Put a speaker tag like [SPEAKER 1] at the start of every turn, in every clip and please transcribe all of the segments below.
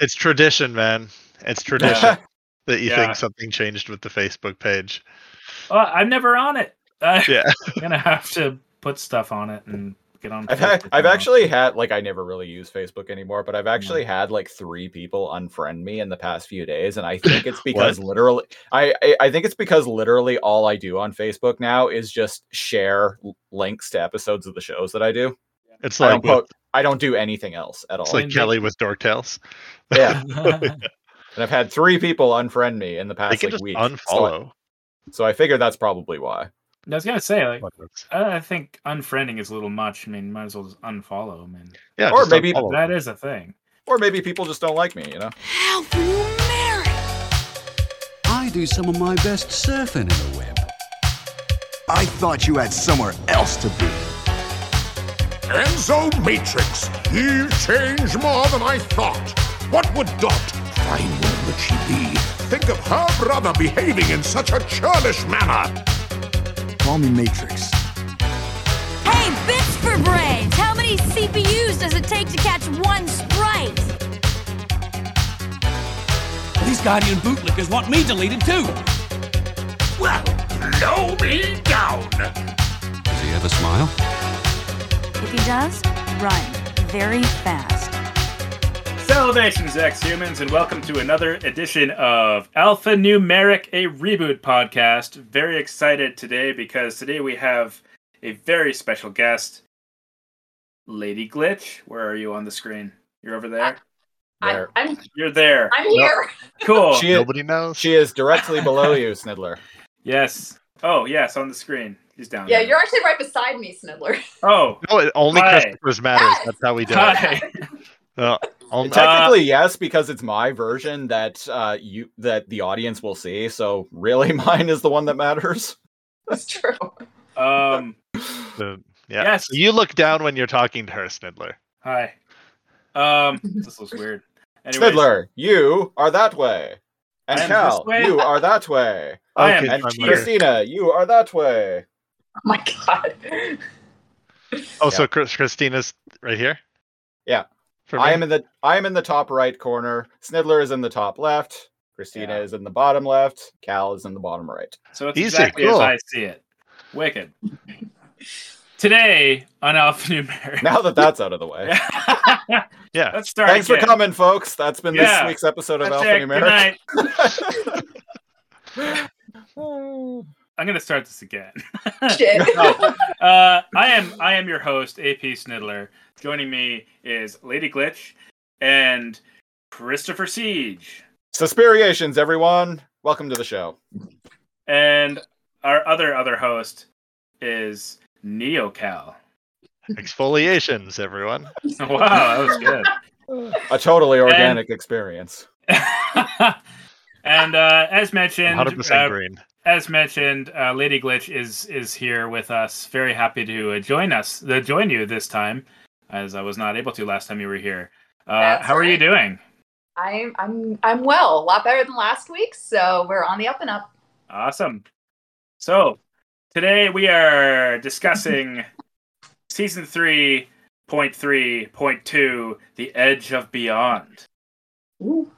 [SPEAKER 1] It's tradition, man. It's tradition that you
[SPEAKER 2] Yeah.
[SPEAKER 1] think something changed with the Facebook page.
[SPEAKER 2] Oh, I'm never on it. I-
[SPEAKER 1] Yeah.
[SPEAKER 2] I'm gonna have to put stuff on it and get on.
[SPEAKER 3] I've had,
[SPEAKER 2] Facebook
[SPEAKER 3] I've
[SPEAKER 2] now.
[SPEAKER 3] actually had like I never really use Facebook anymore, but I've actually had like three people unfriend me in the past few days, and I think it's because literally, I, I I think it's because literally all I do on Facebook now is just share l- links to episodes of the shows that I do.
[SPEAKER 1] It's
[SPEAKER 3] I
[SPEAKER 1] like
[SPEAKER 3] don't
[SPEAKER 1] with-
[SPEAKER 3] po- I don't do anything else at all.
[SPEAKER 1] it's like
[SPEAKER 2] Indeed.
[SPEAKER 1] Kelly with Dork Tales.
[SPEAKER 3] yeah, and I've had three people unfriend me in the
[SPEAKER 1] They
[SPEAKER 3] past
[SPEAKER 1] can
[SPEAKER 3] like
[SPEAKER 1] just
[SPEAKER 3] week. So I,
[SPEAKER 1] unfollow.
[SPEAKER 3] so I figure that's probably why.
[SPEAKER 2] I was gonna say like I I think unfriending is a little much. I mean, might as well just unfollow. I mean,
[SPEAKER 1] Yeah,
[SPEAKER 3] Or
[SPEAKER 1] just
[SPEAKER 3] maybe-
[SPEAKER 1] unfollow.
[SPEAKER 2] that is a thing.
[SPEAKER 3] Or maybe people just don't like me. You know,
[SPEAKER 4] How numeric.
[SPEAKER 5] I do some of my best surfing in the web.
[SPEAKER 6] I thought you had somewhere else to be.
[SPEAKER 7] Enzo Matrix, you've changed more than I thought. What would Dot, fine woman that she be, think of her brother behaving in such a churlish manner?
[SPEAKER 6] Call me Matrix.
[SPEAKER 4] Hey, bits for brains. How many CPUs does it take to catch one sprite?
[SPEAKER 8] These Guardian bootlickers want me deleted too.
[SPEAKER 7] Well, blow me down.
[SPEAKER 5] Does he ever smile?
[SPEAKER 4] If he does, run very fast.
[SPEAKER 2] Salvations, ex humans, and welcome to another edition of Alphanumeric, a reboot podcast. Very excited today because today we have a very special guest, Lady Glitch. Where are you on the screen? You're over there.
[SPEAKER 9] I,
[SPEAKER 3] There.
[SPEAKER 9] I'm
[SPEAKER 2] You're there.
[SPEAKER 9] I'm here.
[SPEAKER 2] Cool.
[SPEAKER 1] Oh,
[SPEAKER 3] she is,
[SPEAKER 1] Nobody knows.
[SPEAKER 3] she is directly below you, Snidler.
[SPEAKER 2] Yes. Oh, yes, on the screen. He's down
[SPEAKER 9] Yeah,
[SPEAKER 2] there.
[SPEAKER 9] you're actually right beside me, Snidler.
[SPEAKER 2] Oh,
[SPEAKER 1] no, it only
[SPEAKER 2] Hi.
[SPEAKER 1] Christopher's matters. That's how we do it.
[SPEAKER 2] hi.
[SPEAKER 1] Uh, on-
[SPEAKER 2] Uh,
[SPEAKER 3] Technically, yes, because it's my version that uh, you that the audience will see. So really, mine is the one that matters.
[SPEAKER 9] That's true. Oh
[SPEAKER 2] Um,
[SPEAKER 1] uh, yeah.
[SPEAKER 2] Yes.
[SPEAKER 1] So you look down when you're talking to her, Snidler.
[SPEAKER 2] hi. Um, this looks weird. Anyways,
[SPEAKER 3] Fiddler, you are that way, and
[SPEAKER 2] I am this
[SPEAKER 3] Cal,
[SPEAKER 2] way.
[SPEAKER 3] you are that way,
[SPEAKER 2] I am
[SPEAKER 1] Okay,
[SPEAKER 3] and
[SPEAKER 1] I'm
[SPEAKER 2] here.
[SPEAKER 1] here.
[SPEAKER 3] Christina, you are that way.
[SPEAKER 9] Oh my god.
[SPEAKER 1] Oh, so Chris, Christina's right here.
[SPEAKER 3] Yeah.
[SPEAKER 1] For
[SPEAKER 3] I
[SPEAKER 1] me?
[SPEAKER 3] am in the I am in the top right corner. Snidler is in the top left. Christina
[SPEAKER 2] Yeah.
[SPEAKER 3] is in the bottom left. Cal is in the bottom right.
[SPEAKER 2] So it's
[SPEAKER 1] Easy,
[SPEAKER 2] exactly as
[SPEAKER 1] cool.
[SPEAKER 2] I see it. Wicked. Today on Alphanumeric.
[SPEAKER 3] Now that that's out of the way,
[SPEAKER 1] Yeah.
[SPEAKER 2] Let's start.
[SPEAKER 3] thanks for
[SPEAKER 2] again.
[SPEAKER 3] coming, folks. That's been
[SPEAKER 2] Yeah.
[SPEAKER 3] this week's episode of
[SPEAKER 2] That's it. Good
[SPEAKER 3] Alphanumeric.
[SPEAKER 2] night. I'm gonna start this again.
[SPEAKER 9] Shit.
[SPEAKER 2] Uh, I am I am your host, AP Snidler. Joining me is Lady Glitch and Christopher Siege.
[SPEAKER 3] Suspiriations, everyone. Welcome to the show.
[SPEAKER 2] And our other other host is NeoCal.
[SPEAKER 1] Exfoliations, everyone.
[SPEAKER 2] Wow, that was good.
[SPEAKER 3] A totally organic experience.
[SPEAKER 2] and uh, as mentioned,
[SPEAKER 1] 100%
[SPEAKER 2] uh,
[SPEAKER 1] green.
[SPEAKER 2] as mentioned, uh, Lady Glitch is is here with us. Very happy to uh, join us, to join you this time, as I was not able to last time you were here. Uh,
[SPEAKER 9] That's
[SPEAKER 2] how are you
[SPEAKER 9] right.
[SPEAKER 2] doing?
[SPEAKER 9] I'm I'm I'm well. A lot better than last week, so we're on the up and up.
[SPEAKER 2] Awesome. So today we are discussing season three point three point two, the edge of beyond,
[SPEAKER 9] Ooh.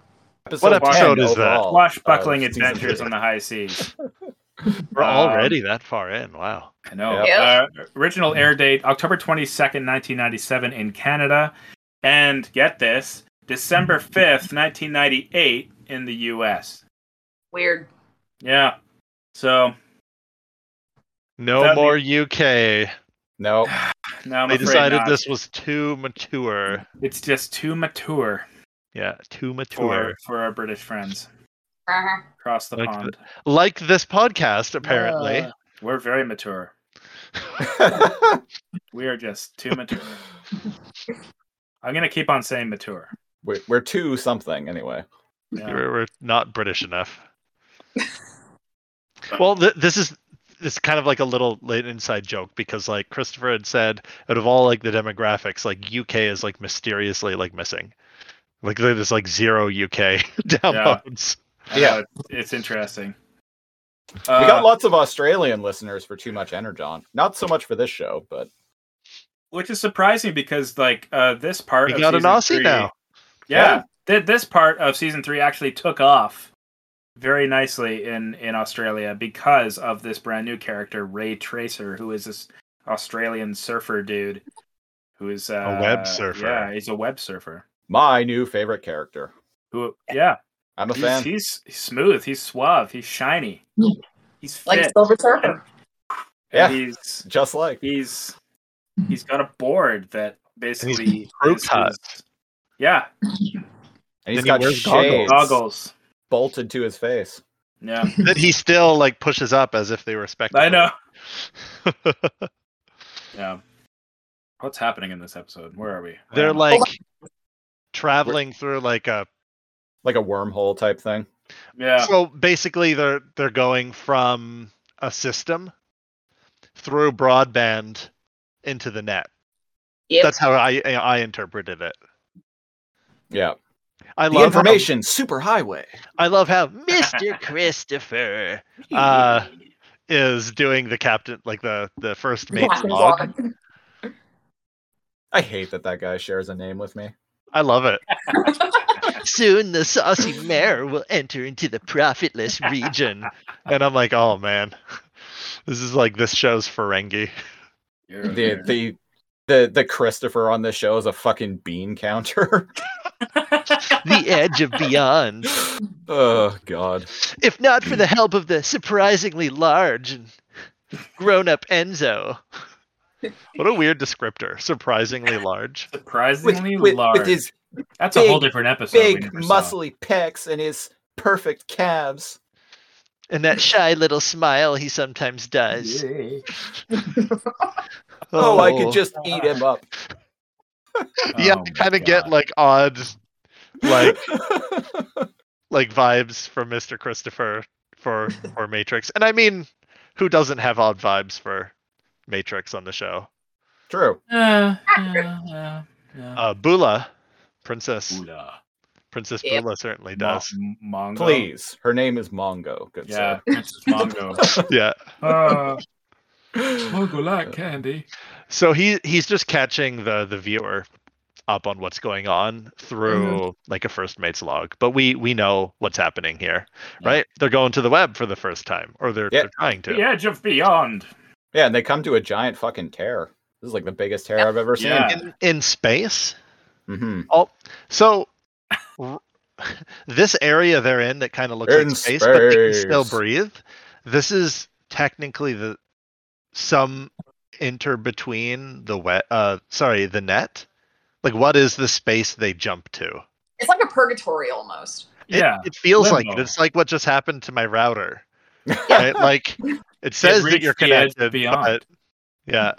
[SPEAKER 3] Episode
[SPEAKER 1] episode
[SPEAKER 3] 10
[SPEAKER 1] is that?
[SPEAKER 3] overall
[SPEAKER 2] swashbuckling
[SPEAKER 1] uh,
[SPEAKER 3] of season
[SPEAKER 2] adventures
[SPEAKER 3] three.
[SPEAKER 2] on the high seas.
[SPEAKER 1] We're
[SPEAKER 2] Um,
[SPEAKER 1] already that far in. Wow.
[SPEAKER 2] I know.
[SPEAKER 9] Yep.
[SPEAKER 2] Uh, original air date October 22nd, 1997 in Canada. And get this, December 5th, 1998 in the US.
[SPEAKER 9] Weird.
[SPEAKER 2] Yeah. So
[SPEAKER 1] No
[SPEAKER 2] That
[SPEAKER 1] more UK.
[SPEAKER 3] No,
[SPEAKER 2] now I'm
[SPEAKER 1] they
[SPEAKER 2] afraid
[SPEAKER 1] decided
[SPEAKER 2] not. Mm-hmm.
[SPEAKER 1] this was too mature.
[SPEAKER 2] It's just too mature
[SPEAKER 1] Yeah, too mature.
[SPEAKER 2] for, for our British friends
[SPEAKER 9] Uh-huh.
[SPEAKER 2] across the
[SPEAKER 1] Like
[SPEAKER 2] pond.
[SPEAKER 1] Like this podcast, apparently.
[SPEAKER 2] Uh, we're very mature. We are just too mature. I'm going to keep on saying mature.
[SPEAKER 3] we're, we're two something anyway.
[SPEAKER 2] Yeah.
[SPEAKER 1] we're, we're not British enough. well, th- this is it's kind of like a little late inside joke because like Christopher had said, out of all like the demographics, like UK is like mysteriously like missing. Like there's like zero UK downloads.
[SPEAKER 2] I know,
[SPEAKER 3] Yeah.
[SPEAKER 2] it's, it's interesting.
[SPEAKER 3] we got
[SPEAKER 2] Uh,
[SPEAKER 3] lots of Australian listeners for Too Much Energon. Not so much for this show, but
[SPEAKER 2] which is surprising because like uh this part
[SPEAKER 1] We
[SPEAKER 2] of
[SPEAKER 1] got an
[SPEAKER 2] season
[SPEAKER 1] Aussie
[SPEAKER 2] three-
[SPEAKER 1] now.
[SPEAKER 2] yeah th- this part of season three actually took off very nicely in in Australia because of this brand new character Ray Tracer, who is this Australian surfer dude, who is uh,
[SPEAKER 1] web surfer.
[SPEAKER 2] Yeah, he's a web surfer.
[SPEAKER 3] My new favorite character.
[SPEAKER 2] Who? Yeah,
[SPEAKER 3] I'm a
[SPEAKER 2] he's,
[SPEAKER 3] fan.
[SPEAKER 2] he's he's smooth. He's suave. He's shiny. He's fit.
[SPEAKER 9] Like Silver Surfer.
[SPEAKER 3] Yeah.
[SPEAKER 2] And he's
[SPEAKER 3] Just like
[SPEAKER 2] he's he's got a board that basically
[SPEAKER 1] fruit
[SPEAKER 2] is-
[SPEAKER 1] hot.
[SPEAKER 2] is- yeah
[SPEAKER 3] and he's
[SPEAKER 1] Then he
[SPEAKER 3] got
[SPEAKER 1] wears
[SPEAKER 3] shades
[SPEAKER 2] goggles
[SPEAKER 3] bolted to his face.
[SPEAKER 2] yeah
[SPEAKER 1] that he still like pushes up as if they respect.
[SPEAKER 2] i know yeah what's happening in this episode where are we
[SPEAKER 1] They're
[SPEAKER 2] Um,
[SPEAKER 1] like traveling through like a
[SPEAKER 3] Like a wormhole type thing.
[SPEAKER 2] yeah
[SPEAKER 1] so basically they're they're going from a system through broadband into the net.
[SPEAKER 9] Yep.
[SPEAKER 1] That's how I I interpreted it.
[SPEAKER 3] Yeah.
[SPEAKER 1] I
[SPEAKER 3] The
[SPEAKER 1] love how-
[SPEAKER 3] information superhighway.
[SPEAKER 1] I love how Mr. Christopher uh, is doing the captain like the the first mate's
[SPEAKER 9] Yeah.
[SPEAKER 1] log.
[SPEAKER 3] I hate that that guy shares a name with me.
[SPEAKER 1] I love it.
[SPEAKER 10] Soon the saucy mare will enter into the profitless region.
[SPEAKER 1] And I'm like, oh man, this is like this show's Ferengi.
[SPEAKER 2] You're-
[SPEAKER 3] The
[SPEAKER 2] you're-
[SPEAKER 3] the the the Christopher on this show is a fucking bean counter.
[SPEAKER 10] The edge of beyond.
[SPEAKER 3] oh god.
[SPEAKER 10] If not for the help of the surprisingly large and grown up Enzo.
[SPEAKER 1] What a weird descriptor. Surprisingly large.
[SPEAKER 3] With,
[SPEAKER 2] surprisingly
[SPEAKER 3] with,
[SPEAKER 2] large
[SPEAKER 3] with his
[SPEAKER 2] that's a whole
[SPEAKER 3] big-
[SPEAKER 2] different episode we
[SPEAKER 3] big
[SPEAKER 2] never saw.
[SPEAKER 3] muscly pecs and his perfect calves.
[SPEAKER 10] And that shy little smile he sometimes does.
[SPEAKER 2] Yeah.
[SPEAKER 3] Oh, I could just eat him up.
[SPEAKER 1] Yeah, I
[SPEAKER 2] Oh my
[SPEAKER 1] kind of get
[SPEAKER 2] God.
[SPEAKER 1] like odd, like like vibes from Mr. Christopher for for Matrix. And I mean, who doesn't have odd vibes for Matrix on the show?
[SPEAKER 3] True.
[SPEAKER 2] yeah, yeah, yeah, yeah.
[SPEAKER 1] Uh, Bula, Princess
[SPEAKER 2] Ula.
[SPEAKER 1] Princess
[SPEAKER 9] Yep.
[SPEAKER 1] Bula certainly
[SPEAKER 2] Mo-
[SPEAKER 1] does.
[SPEAKER 2] Mongo.
[SPEAKER 3] Please. Her name is Mongo. Good
[SPEAKER 2] yeah
[SPEAKER 3] sir.
[SPEAKER 2] princess mongo
[SPEAKER 1] Yeah.
[SPEAKER 2] uh, mongo like candy
[SPEAKER 1] So he he's just catching the the viewer up on what's going on through like a first mate's log. But we we know what's happening here,
[SPEAKER 2] Yeah.
[SPEAKER 1] right? They're going to the web for the first time, or they're,
[SPEAKER 3] Yeah.
[SPEAKER 1] they're trying to.
[SPEAKER 2] the edge of beyond
[SPEAKER 3] Yeah, and they come to a giant fucking tear. This is like the biggest tear I've ever seen.
[SPEAKER 2] Yeah.
[SPEAKER 1] In, in space.
[SPEAKER 3] hmm
[SPEAKER 1] So r- this area they're in that kind of looks
[SPEAKER 3] In
[SPEAKER 1] like space, but they can still
[SPEAKER 3] space.
[SPEAKER 1] breathe. This is technically the some inter between the wet uh sorry, the net. Like what is the space they jump to?
[SPEAKER 9] It's like a purgatory almost.
[SPEAKER 1] It-
[SPEAKER 2] yeah
[SPEAKER 1] It, feels like it.
[SPEAKER 2] limbo.
[SPEAKER 1] It's like what just happened to my router. Right? like it says that
[SPEAKER 2] reached
[SPEAKER 1] you're
[SPEAKER 2] the edge
[SPEAKER 1] connected.
[SPEAKER 2] beyond.
[SPEAKER 1] But, yeah.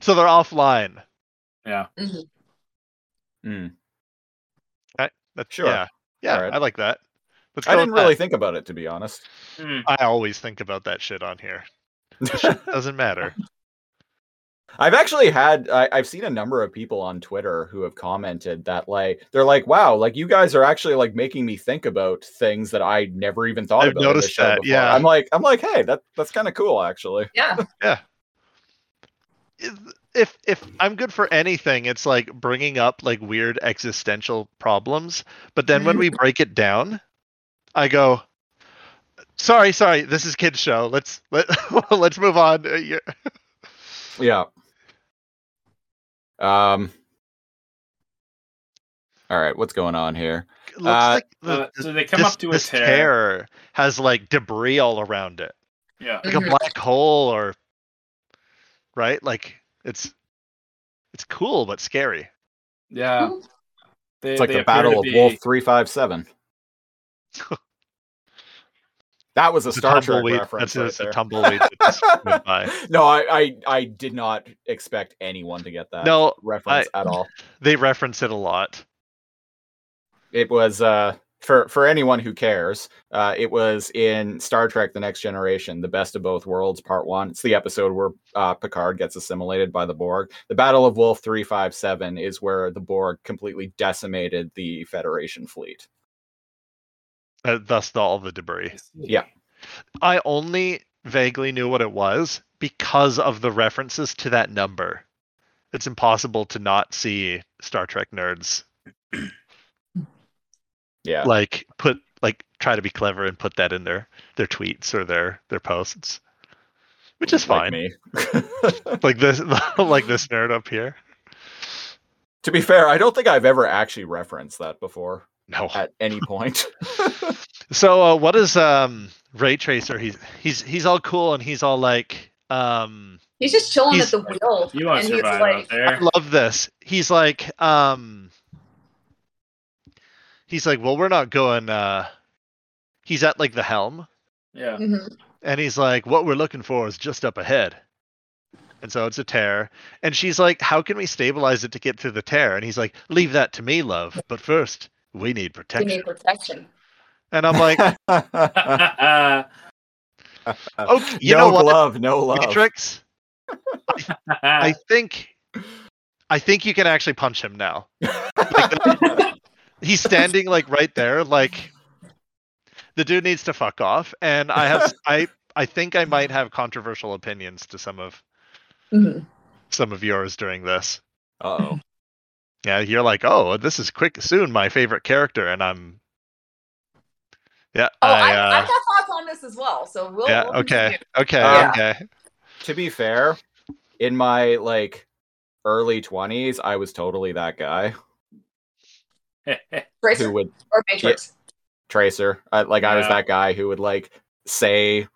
[SPEAKER 1] So they're offline.
[SPEAKER 2] Hmm.
[SPEAKER 1] That's
[SPEAKER 3] Mm-hmm. Sure.
[SPEAKER 1] Yeah, yeah
[SPEAKER 3] Alright.
[SPEAKER 1] I like that. Let's
[SPEAKER 3] I
[SPEAKER 1] go
[SPEAKER 3] didn't
[SPEAKER 1] with that.
[SPEAKER 3] really think about it to be honest.
[SPEAKER 2] Hmm.
[SPEAKER 1] I always think about that shit on here. Doesn't matter.
[SPEAKER 3] I've actually had I, I've seen a number of people on Twitter who have commented that like they're like, wow, like you guys are actually like making me think about things that I never even thought
[SPEAKER 1] I've
[SPEAKER 3] about. in the
[SPEAKER 1] noticed
[SPEAKER 3] show
[SPEAKER 1] that,
[SPEAKER 3] before."
[SPEAKER 1] yeah.
[SPEAKER 3] I'm like, I'm like, hey, that that's kind of cool actually.
[SPEAKER 9] Yeah.
[SPEAKER 1] If if I'm good for anything, it's like bringing up like weird existential problems. But then when we break it down, I go, "Sorry, sorry, this is kids show. Let's let let's move on." Uh, you-
[SPEAKER 3] Yeah. Um. All right, what's going on here?
[SPEAKER 1] Looks
[SPEAKER 3] Uh,
[SPEAKER 1] like the,
[SPEAKER 2] Uh,
[SPEAKER 1] the-
[SPEAKER 2] so they come
[SPEAKER 1] this,
[SPEAKER 2] up to a
[SPEAKER 1] this
[SPEAKER 2] tear.
[SPEAKER 1] tear has like debris all around it,
[SPEAKER 2] Yeah.
[SPEAKER 1] like a
[SPEAKER 9] Mhm.
[SPEAKER 1] black hole, or right? Like it's it's cool but scary.
[SPEAKER 9] Mm-hmm.
[SPEAKER 2] Yeah. They,
[SPEAKER 3] It's like
[SPEAKER 2] they
[SPEAKER 3] the
[SPEAKER 2] appear to
[SPEAKER 3] Battle of
[SPEAKER 2] be-
[SPEAKER 3] Wolf Three Five Seven. That was a
[SPEAKER 1] It's a
[SPEAKER 3] Star Trek
[SPEAKER 1] tumbleweed-
[SPEAKER 3] reference.
[SPEAKER 1] That's a-
[SPEAKER 3] right
[SPEAKER 1] it's a
[SPEAKER 3] there.
[SPEAKER 1] tumbleweed. that just went by.
[SPEAKER 3] no, I, I I did not expect anyone to get that
[SPEAKER 1] No,
[SPEAKER 3] reference at all.
[SPEAKER 1] they reference it a lot.
[SPEAKER 3] It was uh for for anyone who cares, uh it was in Star Trek the Next Generation, The Best of Both Worlds Part 1. It's the episode where uh Picard gets assimilated by the Borg. The Battle of Wolf 357 is where the Borg completely decimated the Federation fleet.
[SPEAKER 1] Uh, thus, the, all the debris.
[SPEAKER 3] Yeah.
[SPEAKER 1] I only vaguely knew what it was because of the references to that number. It's impossible to not see Star Trek nerds.
[SPEAKER 3] Yeah.
[SPEAKER 1] Like put like try to be clever and put that in their their tweets or their their posts, which is fine.
[SPEAKER 3] like me.
[SPEAKER 1] like this like this nerd up here.
[SPEAKER 3] To be fair, I don't think I've ever actually referenced that before
[SPEAKER 1] No.
[SPEAKER 3] at any point.
[SPEAKER 1] So uh, what is um Ray Tracer? He's he's he's all cool and he's all like um
[SPEAKER 9] He's just chilling
[SPEAKER 1] He's-
[SPEAKER 9] at the wheel.
[SPEAKER 2] You want
[SPEAKER 9] and
[SPEAKER 2] to
[SPEAKER 9] he's
[SPEAKER 2] survive
[SPEAKER 9] like,
[SPEAKER 2] out there?
[SPEAKER 1] I love this. He's like, um, he's like, well, we're not going. Uh, he's at like the helm,
[SPEAKER 2] Yeah.
[SPEAKER 9] Mhm.
[SPEAKER 1] and he's like, what we're looking for is just up ahead. And so it's a tear, and she's like, how can we stabilize it to get through the tear? And he's like, leave that to me, love. But first, we need
[SPEAKER 9] We
[SPEAKER 1] protection.
[SPEAKER 9] need protection.
[SPEAKER 1] and I'm like, okay, "Oh, you
[SPEAKER 3] no
[SPEAKER 1] know what,
[SPEAKER 3] glove, no love.
[SPEAKER 1] Matrix? I think, I think you can actually punch him now. he's standing like right there like the dude needs to fuck off and i have i i think i might have controversial opinions to some of
[SPEAKER 9] Mhm.
[SPEAKER 1] some of yours during this
[SPEAKER 3] oh.
[SPEAKER 1] yeah you're like oh this is quick soon my favorite character and i'm yeah
[SPEAKER 9] Oh, I,
[SPEAKER 1] i,
[SPEAKER 9] have
[SPEAKER 1] uh,
[SPEAKER 9] I've got thoughts on this as well. So we'll.
[SPEAKER 1] yeah
[SPEAKER 9] we'll
[SPEAKER 1] okay
[SPEAKER 9] continue.
[SPEAKER 1] okay
[SPEAKER 3] Yeah.
[SPEAKER 1] okay
[SPEAKER 3] To be fair, in my like early 20s, I was totally that guy
[SPEAKER 9] Tracer
[SPEAKER 3] who would
[SPEAKER 9] or Matrix.
[SPEAKER 3] tracer. I, like I was
[SPEAKER 2] Yeah.
[SPEAKER 3] that guy who would like say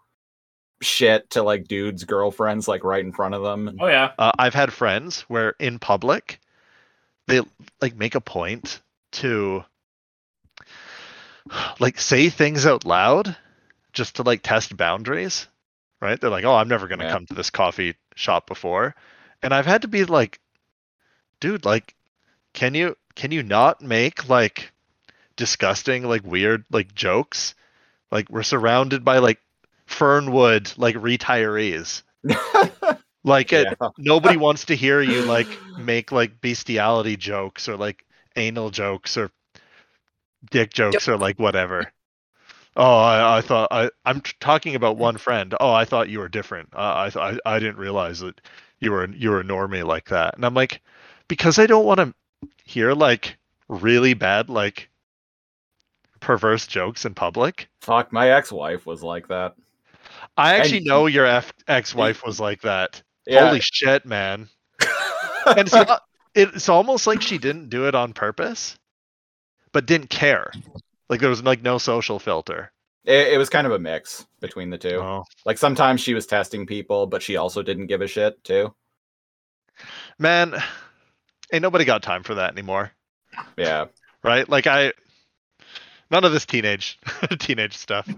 [SPEAKER 3] shit to like dudes' girlfriends like right in front of them.
[SPEAKER 2] oh yeah.
[SPEAKER 1] uh, i've had friends where in public they like make a point to like say things out loud just to like test boundaries right they're like oh i'm never going to
[SPEAKER 3] Yeah.
[SPEAKER 1] come to this coffee shop before and i've had to be like dude like can you can you not make like disgusting like weird like jokes like we're surrounded by like fernwood like retirees like it,
[SPEAKER 3] Yeah.
[SPEAKER 1] nobody wants to hear you like make like bestiality jokes or like anal jokes or dick jokes or like whatever. Oh, I, I thought I I'm t- talking about one friend. Oh, I thought you were different. Uh, I th- I I didn't realize that you were you were a normie like that. And I'm like, because I don't want to hear like really bad like perverse jokes in public.
[SPEAKER 3] Fuck, my ex-wife was like that.
[SPEAKER 1] I actually
[SPEAKER 3] And-
[SPEAKER 1] know your f- ex-wife was like that.
[SPEAKER 3] Yeah.
[SPEAKER 1] Holy shit, man. and it's, not, it's almost like she didn't do it on purpose, but didn't care. Like there was like no social filter.
[SPEAKER 3] it, it was kind of a mix between the two.
[SPEAKER 1] Oh.
[SPEAKER 3] Like sometimes she was testing people, but she also didn't give a shit too.
[SPEAKER 1] Man, ain't nobody got time for that anymore,
[SPEAKER 3] Yeah.
[SPEAKER 1] right? Like I, none of this teenage teenage stuff.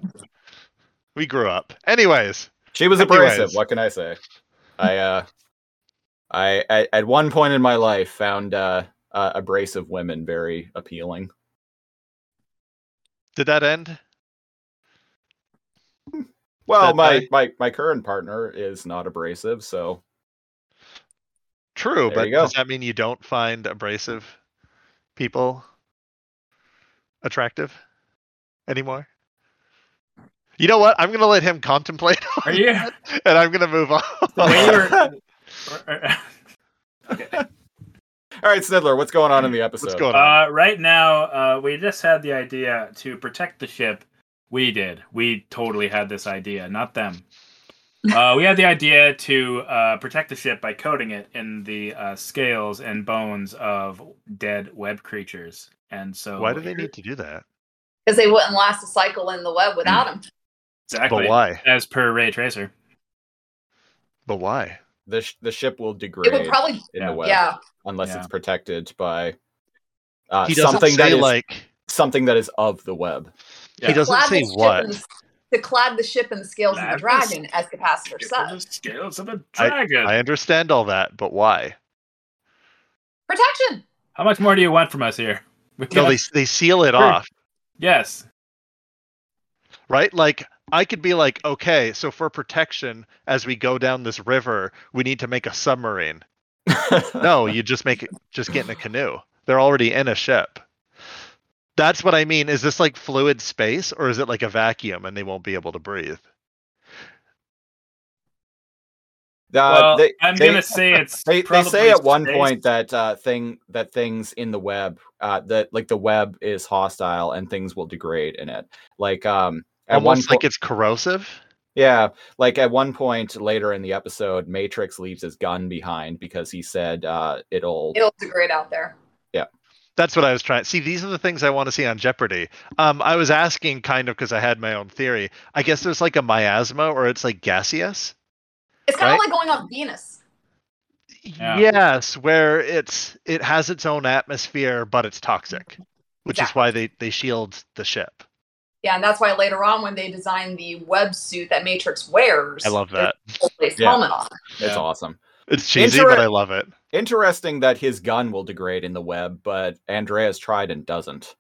[SPEAKER 1] We grew up, anyways.
[SPEAKER 3] She was abrasive.
[SPEAKER 1] Anyways.
[SPEAKER 3] What can I say? I uh I, I at one point in my life found uh, uh abrasive women very appealing.
[SPEAKER 1] Did that end?
[SPEAKER 3] Well,
[SPEAKER 1] That
[SPEAKER 3] my,
[SPEAKER 1] guy-
[SPEAKER 3] my my current partner is not abrasive, so
[SPEAKER 1] True,
[SPEAKER 3] There
[SPEAKER 1] but
[SPEAKER 3] you go.
[SPEAKER 1] does that mean you don't find abrasive people attractive anymore? You know what? I'm gonna let him contemplate. on
[SPEAKER 2] Are you?
[SPEAKER 1] and I'm gonna move on.
[SPEAKER 2] When you were-
[SPEAKER 3] All right, Snidler, what's going on in the episode?
[SPEAKER 1] What's going on?
[SPEAKER 2] uh, right now, uh, we just had the idea to protect the ship. We did. We totally had this idea, not them. Uh, we had the idea to uh, protect the ship by coating it in the uh, scales and bones of dead web creatures. And so,
[SPEAKER 1] why do they need to do that?
[SPEAKER 9] Because they wouldn't last a cycle in the web without
[SPEAKER 1] Hmm.
[SPEAKER 9] him.
[SPEAKER 2] exactly
[SPEAKER 1] But why?
[SPEAKER 2] as per Ray Tracer?
[SPEAKER 1] But why?
[SPEAKER 3] The sh- the ship will
[SPEAKER 9] It
[SPEAKER 3] degrade
[SPEAKER 9] would probably.
[SPEAKER 3] in
[SPEAKER 2] Yeah.
[SPEAKER 3] the web
[SPEAKER 9] Yeah.
[SPEAKER 3] unless
[SPEAKER 2] Yeah.
[SPEAKER 3] it's protected by uh,
[SPEAKER 1] he doesn't
[SPEAKER 3] something that
[SPEAKER 1] say
[SPEAKER 3] is
[SPEAKER 1] like
[SPEAKER 3] something that is of the web.
[SPEAKER 2] Yeah.
[SPEAKER 1] he doesn't
[SPEAKER 9] Clad the
[SPEAKER 1] say
[SPEAKER 9] ship in
[SPEAKER 1] what.
[SPEAKER 9] the- To clad the ship in the scales of the
[SPEAKER 2] Clad the
[SPEAKER 9] dragon, as Capacitor said.
[SPEAKER 2] scales of a dragon.
[SPEAKER 1] I understand all that, but why?
[SPEAKER 9] Protection.
[SPEAKER 2] How much more do you want from us here? We've
[SPEAKER 1] No,
[SPEAKER 2] got-
[SPEAKER 1] they they seal it
[SPEAKER 2] Sure.
[SPEAKER 1] off,
[SPEAKER 2] yes.
[SPEAKER 1] right? Like I could be like, okay, so for protection, as we go down this river, we need to make a submarine. No, you just make it, just get in a canoe. They're already in a ship. That's what I mean. Is this like fluid space, or is it like a vacuum and they won't be able to breathe?
[SPEAKER 2] Well,
[SPEAKER 3] Uh, they-
[SPEAKER 2] I'm
[SPEAKER 3] they-
[SPEAKER 2] gonna say it's
[SPEAKER 3] They, they
[SPEAKER 2] probably
[SPEAKER 3] say at one
[SPEAKER 2] space-
[SPEAKER 3] point that uh, thing that things in the web uh, that like the web is hostile and things will degrade in it. Like um, at one
[SPEAKER 1] Almost
[SPEAKER 3] po-
[SPEAKER 1] like it's corrosive.
[SPEAKER 3] yeah, like at one point later in the episode, Matrix leaves his gun behind because he said uh, it'll.
[SPEAKER 9] It'll degrade out there.
[SPEAKER 1] That's what I was trying. See, these are the things I want to see on Jeopardy. Um, I was asking kind of because I had my own theory. I guess there's like a miasma, or it's like gaseous.
[SPEAKER 9] It's kind
[SPEAKER 1] Right.
[SPEAKER 9] of like going on Venus.
[SPEAKER 2] Yeah.
[SPEAKER 1] Yes, where it's it has its own atmosphere, but it's toxic, which is
[SPEAKER 9] Exactly.
[SPEAKER 1] why they they shield the ship.
[SPEAKER 9] Yeah, and that's why later on when they design the web suit that Matrix wears,
[SPEAKER 1] I love that.
[SPEAKER 9] It's
[SPEAKER 3] Yeah.
[SPEAKER 9] helmet on.
[SPEAKER 3] It's
[SPEAKER 2] Yeah.
[SPEAKER 3] awesome.
[SPEAKER 1] It's cheesy, but I love it.
[SPEAKER 3] Interesting that his gun will degrade in the web, but Andreas tried and doesn't.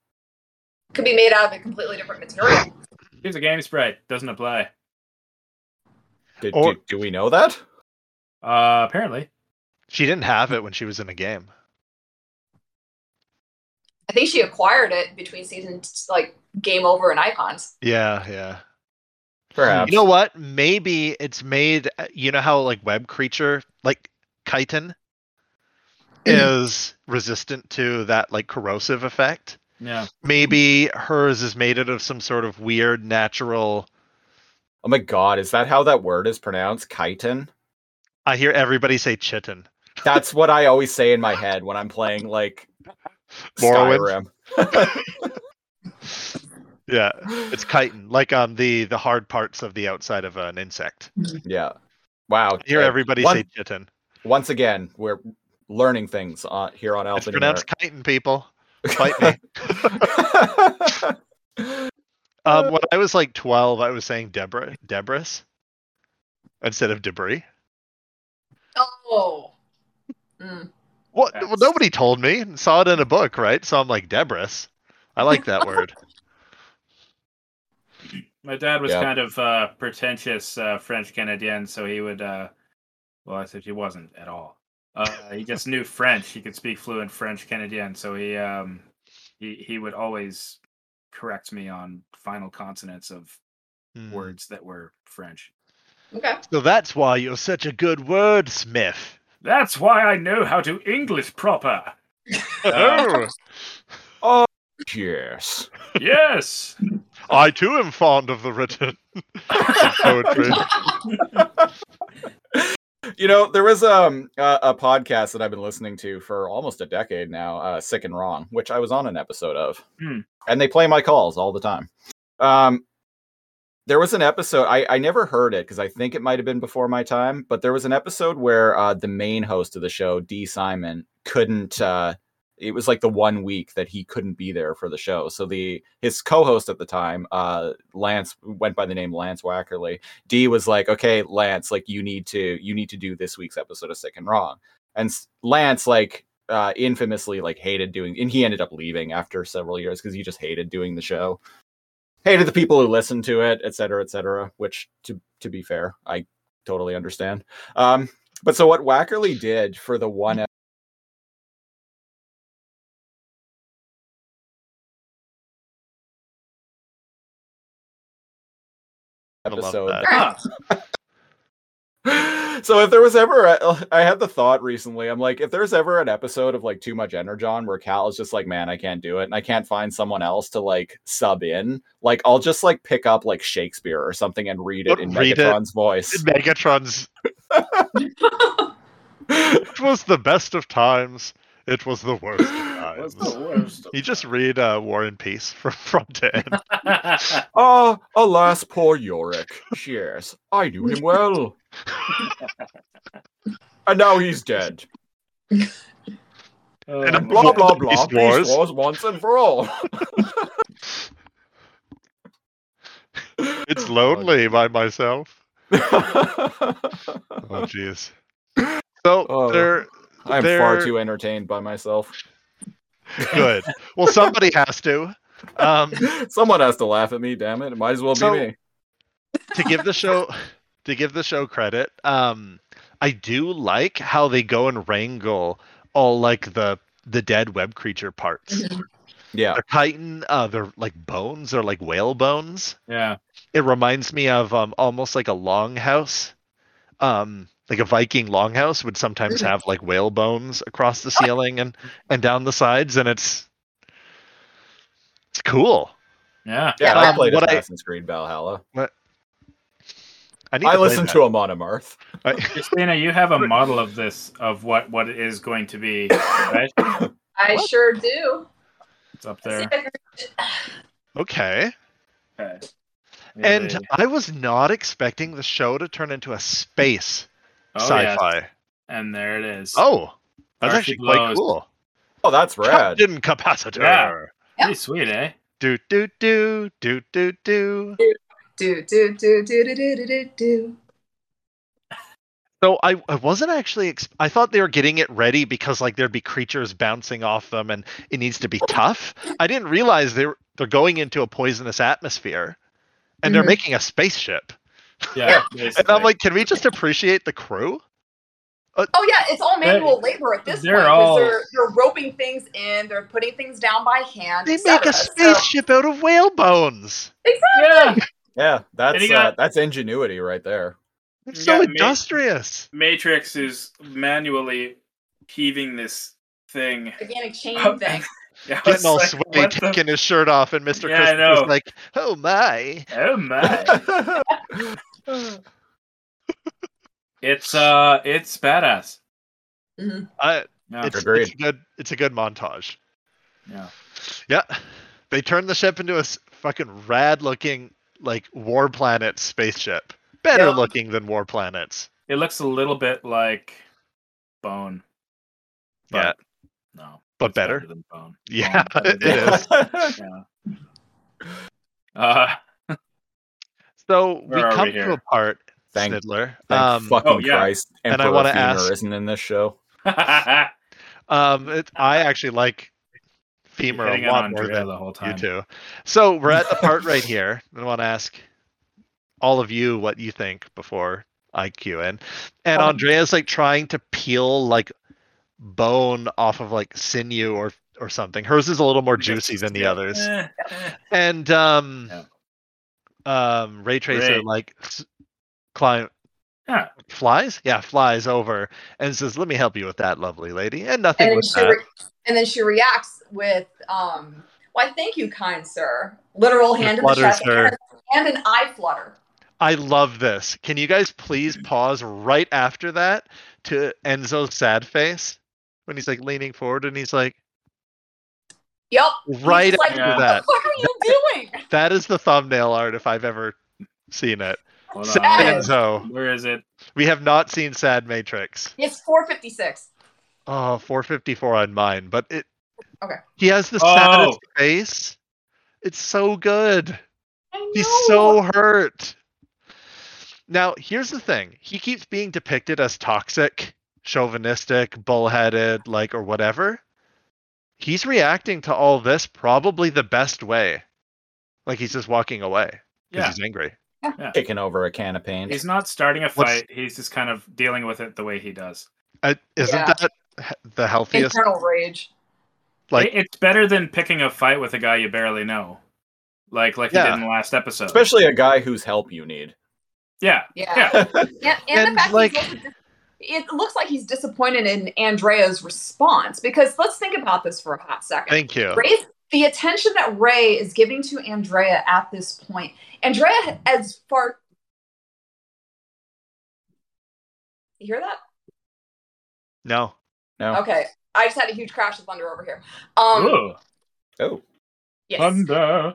[SPEAKER 9] Could be made out of a completely different material.
[SPEAKER 2] Here's a game sprite. Doesn't apply.
[SPEAKER 3] Did,
[SPEAKER 1] Or-
[SPEAKER 3] do, do we know that?
[SPEAKER 2] Uh, apparently.
[SPEAKER 1] She didn't have it when she was in a game.
[SPEAKER 9] I think she acquired it between seasons, like Game Over and Icons.
[SPEAKER 1] Yeah, yeah.
[SPEAKER 3] Perhaps.
[SPEAKER 1] You know what? Maybe it's made. You know how like web creature like chitin is resistant to that like corrosive effect.
[SPEAKER 2] Yeah.
[SPEAKER 1] Maybe hers is made out of some sort of weird natural.
[SPEAKER 3] oh my god, is that how that word is pronounced? Chitin?
[SPEAKER 1] I hear everybody say chitin.
[SPEAKER 3] That's what I always say in my head when I'm playing like
[SPEAKER 1] Morrowind?
[SPEAKER 3] Skyrim.
[SPEAKER 1] Yeah, it's chitin, like on the the hard parts of the outside of an insect.
[SPEAKER 3] yeah. Wow.
[SPEAKER 1] I hear
[SPEAKER 3] uh,
[SPEAKER 1] everybody
[SPEAKER 3] one-
[SPEAKER 1] say chitin.
[SPEAKER 3] Once again, we're learning things on, here on
[SPEAKER 1] It's
[SPEAKER 3] Alpha.
[SPEAKER 1] pronounced chitin, people. Fight me. Um, when I was like 12, I was saying Debra, Debris instead of debris.
[SPEAKER 9] Oh. Mm.
[SPEAKER 1] What? Well,
[SPEAKER 2] That's-
[SPEAKER 1] nobody told me. Saw it in a book, right? So I'm like Debris. I like that word.
[SPEAKER 2] My dad was
[SPEAKER 3] Yeah.
[SPEAKER 2] kind of uh, pretentious uh, French Canadian, so he would. Uh, well, I said he wasn't at all. Uh, he just knew French. He could speak fluent French Canadian, so he um, he he would always correct me on final consonants of
[SPEAKER 3] Hmm.
[SPEAKER 1] Mm.
[SPEAKER 2] words that were French.
[SPEAKER 9] Okay.
[SPEAKER 1] So that's why you're such a good wordsmith.
[SPEAKER 2] That's why I know how to English proper.
[SPEAKER 1] Oh,
[SPEAKER 3] oh, yes.
[SPEAKER 2] Yes.
[SPEAKER 1] I too am fond of the written of poetry.
[SPEAKER 3] You know, there was um, a, a podcast that I've been listening to for almost a decade now, uh, Sick and Wrong, which I was on an episode of.
[SPEAKER 2] Hmm.
[SPEAKER 3] And they play my calls all the time. Um, there was an episode, I, I never heard it because I think it might have been before my time, but there was an episode where uh, the main host of the show, D. Simon, couldn't. Uh, it was like the one week that he couldn't be there for the show. So the his co-host at the time, uh, Lance, went by the name Lance Wackerly. D was like, "Okay, Lance, like you need to you need to do this week's episode of Sick and Wrong." And S- Lance like uh infamously like hated doing and he ended up leaving after several years cuz he just hated doing the show. Hated the people who listened to it, et cetera, et cetera, which to to be fair, I totally understand. Um but so what Wackerly did for the one
[SPEAKER 1] I love
[SPEAKER 3] episode
[SPEAKER 1] that.
[SPEAKER 9] Huh.
[SPEAKER 3] so if there was ever a, i had the thought recently i'm like if there's ever an episode of like too much energon where cal is just like man i can't do it and i can't find someone else to like sub in like i'll just like pick up like shakespeare or something and read it in
[SPEAKER 1] Read it.
[SPEAKER 3] megatron's voice
[SPEAKER 1] Megatron's It was the best of times. It was the worst of times. You just read uh, War and Peace from front to end.
[SPEAKER 3] oh alas poor yorick yes i knew him well and now he's dead
[SPEAKER 1] And
[SPEAKER 2] Uh,
[SPEAKER 1] I'm
[SPEAKER 3] blah blah blah
[SPEAKER 1] Beast
[SPEAKER 3] beast
[SPEAKER 1] Wars.
[SPEAKER 3] wars, once and for all
[SPEAKER 1] It's lonely by myself. Oh, jeez. So
[SPEAKER 3] Oh.
[SPEAKER 1] they're
[SPEAKER 3] I'm far
[SPEAKER 1] They're-
[SPEAKER 3] too entertained by myself.
[SPEAKER 1] good. Well, somebody has to. Um,
[SPEAKER 3] Someone has to laugh at me, damn it. It might as well
[SPEAKER 1] So-
[SPEAKER 3] be me.
[SPEAKER 1] to give the show to give the show credit, um, I do like how they go and wrangle all like the the dead web creature parts.
[SPEAKER 3] Yeah.
[SPEAKER 1] They're chitin. Uh, they're like bones. They're like whale bones.
[SPEAKER 2] yeah.
[SPEAKER 1] it reminds me of um, almost like a longhouse um like a Viking longhouse would sometimes have like whale bones across
[SPEAKER 2] Oh.
[SPEAKER 1] the ceiling and and down the sides, and it's it's cool.
[SPEAKER 2] Yeah.
[SPEAKER 3] Yeah, I
[SPEAKER 1] Um,
[SPEAKER 3] played
[SPEAKER 1] what I-
[SPEAKER 3] Assassin's Creed Valhalla.
[SPEAKER 1] I need
[SPEAKER 3] I
[SPEAKER 1] to play
[SPEAKER 3] listened
[SPEAKER 1] that.
[SPEAKER 3] to him on Amarth.
[SPEAKER 1] I-
[SPEAKER 2] Christina, you have a model of this of what what it is going to be, right?
[SPEAKER 9] I sure do.
[SPEAKER 2] It's up
[SPEAKER 9] See
[SPEAKER 2] there.
[SPEAKER 9] if I can-
[SPEAKER 1] okay.
[SPEAKER 2] Okay.
[SPEAKER 1] And
[SPEAKER 2] Yay.
[SPEAKER 1] I was not expecting the show to turn into a space
[SPEAKER 2] Oh, yeah.
[SPEAKER 1] sci-fi.
[SPEAKER 2] And there it is.
[SPEAKER 1] Oh, that's
[SPEAKER 2] Archie
[SPEAKER 1] actually quite
[SPEAKER 2] blows.
[SPEAKER 1] cool.
[SPEAKER 3] Oh, that's rad.
[SPEAKER 1] Captain Capacitor.
[SPEAKER 2] Yeah. pretty sweet, eh?
[SPEAKER 1] Do do do do do do.
[SPEAKER 9] Do do do do do do do do do.
[SPEAKER 1] So I, I wasn't actually. Ex- I thought they were getting it ready because like there'd be creatures bouncing off them, and it needs to be tough. I didn't realize they were, they're going into a poisonous atmosphere, and they're
[SPEAKER 9] Mhm.
[SPEAKER 1] making a spaceship.
[SPEAKER 2] Yeah.
[SPEAKER 1] And I'm
[SPEAKER 2] basically.
[SPEAKER 1] like, can we just appreciate the crew?
[SPEAKER 9] Oh yeah, it's all manual labor at this
[SPEAKER 2] they're
[SPEAKER 9] point. 'cause
[SPEAKER 2] all-
[SPEAKER 9] They're, they're roping things in, they're putting things down by hand.
[SPEAKER 1] They
[SPEAKER 9] et
[SPEAKER 1] make a
[SPEAKER 9] cetera. So-
[SPEAKER 1] spaceship out of whale bones.
[SPEAKER 2] yeah.
[SPEAKER 3] Yeah,
[SPEAKER 2] And
[SPEAKER 3] that's
[SPEAKER 2] he got-
[SPEAKER 3] uh, that's ingenuity right there.
[SPEAKER 1] They're so
[SPEAKER 2] Yeah, ma-
[SPEAKER 1] industrious.
[SPEAKER 2] Matrix is manually heaving this thing.
[SPEAKER 9] Organic chain
[SPEAKER 2] Oh,
[SPEAKER 9] thing.
[SPEAKER 2] Yeah,
[SPEAKER 1] Getting all
[SPEAKER 2] like,
[SPEAKER 1] sweaty,
[SPEAKER 2] what the-
[SPEAKER 1] taking his shirt off, and Mr.
[SPEAKER 2] Yeah, I
[SPEAKER 1] Christopher's
[SPEAKER 2] know.
[SPEAKER 1] like, oh my.
[SPEAKER 2] Oh my! It's uh, it's badass.
[SPEAKER 1] I,
[SPEAKER 2] No,
[SPEAKER 1] it's,
[SPEAKER 3] Agreed.
[SPEAKER 1] it's a good it's a good montage.
[SPEAKER 2] Yeah.
[SPEAKER 1] Yeah. They turn the ship into a s- fucking rad looking like war planet spaceship. Better
[SPEAKER 2] Yeah.
[SPEAKER 1] looking than war planets.
[SPEAKER 2] it looks a little bit like Bone.
[SPEAKER 1] Yeah.
[SPEAKER 2] But no,
[SPEAKER 1] But
[SPEAKER 2] it's
[SPEAKER 1] better.
[SPEAKER 2] than Bone.
[SPEAKER 1] Yeah,
[SPEAKER 2] Bone,
[SPEAKER 1] it is.
[SPEAKER 2] Uh,
[SPEAKER 1] So we
[SPEAKER 2] Where are we
[SPEAKER 1] come to
[SPEAKER 2] here?
[SPEAKER 1] a part,
[SPEAKER 3] Thank-
[SPEAKER 1] Snidler. um,
[SPEAKER 3] Thank fucking
[SPEAKER 2] oh, yeah.
[SPEAKER 3] Christ.
[SPEAKER 1] And I
[SPEAKER 3] Emperor
[SPEAKER 1] wanna
[SPEAKER 3] Fenor
[SPEAKER 1] ask-
[SPEAKER 3] isn't in this show.
[SPEAKER 1] um, it, I actually like
[SPEAKER 2] you're
[SPEAKER 1] femur
[SPEAKER 2] hitting
[SPEAKER 1] a
[SPEAKER 2] on
[SPEAKER 1] lot more
[SPEAKER 2] Andrea
[SPEAKER 1] than
[SPEAKER 2] the whole
[SPEAKER 1] you
[SPEAKER 2] time.
[SPEAKER 1] two. So we're at the part right here. and I want to ask all of you what you think before I cue in. And
[SPEAKER 9] Um,
[SPEAKER 1] Andrea's like trying to peel like bone off of like sinew or or something. Hers is a little more juicy than the others.
[SPEAKER 2] Eh, eh.
[SPEAKER 1] And um
[SPEAKER 2] Yeah.
[SPEAKER 1] um Ray Tracer
[SPEAKER 2] Ray.
[SPEAKER 1] like s- climb
[SPEAKER 2] Yeah.
[SPEAKER 1] flies? Yeah, flies over and says, "Let me help you with that, lovely lady." And nothing
[SPEAKER 9] And then
[SPEAKER 1] was
[SPEAKER 9] she re- and then she reacts with um why thank you, kind sir. Literal hand in the
[SPEAKER 1] flutters
[SPEAKER 9] chest
[SPEAKER 1] her.
[SPEAKER 9] and, and an eye flutter.
[SPEAKER 1] I love this. Can you guys please pause right after that to Enzo's sad face when he's like leaning forward and he's like
[SPEAKER 9] Yep.
[SPEAKER 1] right
[SPEAKER 9] like,
[SPEAKER 1] after
[SPEAKER 2] Yeah.
[SPEAKER 1] that.
[SPEAKER 9] What the fuck are you doing?
[SPEAKER 1] That is the thumbnail art if I've ever seen it.
[SPEAKER 2] Hold
[SPEAKER 1] Sad
[SPEAKER 9] Yes.
[SPEAKER 1] Enzo.
[SPEAKER 2] Where is it?
[SPEAKER 1] We have not seen Sad Matrix.
[SPEAKER 9] It's four fifty six.
[SPEAKER 1] Oh, 454 on mine, but it
[SPEAKER 9] Okay.
[SPEAKER 1] He has the
[SPEAKER 2] Oh.
[SPEAKER 1] saddest face. It's so good.
[SPEAKER 9] I know.
[SPEAKER 1] He's so hurt. Now, here's the thing. He keeps being depicted as toxic, chauvinistic, bullheaded, like or whatever. He's reacting to all this probably the best way. Like he's just walking away because
[SPEAKER 2] Yeah.
[SPEAKER 1] he's angry.
[SPEAKER 3] Kicking over a can of paint.
[SPEAKER 2] He's not starting a
[SPEAKER 1] What's-
[SPEAKER 2] fight. He's just kind of dealing with it the way he does.
[SPEAKER 1] I, isn't
[SPEAKER 9] Yeah.
[SPEAKER 1] that h- the healthiest?
[SPEAKER 9] internal rage.
[SPEAKER 1] Like-
[SPEAKER 2] It- it's better than picking a fight with a guy you barely know, like like
[SPEAKER 1] Yeah.
[SPEAKER 2] he did in the last episode.
[SPEAKER 3] Especially a guy whose help you need.
[SPEAKER 2] yeah,
[SPEAKER 9] Yeah.
[SPEAKER 2] yeah.
[SPEAKER 9] And, and,
[SPEAKER 1] And,
[SPEAKER 9] the fact
[SPEAKER 1] like-
[SPEAKER 9] like, he's also dis- it looks like he's disappointed in Andrea's response because let's think about this for a hot second.
[SPEAKER 1] Thank you.
[SPEAKER 9] Ray's, the attention that Ray is giving to Andrea at this point, Andrea, as far you hear that?
[SPEAKER 1] No.
[SPEAKER 3] No.
[SPEAKER 9] Okay, I just had a huge crash of thunder over here. Um,
[SPEAKER 2] Ooh,
[SPEAKER 3] Oh.
[SPEAKER 9] yes.
[SPEAKER 2] thunder.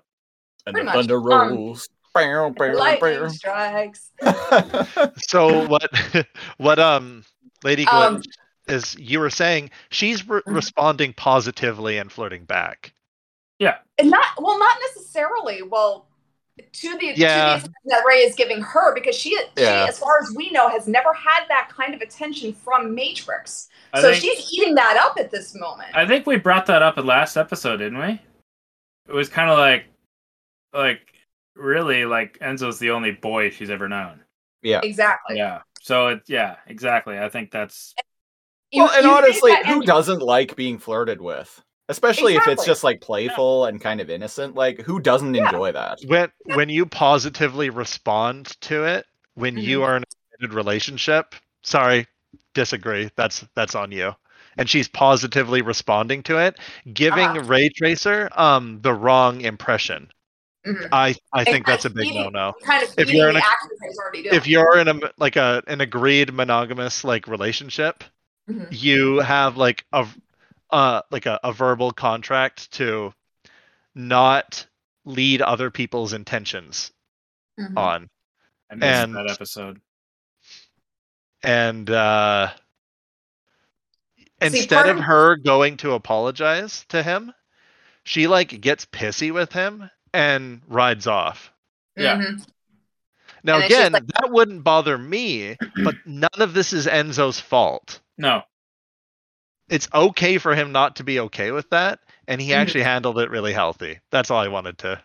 [SPEAKER 3] And
[SPEAKER 9] Pretty
[SPEAKER 3] the
[SPEAKER 9] much.
[SPEAKER 3] thunder
[SPEAKER 9] Um,
[SPEAKER 3] rolls. Bow, bow,
[SPEAKER 9] Lightning
[SPEAKER 3] bow.
[SPEAKER 9] strikes.
[SPEAKER 1] So what what um Lady Gwen
[SPEAKER 9] Um, Mm-hmm.
[SPEAKER 1] is you were saying she's re- responding positively and flirting back.
[SPEAKER 9] And not well, not necessarily. Well, to
[SPEAKER 1] Yeah.
[SPEAKER 9] the to the attention that Ray is giving her because she,
[SPEAKER 3] Yeah.
[SPEAKER 9] she, as far as we know, has never had that kind of attention from Matrix.
[SPEAKER 2] I
[SPEAKER 9] so
[SPEAKER 2] think,
[SPEAKER 9] she's eating that up at this moment.
[SPEAKER 2] I think we brought that up in last episode, didn't we? It was kind of like, like really like Enzo's the only boy she's ever known.
[SPEAKER 3] yeah.
[SPEAKER 9] exactly.
[SPEAKER 2] Yeah. So it, yeah, exactly. I think that's
[SPEAKER 9] You-
[SPEAKER 3] well, and
[SPEAKER 9] you think
[SPEAKER 3] honestly,
[SPEAKER 9] that-
[SPEAKER 3] who
[SPEAKER 9] and-
[SPEAKER 3] doesn't like being flirted with? Especially if it's
[SPEAKER 9] Exactly.
[SPEAKER 3] just like playful and kind of innocent. Like, who doesn't
[SPEAKER 9] Yeah.
[SPEAKER 3] enjoy that?
[SPEAKER 1] when when you positively respond to it when you are an complicated relationship. Sorry, disagree. That's that's on you. And she's positively responding to it, giving
[SPEAKER 9] Ah.
[SPEAKER 1] Ray Tracer um the wrong impression.
[SPEAKER 9] Mhm.
[SPEAKER 1] I I
[SPEAKER 9] And
[SPEAKER 1] think
[SPEAKER 9] kind
[SPEAKER 1] that's a
[SPEAKER 9] of
[SPEAKER 1] big
[SPEAKER 9] feeding-
[SPEAKER 1] no no.
[SPEAKER 9] Kind of
[SPEAKER 1] If
[SPEAKER 9] feeding
[SPEAKER 1] you're in
[SPEAKER 9] the
[SPEAKER 1] a-
[SPEAKER 9] action that he's already doing.
[SPEAKER 1] If you're in a like a an agreed monogamous like relationship,
[SPEAKER 9] Mhm.
[SPEAKER 1] you have like a uh like a, a verbal contract to not lead other people's intentions
[SPEAKER 9] Mhm.
[SPEAKER 1] on
[SPEAKER 2] I missed
[SPEAKER 1] And-
[SPEAKER 2] that episode.
[SPEAKER 1] and uh instead
[SPEAKER 9] part
[SPEAKER 1] of
[SPEAKER 9] of-
[SPEAKER 1] her going to apologize to him she like gets pissy with him and rides off
[SPEAKER 2] Yeah.
[SPEAKER 9] Mhm.
[SPEAKER 1] now
[SPEAKER 9] And it's just
[SPEAKER 1] again that wouldn't bother me but none of this is enzo's fault
[SPEAKER 2] No.
[SPEAKER 1] it's okay for him not to be okay with that and he
[SPEAKER 9] Mhm.
[SPEAKER 1] actually handled it really healthy that's all i wanted to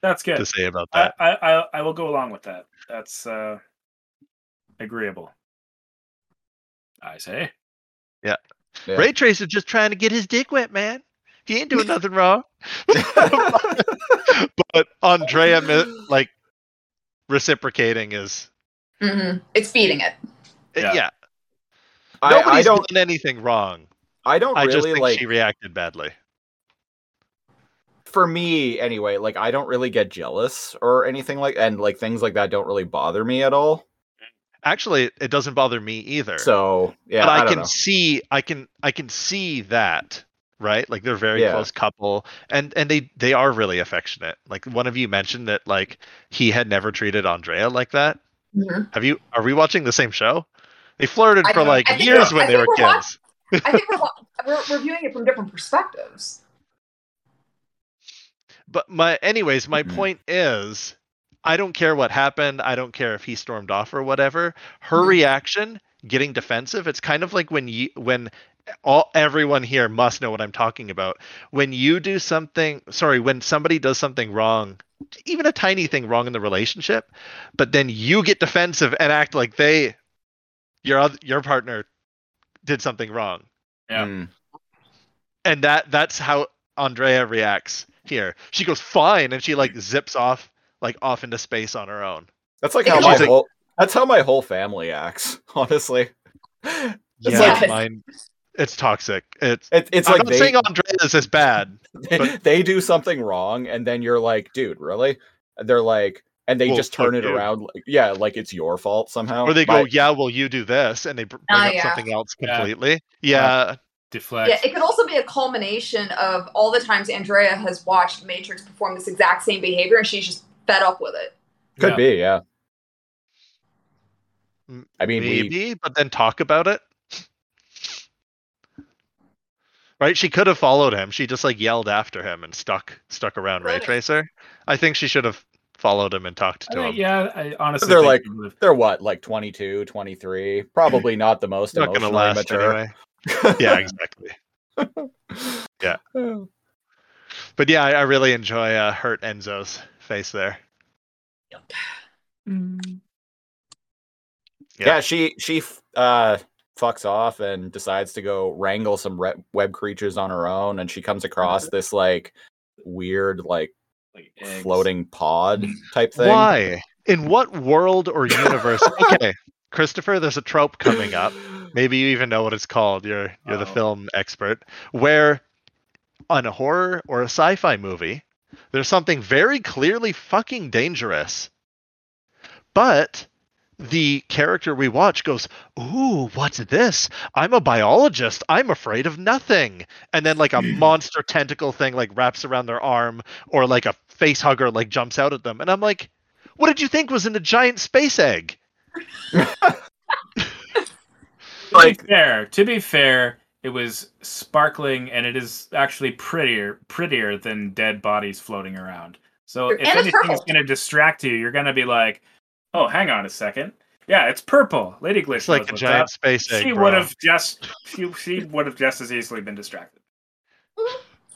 [SPEAKER 2] That's
[SPEAKER 1] to
[SPEAKER 2] good.
[SPEAKER 1] say about
[SPEAKER 2] I,
[SPEAKER 1] that
[SPEAKER 2] I I I will go along with that. That's uh agreeable. I say.
[SPEAKER 3] Yeah.
[SPEAKER 1] ray tracer's just trying to get his dick wet man he ain't doing nothing wrong but Andrea mi- like reciprocating is
[SPEAKER 9] Mhm. It's feeding it.
[SPEAKER 1] yeah.
[SPEAKER 2] Yeah.
[SPEAKER 3] I, I
[SPEAKER 1] Nobody's
[SPEAKER 3] don't.
[SPEAKER 1] done anything wrong.
[SPEAKER 3] I don't
[SPEAKER 1] I just
[SPEAKER 3] really
[SPEAKER 1] think
[SPEAKER 3] like.
[SPEAKER 1] she reacted badly.
[SPEAKER 3] for me anyway like i don't really get jealous or anything like and like things like that don't really bother me at all
[SPEAKER 1] Actually, it doesn't bother me either.
[SPEAKER 3] so yeah
[SPEAKER 1] but
[SPEAKER 3] i,
[SPEAKER 1] I,
[SPEAKER 3] don't
[SPEAKER 1] can
[SPEAKER 3] know
[SPEAKER 1] see, I can, I can see that, right? Like they're a very
[SPEAKER 3] Yeah.
[SPEAKER 1] close couple, and and they they are really affectionate. Like one of you mentioned that like he had never treated Andrea like that.
[SPEAKER 9] Mhm.
[SPEAKER 1] Have you? Are we watching the same show? They flirted
[SPEAKER 9] I
[SPEAKER 1] for
[SPEAKER 9] don't-
[SPEAKER 1] like
[SPEAKER 9] I think
[SPEAKER 1] years
[SPEAKER 9] we're-
[SPEAKER 1] when
[SPEAKER 9] I
[SPEAKER 1] they were
[SPEAKER 9] think we're
[SPEAKER 1] kids.
[SPEAKER 9] watching- I think we're, wa- we're, we're viewing it from different perspectives.
[SPEAKER 1] but my anyways my
[SPEAKER 3] Mhm.
[SPEAKER 1] point is i don't care what happened i don't care if he stormed off or whatever her reaction getting defensive it's kind of like when you when all everyone here must know what i'm talking about when you do something sorry when somebody does something wrong even a tiny thing wrong in the relationship but then you get defensive and act like they your other, your partner did something wrong
[SPEAKER 2] Yeah.
[SPEAKER 3] Mm.
[SPEAKER 1] and that that's how Andrea reacts here. She goes fine, and she like zips off like off into space on her own.
[SPEAKER 3] that's like
[SPEAKER 9] It
[SPEAKER 3] how
[SPEAKER 9] could
[SPEAKER 3] my
[SPEAKER 1] just-
[SPEAKER 3] whole that's how my whole family acts honestly It's
[SPEAKER 1] yeah,
[SPEAKER 9] like-
[SPEAKER 1] mine. It's toxic. It's.
[SPEAKER 3] it, it's
[SPEAKER 1] I'm
[SPEAKER 3] like
[SPEAKER 1] not saying
[SPEAKER 3] they,
[SPEAKER 1] Andrea is as bad. but-
[SPEAKER 3] they do something wrong and then you're like dude really And they're like and they
[SPEAKER 1] Well,
[SPEAKER 3] just turn
[SPEAKER 1] fuck
[SPEAKER 3] it
[SPEAKER 1] you.
[SPEAKER 3] around like, yeah like it's your fault somehow
[SPEAKER 1] Or they go,
[SPEAKER 3] My-
[SPEAKER 1] yeah, well, you do this, and they br- bring
[SPEAKER 9] Ah,
[SPEAKER 1] up
[SPEAKER 9] yeah.
[SPEAKER 1] something else
[SPEAKER 2] Yeah.
[SPEAKER 1] completely. Yeah,
[SPEAKER 2] Deflect.
[SPEAKER 9] Yeah, it could also be a culmination of all the times Andrea has watched Matrix perform this exact same behavior and she's just fed up with it.
[SPEAKER 3] could
[SPEAKER 2] Yeah.
[SPEAKER 3] be yeah
[SPEAKER 1] M-
[SPEAKER 3] i mean we-
[SPEAKER 1] maybe, but then talk about it. Right? She could have followed him. She just like yelled after him and stuck stuck around Ray
[SPEAKER 9] Right.
[SPEAKER 1] Tracer. I think she should have followed him and talked
[SPEAKER 2] I
[SPEAKER 1] to him.
[SPEAKER 2] think, yeah, I honestly
[SPEAKER 3] They're
[SPEAKER 2] think
[SPEAKER 3] like-
[SPEAKER 2] you would've-
[SPEAKER 3] they're what like 22 23 probably not the most
[SPEAKER 1] It's not going to
[SPEAKER 3] emotionally
[SPEAKER 1] last
[SPEAKER 3] mature
[SPEAKER 1] anyway. Yeah, exactly.
[SPEAKER 3] Oh.
[SPEAKER 1] But yeah, I, I really enjoy uh, Hurt Enzo's face there. Yeah.
[SPEAKER 3] yeah. she she f- uh fucks off and decides to go wrangle some re- web creatures on her own and she comes across this like weird like
[SPEAKER 2] like eggs.
[SPEAKER 3] floating pod type thing
[SPEAKER 1] Why? In what world or universe? okay, Christopher, there's a trope coming up. Maybe you even know what it's called. You're you're the
[SPEAKER 2] Uh-oh.
[SPEAKER 1] film expert. Where on a horror or a sci-fi movie, there's something very clearly fucking dangerous. But the character we watch goes, "Ooh, what's this? I'm a biologist. I'm afraid of nothing." And then like a monster tentacle thing like wraps around their arm or like a face hugger like jumps out at them. And I'm like, "What did you think was in a giant space egg?"
[SPEAKER 2] to be fair, to be fair, it was sparkling and it is actually prettier prettier than dead bodies floating around. So
[SPEAKER 9] And
[SPEAKER 2] if
[SPEAKER 9] it's
[SPEAKER 2] anything is
[SPEAKER 9] purple.
[SPEAKER 2] gonna distract you, you're gonna be like, Oh, hang on a second. Yeah, it's purple. Lady Glitch
[SPEAKER 1] It's like
[SPEAKER 2] knows
[SPEAKER 1] a
[SPEAKER 2] what's
[SPEAKER 1] giant
[SPEAKER 2] up.
[SPEAKER 1] space egg.
[SPEAKER 2] She
[SPEAKER 1] bro.
[SPEAKER 2] would have just she she would have just as easily been distracted.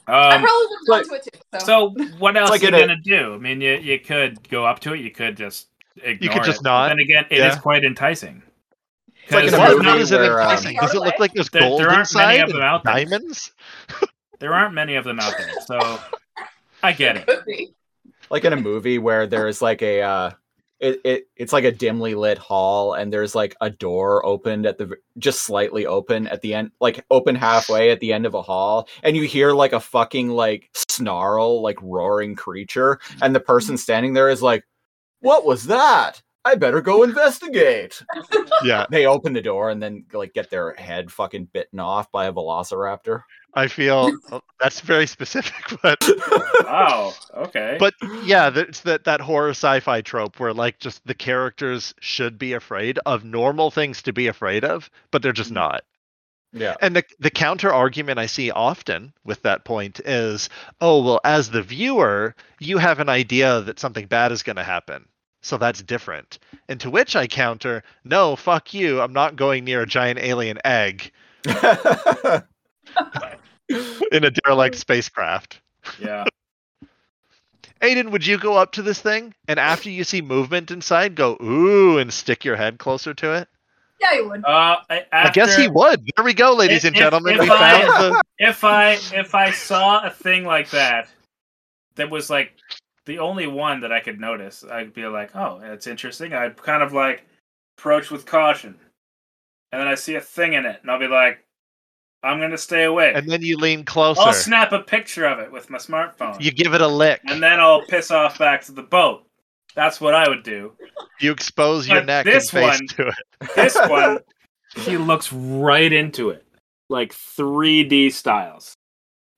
[SPEAKER 9] I
[SPEAKER 2] Um,
[SPEAKER 9] probably would have
[SPEAKER 3] but-
[SPEAKER 9] gone to it too. So,
[SPEAKER 2] so what else are
[SPEAKER 3] like
[SPEAKER 2] you
[SPEAKER 3] in a-
[SPEAKER 2] gonna do? I mean, you you could go up to it. You could just ignore
[SPEAKER 1] just
[SPEAKER 2] it.
[SPEAKER 1] not,
[SPEAKER 2] And again, it is
[SPEAKER 1] yeah.
[SPEAKER 2] quite enticing.
[SPEAKER 3] It's like in
[SPEAKER 1] It's
[SPEAKER 3] a
[SPEAKER 2] Because
[SPEAKER 1] not-
[SPEAKER 3] movie
[SPEAKER 1] not as an
[SPEAKER 3] where, um,
[SPEAKER 1] enticing. Does it look like there's
[SPEAKER 2] There- there
[SPEAKER 1] gold
[SPEAKER 2] aren't
[SPEAKER 1] inside?
[SPEAKER 2] many of
[SPEAKER 1] and
[SPEAKER 2] them out there.
[SPEAKER 1] diamonds?
[SPEAKER 2] There aren't many of them out there, so I get it.
[SPEAKER 9] could be.
[SPEAKER 3] like in a movie where there's like a uh it, it it's like a dimly lit hall and there's like a door opened at the v- just slightly open at the end like open halfway at the end of a hall and you hear like a fucking like snarl like roaring creature and the person standing there is like what was that i better go investigate
[SPEAKER 1] Yeah,
[SPEAKER 3] they open the door and then like get their head fucking bitten off by a velociraptor
[SPEAKER 1] I feel oh, that's very specific, but
[SPEAKER 2] Wow. Okay.
[SPEAKER 1] but yeah, th- it's that that horror sci-fi trope where like just the characters should be afraid of normal things to be afraid of, but they're
[SPEAKER 2] Mm-hmm.
[SPEAKER 1] just not.
[SPEAKER 3] yeah
[SPEAKER 1] And the the counter argument I see often with that point is, oh well, as the viewer, you have an idea that something bad is going to happen. So that's different. And to which I counter, no, fuck you. I'm not going near a giant alien egg in a derelict spacecraft.
[SPEAKER 2] yeah.
[SPEAKER 1] Aiden, would you go up to this thing and after you see movement inside, go ooh and stick your head closer to it?
[SPEAKER 9] Yeah, you would.
[SPEAKER 2] Uh, I, after,
[SPEAKER 1] I guess he would. There we go, ladies
[SPEAKER 2] If-
[SPEAKER 1] and
[SPEAKER 2] if-
[SPEAKER 1] gentlemen.
[SPEAKER 2] if
[SPEAKER 1] we
[SPEAKER 2] I-
[SPEAKER 1] found the
[SPEAKER 2] If I if I saw a thing like that, that was like the only one that I could notice, I'd be like, "Oh, that's interesting." I'd kind of like approach with caution, and then I see a thing in it, and I'll be like, "I'm gonna stay away."
[SPEAKER 1] and then you lean
[SPEAKER 2] I'll
[SPEAKER 1] closer.
[SPEAKER 2] snap a picture of it with my smartphone,
[SPEAKER 1] You give it a lick.
[SPEAKER 2] and then I'll piss off back to the boat. That's what I would do.
[SPEAKER 1] You expose your
[SPEAKER 2] But
[SPEAKER 1] neck
[SPEAKER 2] this
[SPEAKER 1] and face
[SPEAKER 2] one-
[SPEAKER 1] to it.
[SPEAKER 2] This one, he looks right into it, like 3D styles.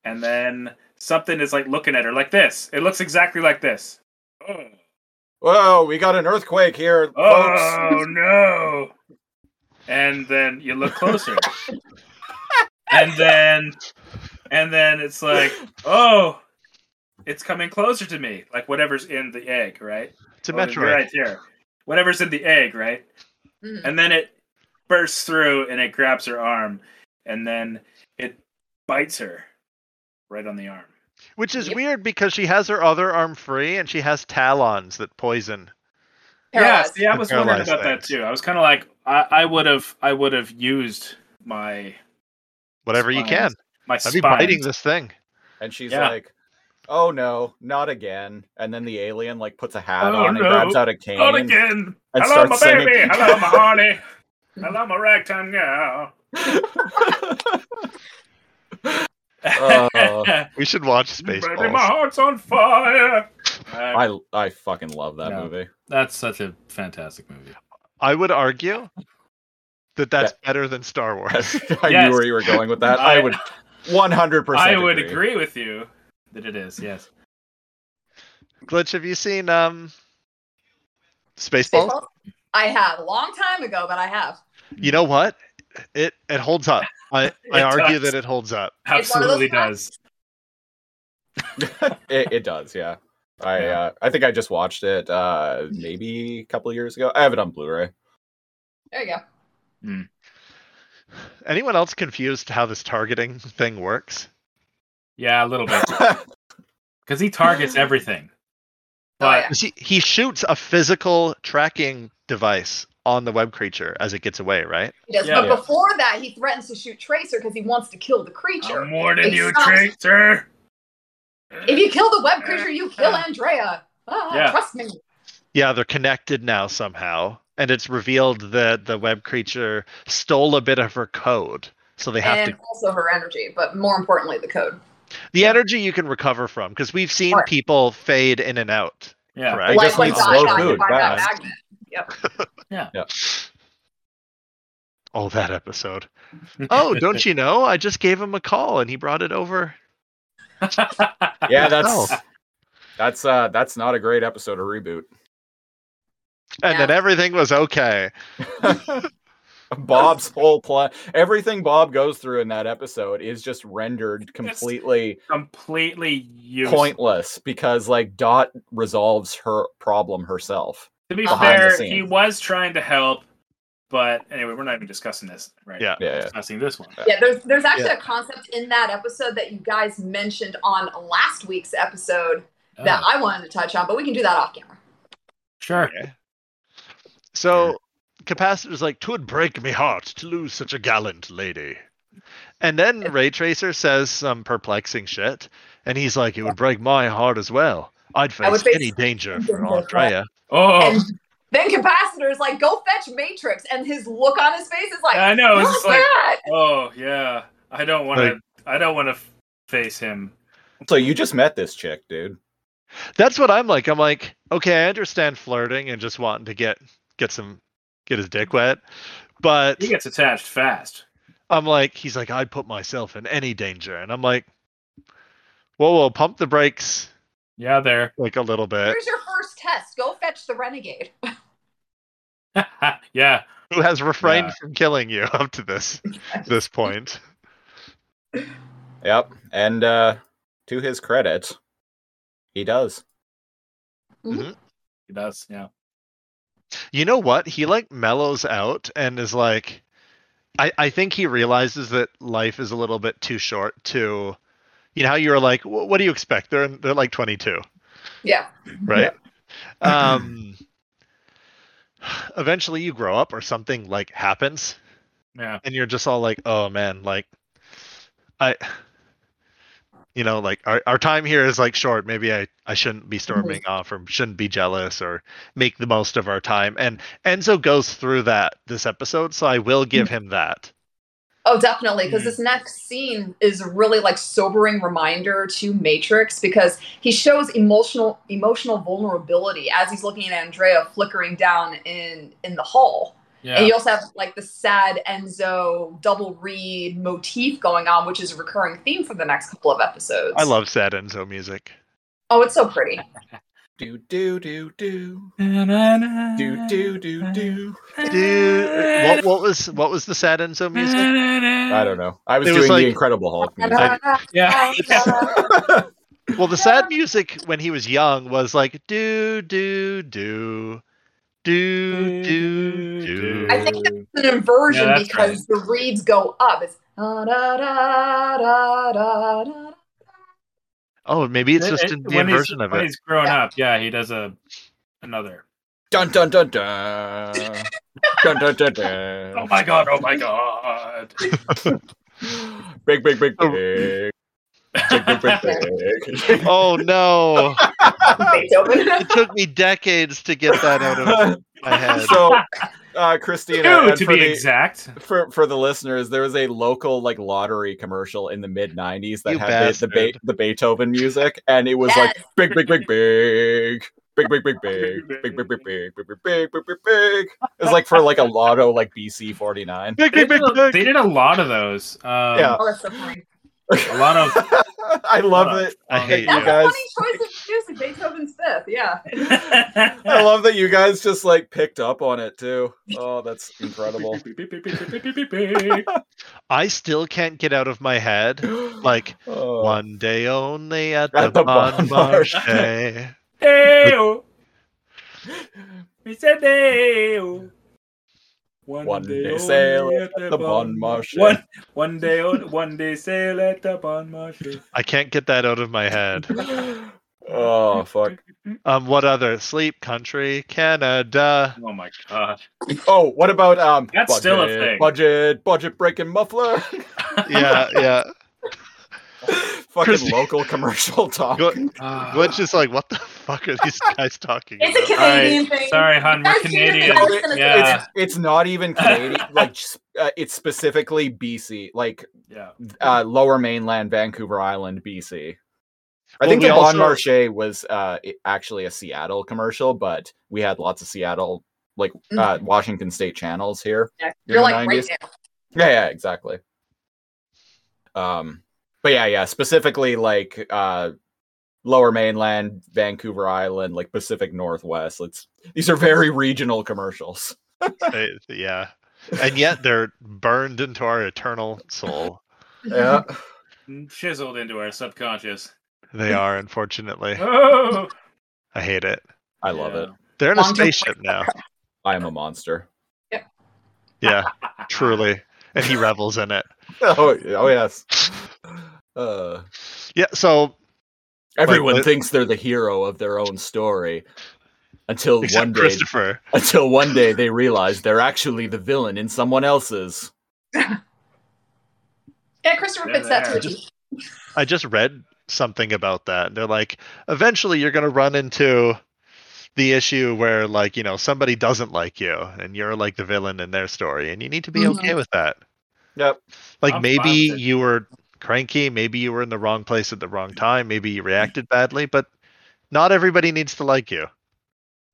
[SPEAKER 2] And then something is like looking at her like this. It looks exactly like this. Oh,
[SPEAKER 3] whoa we got an earthquake here folks
[SPEAKER 2] oh, no. And then you look closer. and then and then it's like, "Oh, it's coming closer to me." Like whatever's in the egg, right?
[SPEAKER 1] It's a
[SPEAKER 2] Oh,
[SPEAKER 1] Metroid.
[SPEAKER 2] you're right here. Whatever's in the egg, right?
[SPEAKER 9] Mhm.
[SPEAKER 2] And then it bursts through and it grabs her arm, and then it bites her right on the arm.
[SPEAKER 1] Which is
[SPEAKER 9] Yep.
[SPEAKER 1] weird because she has her other arm free and she has talons that poison.
[SPEAKER 2] Yeah,
[SPEAKER 9] Paralyzed.
[SPEAKER 2] see, I was wondering
[SPEAKER 1] Paralyzed
[SPEAKER 2] about that
[SPEAKER 1] things.
[SPEAKER 2] too. I was kind of like, I would have, I would have used my
[SPEAKER 1] Whatever you can.
[SPEAKER 2] Spines. my
[SPEAKER 1] I'd be
[SPEAKER 2] spine.
[SPEAKER 1] biting this thing.
[SPEAKER 3] and she's
[SPEAKER 2] Yeah.
[SPEAKER 3] like oh no not again and then the alien like puts a hat
[SPEAKER 2] Oh,
[SPEAKER 3] on and
[SPEAKER 2] no.
[SPEAKER 3] grabs out a cane
[SPEAKER 2] Not
[SPEAKER 3] and-
[SPEAKER 2] again.
[SPEAKER 3] and
[SPEAKER 2] Hello, my
[SPEAKER 3] starts singing.
[SPEAKER 2] baby. Hello, my honey. Hello, my ragtime gal.
[SPEAKER 3] Oh.
[SPEAKER 1] We should watch
[SPEAKER 2] baby,
[SPEAKER 1] Spaceballs.
[SPEAKER 2] my heart's on fire. Uh,
[SPEAKER 3] I I fucking love that
[SPEAKER 2] No.
[SPEAKER 3] movie.
[SPEAKER 11] That's such a fantastic movie.
[SPEAKER 1] I would argue that that's better than Star Wars.
[SPEAKER 3] I
[SPEAKER 2] Yes.
[SPEAKER 3] knew where you were going with that. I,
[SPEAKER 2] I-
[SPEAKER 3] would 100%
[SPEAKER 2] I would agree with you that it is. Yes.
[SPEAKER 1] Glitch, have you seen um Spaceballs?
[SPEAKER 9] Baseball? I have a long time ago, but I have.
[SPEAKER 1] You know what? It it holds up. I, I
[SPEAKER 2] It
[SPEAKER 1] argue
[SPEAKER 2] does.
[SPEAKER 1] that it holds up.
[SPEAKER 9] It's one of those
[SPEAKER 2] Absolutely does.
[SPEAKER 3] It, it does, yeah. I
[SPEAKER 2] Yeah.
[SPEAKER 3] uh, I think I just watched it uh maybe a couple of years ago. I have it on Blu-ray.
[SPEAKER 9] There you go.
[SPEAKER 1] Anyone else confused how this targeting thing works?
[SPEAKER 2] Yeah, a little bit. Because he targets everything.
[SPEAKER 9] Oh,
[SPEAKER 2] But
[SPEAKER 9] yeah.
[SPEAKER 1] He, he shoots a physical tracking device on the web creature as it gets away, right?
[SPEAKER 9] He does.
[SPEAKER 2] Yeah.
[SPEAKER 9] but before that, he thwartens to shoot Tracer because he wants to kill the creature.
[SPEAKER 2] I'm more than
[SPEAKER 9] It
[SPEAKER 2] you,
[SPEAKER 9] sucks.
[SPEAKER 2] traitor.
[SPEAKER 9] If you kill the web creature, you kill Andrea. Ah,
[SPEAKER 2] Yeah.
[SPEAKER 9] Trust me.
[SPEAKER 1] Yeah, they're connected now somehow. And it's revealed that the web creature stole a bit of her code. So they have
[SPEAKER 9] And
[SPEAKER 1] to.
[SPEAKER 9] also her energy, but more importantly, the code.
[SPEAKER 1] The energy you can recover from, because we've seen
[SPEAKER 9] Right.
[SPEAKER 1] people fade in and out,
[SPEAKER 2] Yeah.
[SPEAKER 1] correct?
[SPEAKER 3] They just
[SPEAKER 9] Like when
[SPEAKER 3] need
[SPEAKER 9] Doc
[SPEAKER 3] slow
[SPEAKER 9] got hit
[SPEAKER 3] food
[SPEAKER 9] by that
[SPEAKER 3] fast.
[SPEAKER 9] magnet.
[SPEAKER 1] Oh, that episode. Oh, don't you know? I just gave him a call and he brought it over.
[SPEAKER 3] Yeah, that's
[SPEAKER 1] Oh.
[SPEAKER 3] that's uh that's not a great episode of reboot.
[SPEAKER 1] And then
[SPEAKER 9] Yeah.
[SPEAKER 1] everything was okay.
[SPEAKER 3] Bob's whole plot, everything Bob goes through in that episode is just rendered completely
[SPEAKER 2] Completely useless.
[SPEAKER 3] pointless because like Dot resolves her problem herself.
[SPEAKER 2] To be
[SPEAKER 3] behind the
[SPEAKER 2] fair,
[SPEAKER 3] scenes.
[SPEAKER 2] he was trying to help, but anyway, we're not even discussing this, right?
[SPEAKER 1] Yeah.
[SPEAKER 3] Yeah,
[SPEAKER 2] We're
[SPEAKER 3] yeah.
[SPEAKER 2] discussing this one.
[SPEAKER 9] Yeah, there's there's actually a concept in that episode that you guys mentioned on last week's episode that I wanted to touch on, but we can do that off camera.
[SPEAKER 11] Sure.
[SPEAKER 1] So Capacitor's like, 'Twould break me heart to lose such a gallant lady. And then Ray Tracer says some perplexing shit. And he's like, It would break my heart as well. I'd
[SPEAKER 9] I would
[SPEAKER 1] face
[SPEAKER 9] face
[SPEAKER 1] any danger
[SPEAKER 9] anything
[SPEAKER 1] for
[SPEAKER 9] for her.
[SPEAKER 1] Andrea.
[SPEAKER 2] Oh,
[SPEAKER 9] And Then Capacitor is like, go fetch Matrix. And his look on his face is like,
[SPEAKER 2] I know. It's
[SPEAKER 9] "What's
[SPEAKER 2] just like,
[SPEAKER 9] that?
[SPEAKER 2] oh yeah, I don't want to.
[SPEAKER 3] Like-
[SPEAKER 2] I don't want to face him.
[SPEAKER 3] So you just met this chick, dude.
[SPEAKER 1] That's what I'm like. I'm like, okay, I understand flirting and just wanting to get get some get his dick wet, but he
[SPEAKER 2] gets attached fast.
[SPEAKER 1] I'm like, he's like, I put myself in any danger, and I'm like, whoa, whoa, pump the brakes.
[SPEAKER 2] Yeah, there.
[SPEAKER 1] Like a little bit.
[SPEAKER 9] Here's your first test. Go fetch the Renegade.
[SPEAKER 2] yeah.
[SPEAKER 1] Who has refrained from killing you up to this this point?
[SPEAKER 3] Yep. And uh to his credit, he does.
[SPEAKER 2] He does, yeah.
[SPEAKER 1] You know what? He like mellows out and is like I I think he realizes that life is a little bit too short to you know how you were like "Wh- what do you expect? They're they're like 22,
[SPEAKER 9] Yeah.
[SPEAKER 1] right? Um eventually you grow up or something like happens
[SPEAKER 2] Yeah.
[SPEAKER 1] and you're just all like, "Oh man, like I you know, like our, our time here is like short. Maybe I, I shouldn't
[SPEAKER 2] Mm-hmm.
[SPEAKER 1] be storming off or shouldn't be jealous or make the most of our time. And Enzo goes through that this episode, so I will give him that.
[SPEAKER 9] Oh, definitely, because
[SPEAKER 1] Mhm.
[SPEAKER 9] this next scene is really like sobering reminder to Matrix because he shows emotional emotional vulnerability as he's looking at Andrea flickering down in in the hall.
[SPEAKER 12] Yeah.
[SPEAKER 9] And you also have like the sad Enzo double read motif going on, which is a recurring theme for the next couple of episodes.
[SPEAKER 1] I love sad Enzo music.
[SPEAKER 9] Oh, it's so pretty.
[SPEAKER 3] do do do do.
[SPEAKER 2] Do
[SPEAKER 3] do do do.
[SPEAKER 1] Dude, what, what was what was the sad Enzo music?
[SPEAKER 3] I don't know. I was
[SPEAKER 1] It
[SPEAKER 3] doing
[SPEAKER 1] was like-
[SPEAKER 3] the Incredible Hulk music.
[SPEAKER 2] Yeah.
[SPEAKER 1] well, the sad music when he was young was like do do do do do do.
[SPEAKER 9] I think that's an inversion
[SPEAKER 1] Yeah, that's
[SPEAKER 9] because the reeds go up. It's da, da, da, da, da, da.
[SPEAKER 1] Oh, maybe it's
[SPEAKER 2] It-
[SPEAKER 1] just
[SPEAKER 2] it-
[SPEAKER 1] in the
[SPEAKER 2] when he's-
[SPEAKER 1] inversion of
[SPEAKER 2] when
[SPEAKER 1] it.
[SPEAKER 2] he's grown up, yeah, he does a another.
[SPEAKER 3] Dun dun dun dun. dun dun dun dun.
[SPEAKER 2] Oh my god! Oh my god!
[SPEAKER 3] Big big big big. Big big big big.
[SPEAKER 1] Oh no!
[SPEAKER 9] Beethoven.
[SPEAKER 1] it took me decades to get that out of my head.
[SPEAKER 3] So, uh, Christina,
[SPEAKER 1] Two,
[SPEAKER 3] and
[SPEAKER 1] to
[SPEAKER 3] for
[SPEAKER 1] be
[SPEAKER 3] the-
[SPEAKER 2] exact,
[SPEAKER 3] for for the listeners, there was a local like lottery commercial in the mid '90s that
[SPEAKER 1] You
[SPEAKER 3] had the the, Be-
[SPEAKER 1] bastard.
[SPEAKER 3] the Beethoven music, and it was like big, big, big, big, big, big, big, big, big, big, big, big, big, big, big, big, big, big, big. It was like for like a lotto, like BC '49.
[SPEAKER 1] Big,
[SPEAKER 2] They did, a, they did a lot of those. Um,
[SPEAKER 3] Yeah.
[SPEAKER 9] Oh, that's so funny.
[SPEAKER 2] A lot of. Oh,
[SPEAKER 3] I love it.
[SPEAKER 1] I hate
[SPEAKER 9] That's
[SPEAKER 3] you
[SPEAKER 9] a
[SPEAKER 3] guys.
[SPEAKER 9] funny choice of music, Beethoven's Fifth. Yeah.
[SPEAKER 3] I love that you guys just like picked up on it too. Oh, that's incredible.
[SPEAKER 1] I still can't get out of my head. Like
[SPEAKER 3] Oh.
[SPEAKER 1] one day only at,
[SPEAKER 3] At
[SPEAKER 1] the,
[SPEAKER 3] the
[SPEAKER 1] Bon
[SPEAKER 3] Bon
[SPEAKER 1] Marché.
[SPEAKER 2] Hey-o. We said hey-o. One,
[SPEAKER 3] One day
[SPEAKER 2] only
[SPEAKER 3] sail
[SPEAKER 2] at the Bon Marché. One, one day, on- one day sail at the Bon Marché.
[SPEAKER 1] I can't get that out of my head.
[SPEAKER 3] oh fuck.
[SPEAKER 1] Um, what other sleep country? Canada.
[SPEAKER 2] Oh my god.
[SPEAKER 3] Oh, what about um?
[SPEAKER 1] That's still a
[SPEAKER 3] budget,
[SPEAKER 1] thing.
[SPEAKER 3] Budget, budget breaking muffler.
[SPEAKER 1] Yeah, yeah.
[SPEAKER 3] Fucking local commercial talk. Ah.
[SPEAKER 1] Glitch is like, what the fuck are these guys talking
[SPEAKER 9] It's a
[SPEAKER 1] about?
[SPEAKER 9] Canadian thing.
[SPEAKER 2] Sorry, hon, we're Canadian. Yeah.
[SPEAKER 1] Uh,
[SPEAKER 3] It's, it's not even Canadian. like s- uh, it's specifically BC, like
[SPEAKER 2] Yeah.
[SPEAKER 3] uh, Lower Mainland, Vancouver Island, BC. I
[SPEAKER 1] Well,
[SPEAKER 3] think
[SPEAKER 1] we
[SPEAKER 3] the Bon
[SPEAKER 1] also-
[SPEAKER 3] Marché was uh, i- actually a Seattle commercial, but we had lots of Seattle, like uh, Washington State channels here.
[SPEAKER 9] Yeah,
[SPEAKER 3] in
[SPEAKER 9] You're
[SPEAKER 3] the
[SPEAKER 9] like right
[SPEAKER 3] 90s.
[SPEAKER 9] now.
[SPEAKER 3] Yeah, yeah, exactly. Um, but yeah, yeah, specifically like uh lower mainland, Vancouver Island, like Pacific Northwest. It's these are very regional commercials.
[SPEAKER 1] They- yeah. And yet they're burned into our eternal soul.
[SPEAKER 3] Yeah.
[SPEAKER 2] Mm, Chiseled into our subconscious.
[SPEAKER 1] They are, unfortunately.
[SPEAKER 2] Oh.
[SPEAKER 1] I hate it.
[SPEAKER 3] I love it.
[SPEAKER 1] They're in a
[SPEAKER 2] Long term-
[SPEAKER 1] spaceship now.
[SPEAKER 3] I am a monster.
[SPEAKER 1] Yeah, truly. And he revels in it.
[SPEAKER 3] Oh, oh yes. Uh
[SPEAKER 1] yeah, so
[SPEAKER 3] everyone
[SPEAKER 1] like,
[SPEAKER 3] thinks they're the hero of their own story until
[SPEAKER 1] Except
[SPEAKER 3] one day
[SPEAKER 1] Christopher.
[SPEAKER 3] until one day they realize they're actually the villain in someone else's.
[SPEAKER 9] Yeah, Christopher fits that to a T.
[SPEAKER 1] I just read something about that. They're like, eventually you're going to run into the issue where like you know somebody doesn't like you and you're like the villain in their story and you need to be
[SPEAKER 3] Mhm.
[SPEAKER 1] okay with that
[SPEAKER 3] Yep.
[SPEAKER 1] like
[SPEAKER 3] I'm fine
[SPEAKER 1] maybe
[SPEAKER 3] with it.
[SPEAKER 1] you were cranky maybe you were in the wrong place at the wrong time maybe you reacted badly but not everybody needs to like you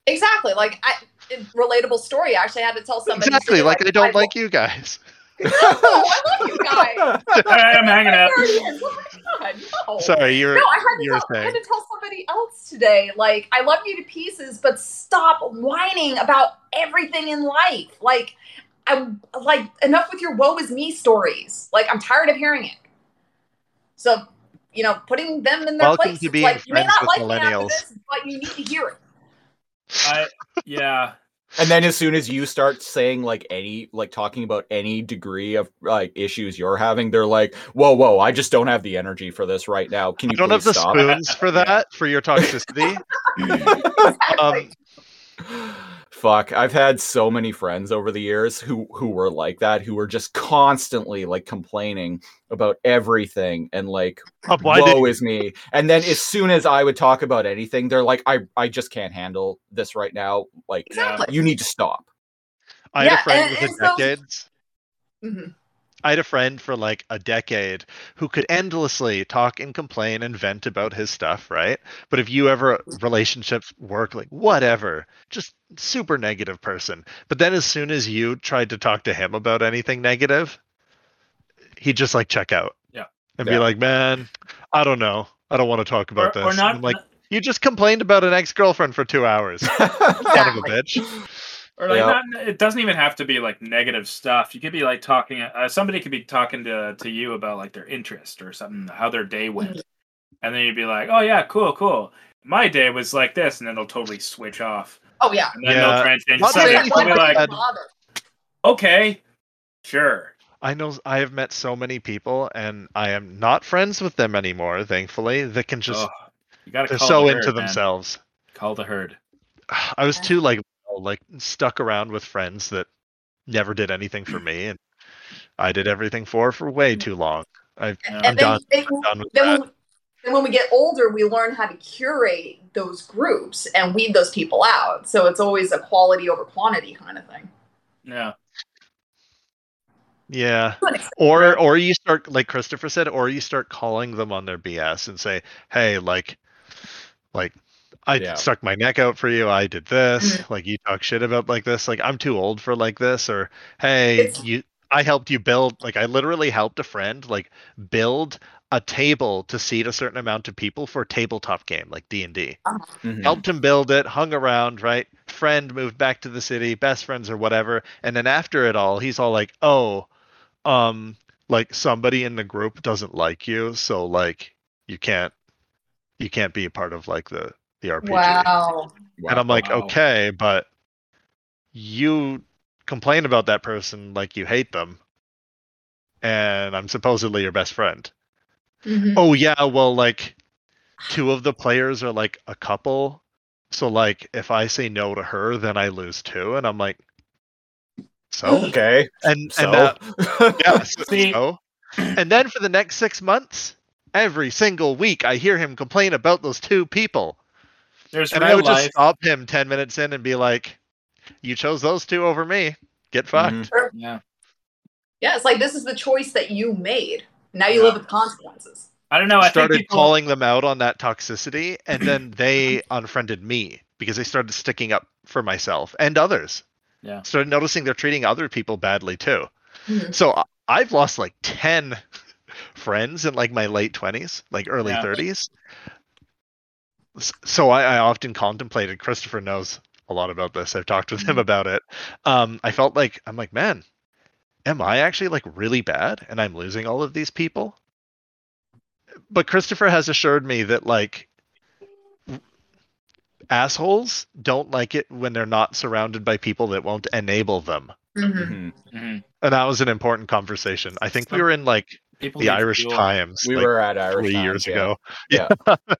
[SPEAKER 9] Exactly. Like I, a relatable story. I actually had to tell somebody.
[SPEAKER 1] exactly
[SPEAKER 9] today,
[SPEAKER 1] like i don't like you guys
[SPEAKER 9] I love you guys.
[SPEAKER 2] I'm hanging up.
[SPEAKER 9] Guardians. Oh my God, no.
[SPEAKER 1] Sorry, you were-
[SPEAKER 9] No, I had, to
[SPEAKER 1] you were
[SPEAKER 9] tell, I had
[SPEAKER 1] saying.
[SPEAKER 9] to tell somebody else today. Like, I love you to pieces, but stop whining about everything in life. Like, I'm like enough with your woe is me stories. Like, I'm tired of hearing it. So, you know, putting them in their
[SPEAKER 1] Welcome
[SPEAKER 9] place.
[SPEAKER 1] to
[SPEAKER 9] It's
[SPEAKER 1] being
[SPEAKER 9] like, you may
[SPEAKER 1] friends
[SPEAKER 9] not
[SPEAKER 1] with
[SPEAKER 9] like me after
[SPEAKER 1] millennials.
[SPEAKER 9] this, but you need to hear it.
[SPEAKER 2] I, yeah.
[SPEAKER 3] And then as soon as you start saying like any like talking about any degree of like issues you're having, they're like, "Whoa, whoa! I just don't have the energy for this right now. Can you
[SPEAKER 1] you don't have
[SPEAKER 3] please
[SPEAKER 1] the
[SPEAKER 3] stop?"
[SPEAKER 1] spoons for that for your toxicity um,
[SPEAKER 3] Fuck, I've had so many friends over the years who who were like that, who were just constantly like complaining about everything and like
[SPEAKER 1] Uh, why did-
[SPEAKER 3] woe is me. And then as soon as I would talk about anything, they're like, I I just can't handle this right now. Like
[SPEAKER 9] Exactly.
[SPEAKER 3] you need to stop.
[SPEAKER 1] i had
[SPEAKER 9] Yeah,
[SPEAKER 1] a friend
[SPEAKER 9] and
[SPEAKER 1] within
[SPEAKER 9] it's those-
[SPEAKER 1] decades
[SPEAKER 9] Mhm.
[SPEAKER 1] I had a friend for like a decade who could endlessly talk and complain and vent about his stuff, right? But if you ever relationships work, like whatever, just super negative person. But then as soon as you tried to talk to him about anything negative, he'd just like check out
[SPEAKER 2] Yeah.
[SPEAKER 1] and
[SPEAKER 3] Yeah.
[SPEAKER 1] be like, man, I don't know. I don't want to talk about
[SPEAKER 2] Or-
[SPEAKER 1] this.
[SPEAKER 2] or
[SPEAKER 1] And
[SPEAKER 2] not- uh
[SPEAKER 1] I'm like, you just complained about an ex girlfriend for two hours. Son of a bitch.
[SPEAKER 2] Or like
[SPEAKER 1] Yeah.
[SPEAKER 2] not, it doesn't even have to be like negative stuff. You could be like talking. Uh, somebody could be talking to to you about like their interest or something, how their day went, and then you'd be like, "Oh yeah, cool, cool. My day was like this," and then they'll totally switch off.
[SPEAKER 9] Oh, yeah.
[SPEAKER 2] And then they'll
[SPEAKER 1] Yeah.
[SPEAKER 2] try and change the
[SPEAKER 1] Not saying
[SPEAKER 2] subject. They'll be
[SPEAKER 1] anything
[SPEAKER 2] like,
[SPEAKER 1] bad.
[SPEAKER 2] "Okay, sure."
[SPEAKER 1] I know I have met so many people, and I am not friends with them anymore. Thankfully, that can just
[SPEAKER 2] Ugh, you gotta
[SPEAKER 1] they're
[SPEAKER 2] call
[SPEAKER 1] so
[SPEAKER 2] the
[SPEAKER 1] into
[SPEAKER 2] herd, man.
[SPEAKER 1] themselves.
[SPEAKER 2] Call the herd.
[SPEAKER 1] I was too like like stuck around with friends that never did anything for me, and I did everything for for
[SPEAKER 2] Mm.
[SPEAKER 1] way too long. I, I'm
[SPEAKER 9] and then,
[SPEAKER 1] done.
[SPEAKER 9] then-
[SPEAKER 1] I'm done with
[SPEAKER 9] then
[SPEAKER 1] that.
[SPEAKER 2] Uh,
[SPEAKER 9] when, then when we get older, we learn how to curate those groups and weed those people out. So it's always a quality over quantity kind of thing.
[SPEAKER 2] Yeah.
[SPEAKER 1] Yeah.
[SPEAKER 9] To an extent.
[SPEAKER 1] Or or you start like Christopher said, or you start calling them on their BS and say, "Hey, like, like." I
[SPEAKER 3] Yeah.
[SPEAKER 1] stuck my neck out for you. I did this. Like you talk shit about like this. Like I'm too old for like this. Or hey,
[SPEAKER 9] It's-
[SPEAKER 1] you. I helped you build. Like I literally helped a friend like build a table to seat a certain amount of people for a tabletop game like D and D
[SPEAKER 3] Hmm.
[SPEAKER 1] helped him build it, hung around, right? Friend moved back to the city, best friends or whatever. And then after it all, he's all like, "Oh, um like somebody in the group doesn't like you, so like you can't you can't be a part of like the the RPG."
[SPEAKER 9] Wow.
[SPEAKER 3] Mm-hmm.
[SPEAKER 1] And I'm like,
[SPEAKER 2] Wow.
[SPEAKER 1] "Okay, but you complain about that person like you hate them." And I'm supposedly your best friend.
[SPEAKER 9] Mhm.
[SPEAKER 1] Oh yeah, well like two of the players are like a couple. So like if I say no to her, then I lose two and I'm like so
[SPEAKER 3] Okay.
[SPEAKER 1] and
[SPEAKER 3] So
[SPEAKER 1] and that, yeah, so,
[SPEAKER 2] See-
[SPEAKER 1] so. and then for the next 6 months, every single week I hear him complain about those two people.
[SPEAKER 2] There's
[SPEAKER 1] and
[SPEAKER 2] real
[SPEAKER 1] I would
[SPEAKER 2] life.
[SPEAKER 1] just stop him 10 minutes in and be like you chose those two over me. Get fucked.
[SPEAKER 3] Mhm.
[SPEAKER 2] Yeah.
[SPEAKER 9] Yeah, it's like this is the choice that you made. Now you
[SPEAKER 2] Yeah.
[SPEAKER 9] live with consequences.
[SPEAKER 2] I don't know. I
[SPEAKER 1] started
[SPEAKER 2] think people,
[SPEAKER 1] calling them out on that toxicity and then they unfriended me because they started sticking up for myself and others
[SPEAKER 2] Yeah.
[SPEAKER 1] started noticing they're treating other people badly too
[SPEAKER 9] Mhm.
[SPEAKER 1] so I- i've lost like 10 friends in like my late 20s like early
[SPEAKER 2] Yeah.
[SPEAKER 1] 30s S- so I, I often contemplated christopher knows a lot about this i've talked with him about it um, i felt like i'm like man am i actually like really bad and i'm losing all of these people but Christopher has assured me that like assholes don't like it when they're not surrounded by people that won't enable them.
[SPEAKER 9] Mhm.
[SPEAKER 1] Mm-hmm.
[SPEAKER 3] Mhm.
[SPEAKER 2] Mhm.
[SPEAKER 1] And that was an important conversation. I think we were in like
[SPEAKER 2] people
[SPEAKER 1] the
[SPEAKER 2] need
[SPEAKER 1] Irish
[SPEAKER 2] fuel.
[SPEAKER 1] Times
[SPEAKER 3] We
[SPEAKER 1] like
[SPEAKER 3] were at Irish
[SPEAKER 1] three
[SPEAKER 3] Times,
[SPEAKER 1] years
[SPEAKER 3] yeah.
[SPEAKER 1] ago.
[SPEAKER 3] Yeah.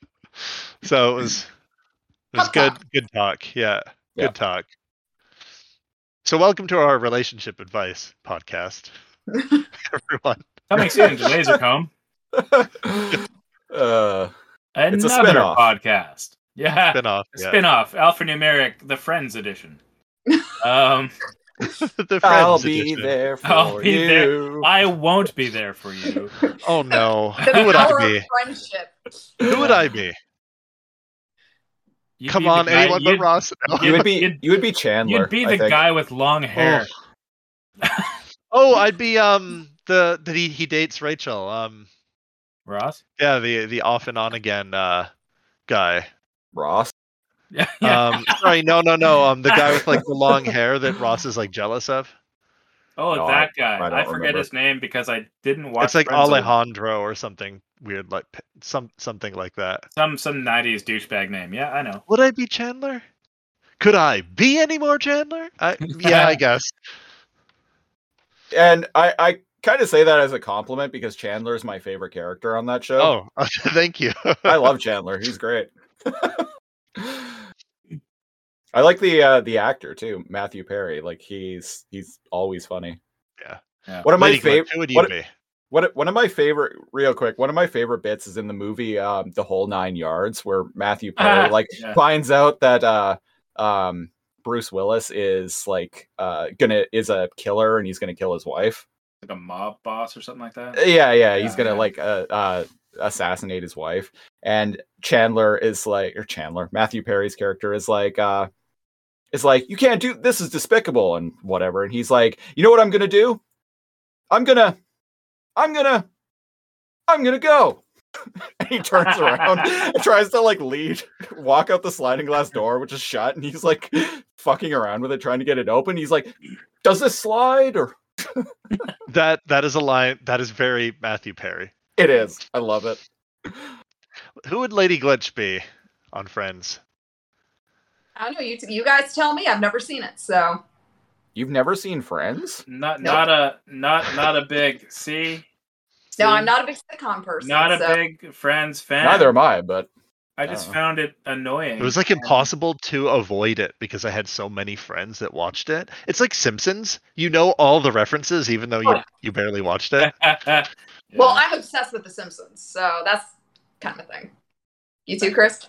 [SPEAKER 1] So it was it was
[SPEAKER 9] Pop
[SPEAKER 1] good good talk. Yeah.
[SPEAKER 3] Yeah.
[SPEAKER 1] Good talk. So welcome to our relationship advice podcast. Everyone.
[SPEAKER 2] Coming soon to Lasercomb,
[SPEAKER 3] uh, It's a
[SPEAKER 2] another
[SPEAKER 3] spinoff.
[SPEAKER 2] podcast. Yeah.
[SPEAKER 3] Uh,
[SPEAKER 1] Spin-off,
[SPEAKER 2] A
[SPEAKER 1] yeah.
[SPEAKER 2] Spin-off. Alphanumeric, the Friends edition. Um
[SPEAKER 1] the
[SPEAKER 3] I'll Friends be edition. there
[SPEAKER 2] I'll
[SPEAKER 3] for
[SPEAKER 2] be there.
[SPEAKER 3] you.
[SPEAKER 2] I won't be there for you.
[SPEAKER 1] Oh no.
[SPEAKER 9] The
[SPEAKER 1] Who would
[SPEAKER 9] power
[SPEAKER 1] I be?
[SPEAKER 9] of friendship.
[SPEAKER 1] Who would I be?
[SPEAKER 2] You'd
[SPEAKER 1] Come
[SPEAKER 2] be the
[SPEAKER 1] on,
[SPEAKER 2] guy-
[SPEAKER 1] anyone but
[SPEAKER 2] you'd-
[SPEAKER 1] Ross. No.
[SPEAKER 3] You would be you would be Chandler.
[SPEAKER 2] You'd be
[SPEAKER 3] I
[SPEAKER 2] the
[SPEAKER 3] think.
[SPEAKER 2] guy with long hair.
[SPEAKER 1] Oh, I'd be um the that he he dates Rachel. Um
[SPEAKER 2] Ross?
[SPEAKER 1] yeah, the the off and on again uh guy.
[SPEAKER 3] Ross.
[SPEAKER 2] Yeah.
[SPEAKER 1] Um sorry, no no no. Um the guy with like the long hair that Ross is like jealous of.
[SPEAKER 2] oh,
[SPEAKER 3] No,
[SPEAKER 2] that
[SPEAKER 3] I-
[SPEAKER 2] guy.
[SPEAKER 3] I don't
[SPEAKER 2] I, forget
[SPEAKER 3] remember.
[SPEAKER 2] his name because I didn't watch
[SPEAKER 1] it's like
[SPEAKER 2] Friends in-
[SPEAKER 1] Alejandro or something weird like p- some something like that.
[SPEAKER 2] Some some nineties douchebag name. Yeah, I know.
[SPEAKER 1] Would I be Chandler? Could I be any more Chandler? I, yeah, I guess.
[SPEAKER 3] And I I kind of say that as a compliment because Chandler is my favorite character on that show.
[SPEAKER 1] Oh, thank you.
[SPEAKER 3] I love Chandler. He's great. I like the uh, the actor too, Matthew Perry. Like he's he's always funny.
[SPEAKER 1] Yeah.
[SPEAKER 2] Yeah.
[SPEAKER 3] One of my
[SPEAKER 1] Lady
[SPEAKER 3] favorite.
[SPEAKER 1] Glentuity
[SPEAKER 3] What,
[SPEAKER 1] and me.
[SPEAKER 3] what one of my favorite, real quick. One of my favorite bits is in the movie um, "The Whole Nine Yards," where Matthew Perry Oh, like
[SPEAKER 2] Ah, Yeah.
[SPEAKER 3] finds out that uh, um, Bruce Willis is like uh, gonna is a killer and he's gonna kill his wife.
[SPEAKER 2] Like a mob boss or something like that.
[SPEAKER 3] Yeah, yeah, he's
[SPEAKER 2] Yeah,
[SPEAKER 3] gonna
[SPEAKER 2] yeah.
[SPEAKER 3] like uh, uh assassinate his wife. And Chandler is like, or Chandler, Matthew Perry's character is like, uh, is like, you can't do this is despicable and whatever. And he's like, you know what I'm gonna do? I'm gonna, I'm gonna, I'm gonna go. and he turns around and tries to like lead, walk out the sliding glass door, which is shut, and he's like fucking around with it, trying to get it open. He's like, does this slide or
[SPEAKER 1] That that is a line that is very Matthew Perry.
[SPEAKER 3] it is? I love it.
[SPEAKER 1] Who would Lady Glitch be on Friends?
[SPEAKER 9] I don't know. You, you guys tell me. I've never seen it. So
[SPEAKER 3] You've never seen Friends?
[SPEAKER 2] Not
[SPEAKER 9] Nope.
[SPEAKER 2] not a not not a big see.
[SPEAKER 9] no,
[SPEAKER 2] See?
[SPEAKER 9] I'm not a big sitcom person.
[SPEAKER 2] Not a
[SPEAKER 9] so-
[SPEAKER 2] big Friends fan.
[SPEAKER 3] Neither am I, but
[SPEAKER 2] I just
[SPEAKER 3] Oh.
[SPEAKER 2] found it annoying.
[SPEAKER 1] It was like impossible to avoid it because I had so many friends that watched it. It's like Simpsons. You know all the references even though you, you barely watched it.
[SPEAKER 2] Yeah.
[SPEAKER 9] Well, I'm obsessed with The Simpsons, so that's kind of a thing. You too, Chris?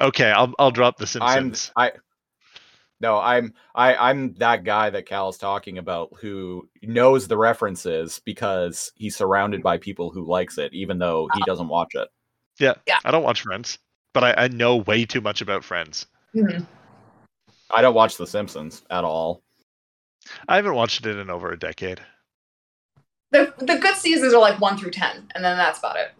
[SPEAKER 1] Okay, I'll I'll drop the
[SPEAKER 3] I'm
[SPEAKER 1] Simpsons.
[SPEAKER 3] I no, I'm I I'm that guy that Cal's talking about who knows the references because he's surrounded by people who likes it, even though he doesn't watch it.
[SPEAKER 1] I don't watch Friends, but I, I know way too much about Friends.
[SPEAKER 2] Mm-hmm.
[SPEAKER 3] I don't watch The Simpsons at all.
[SPEAKER 1] I haven't watched it in over a decade.
[SPEAKER 9] The, the good seasons are like 1 through 10, and then that's about it.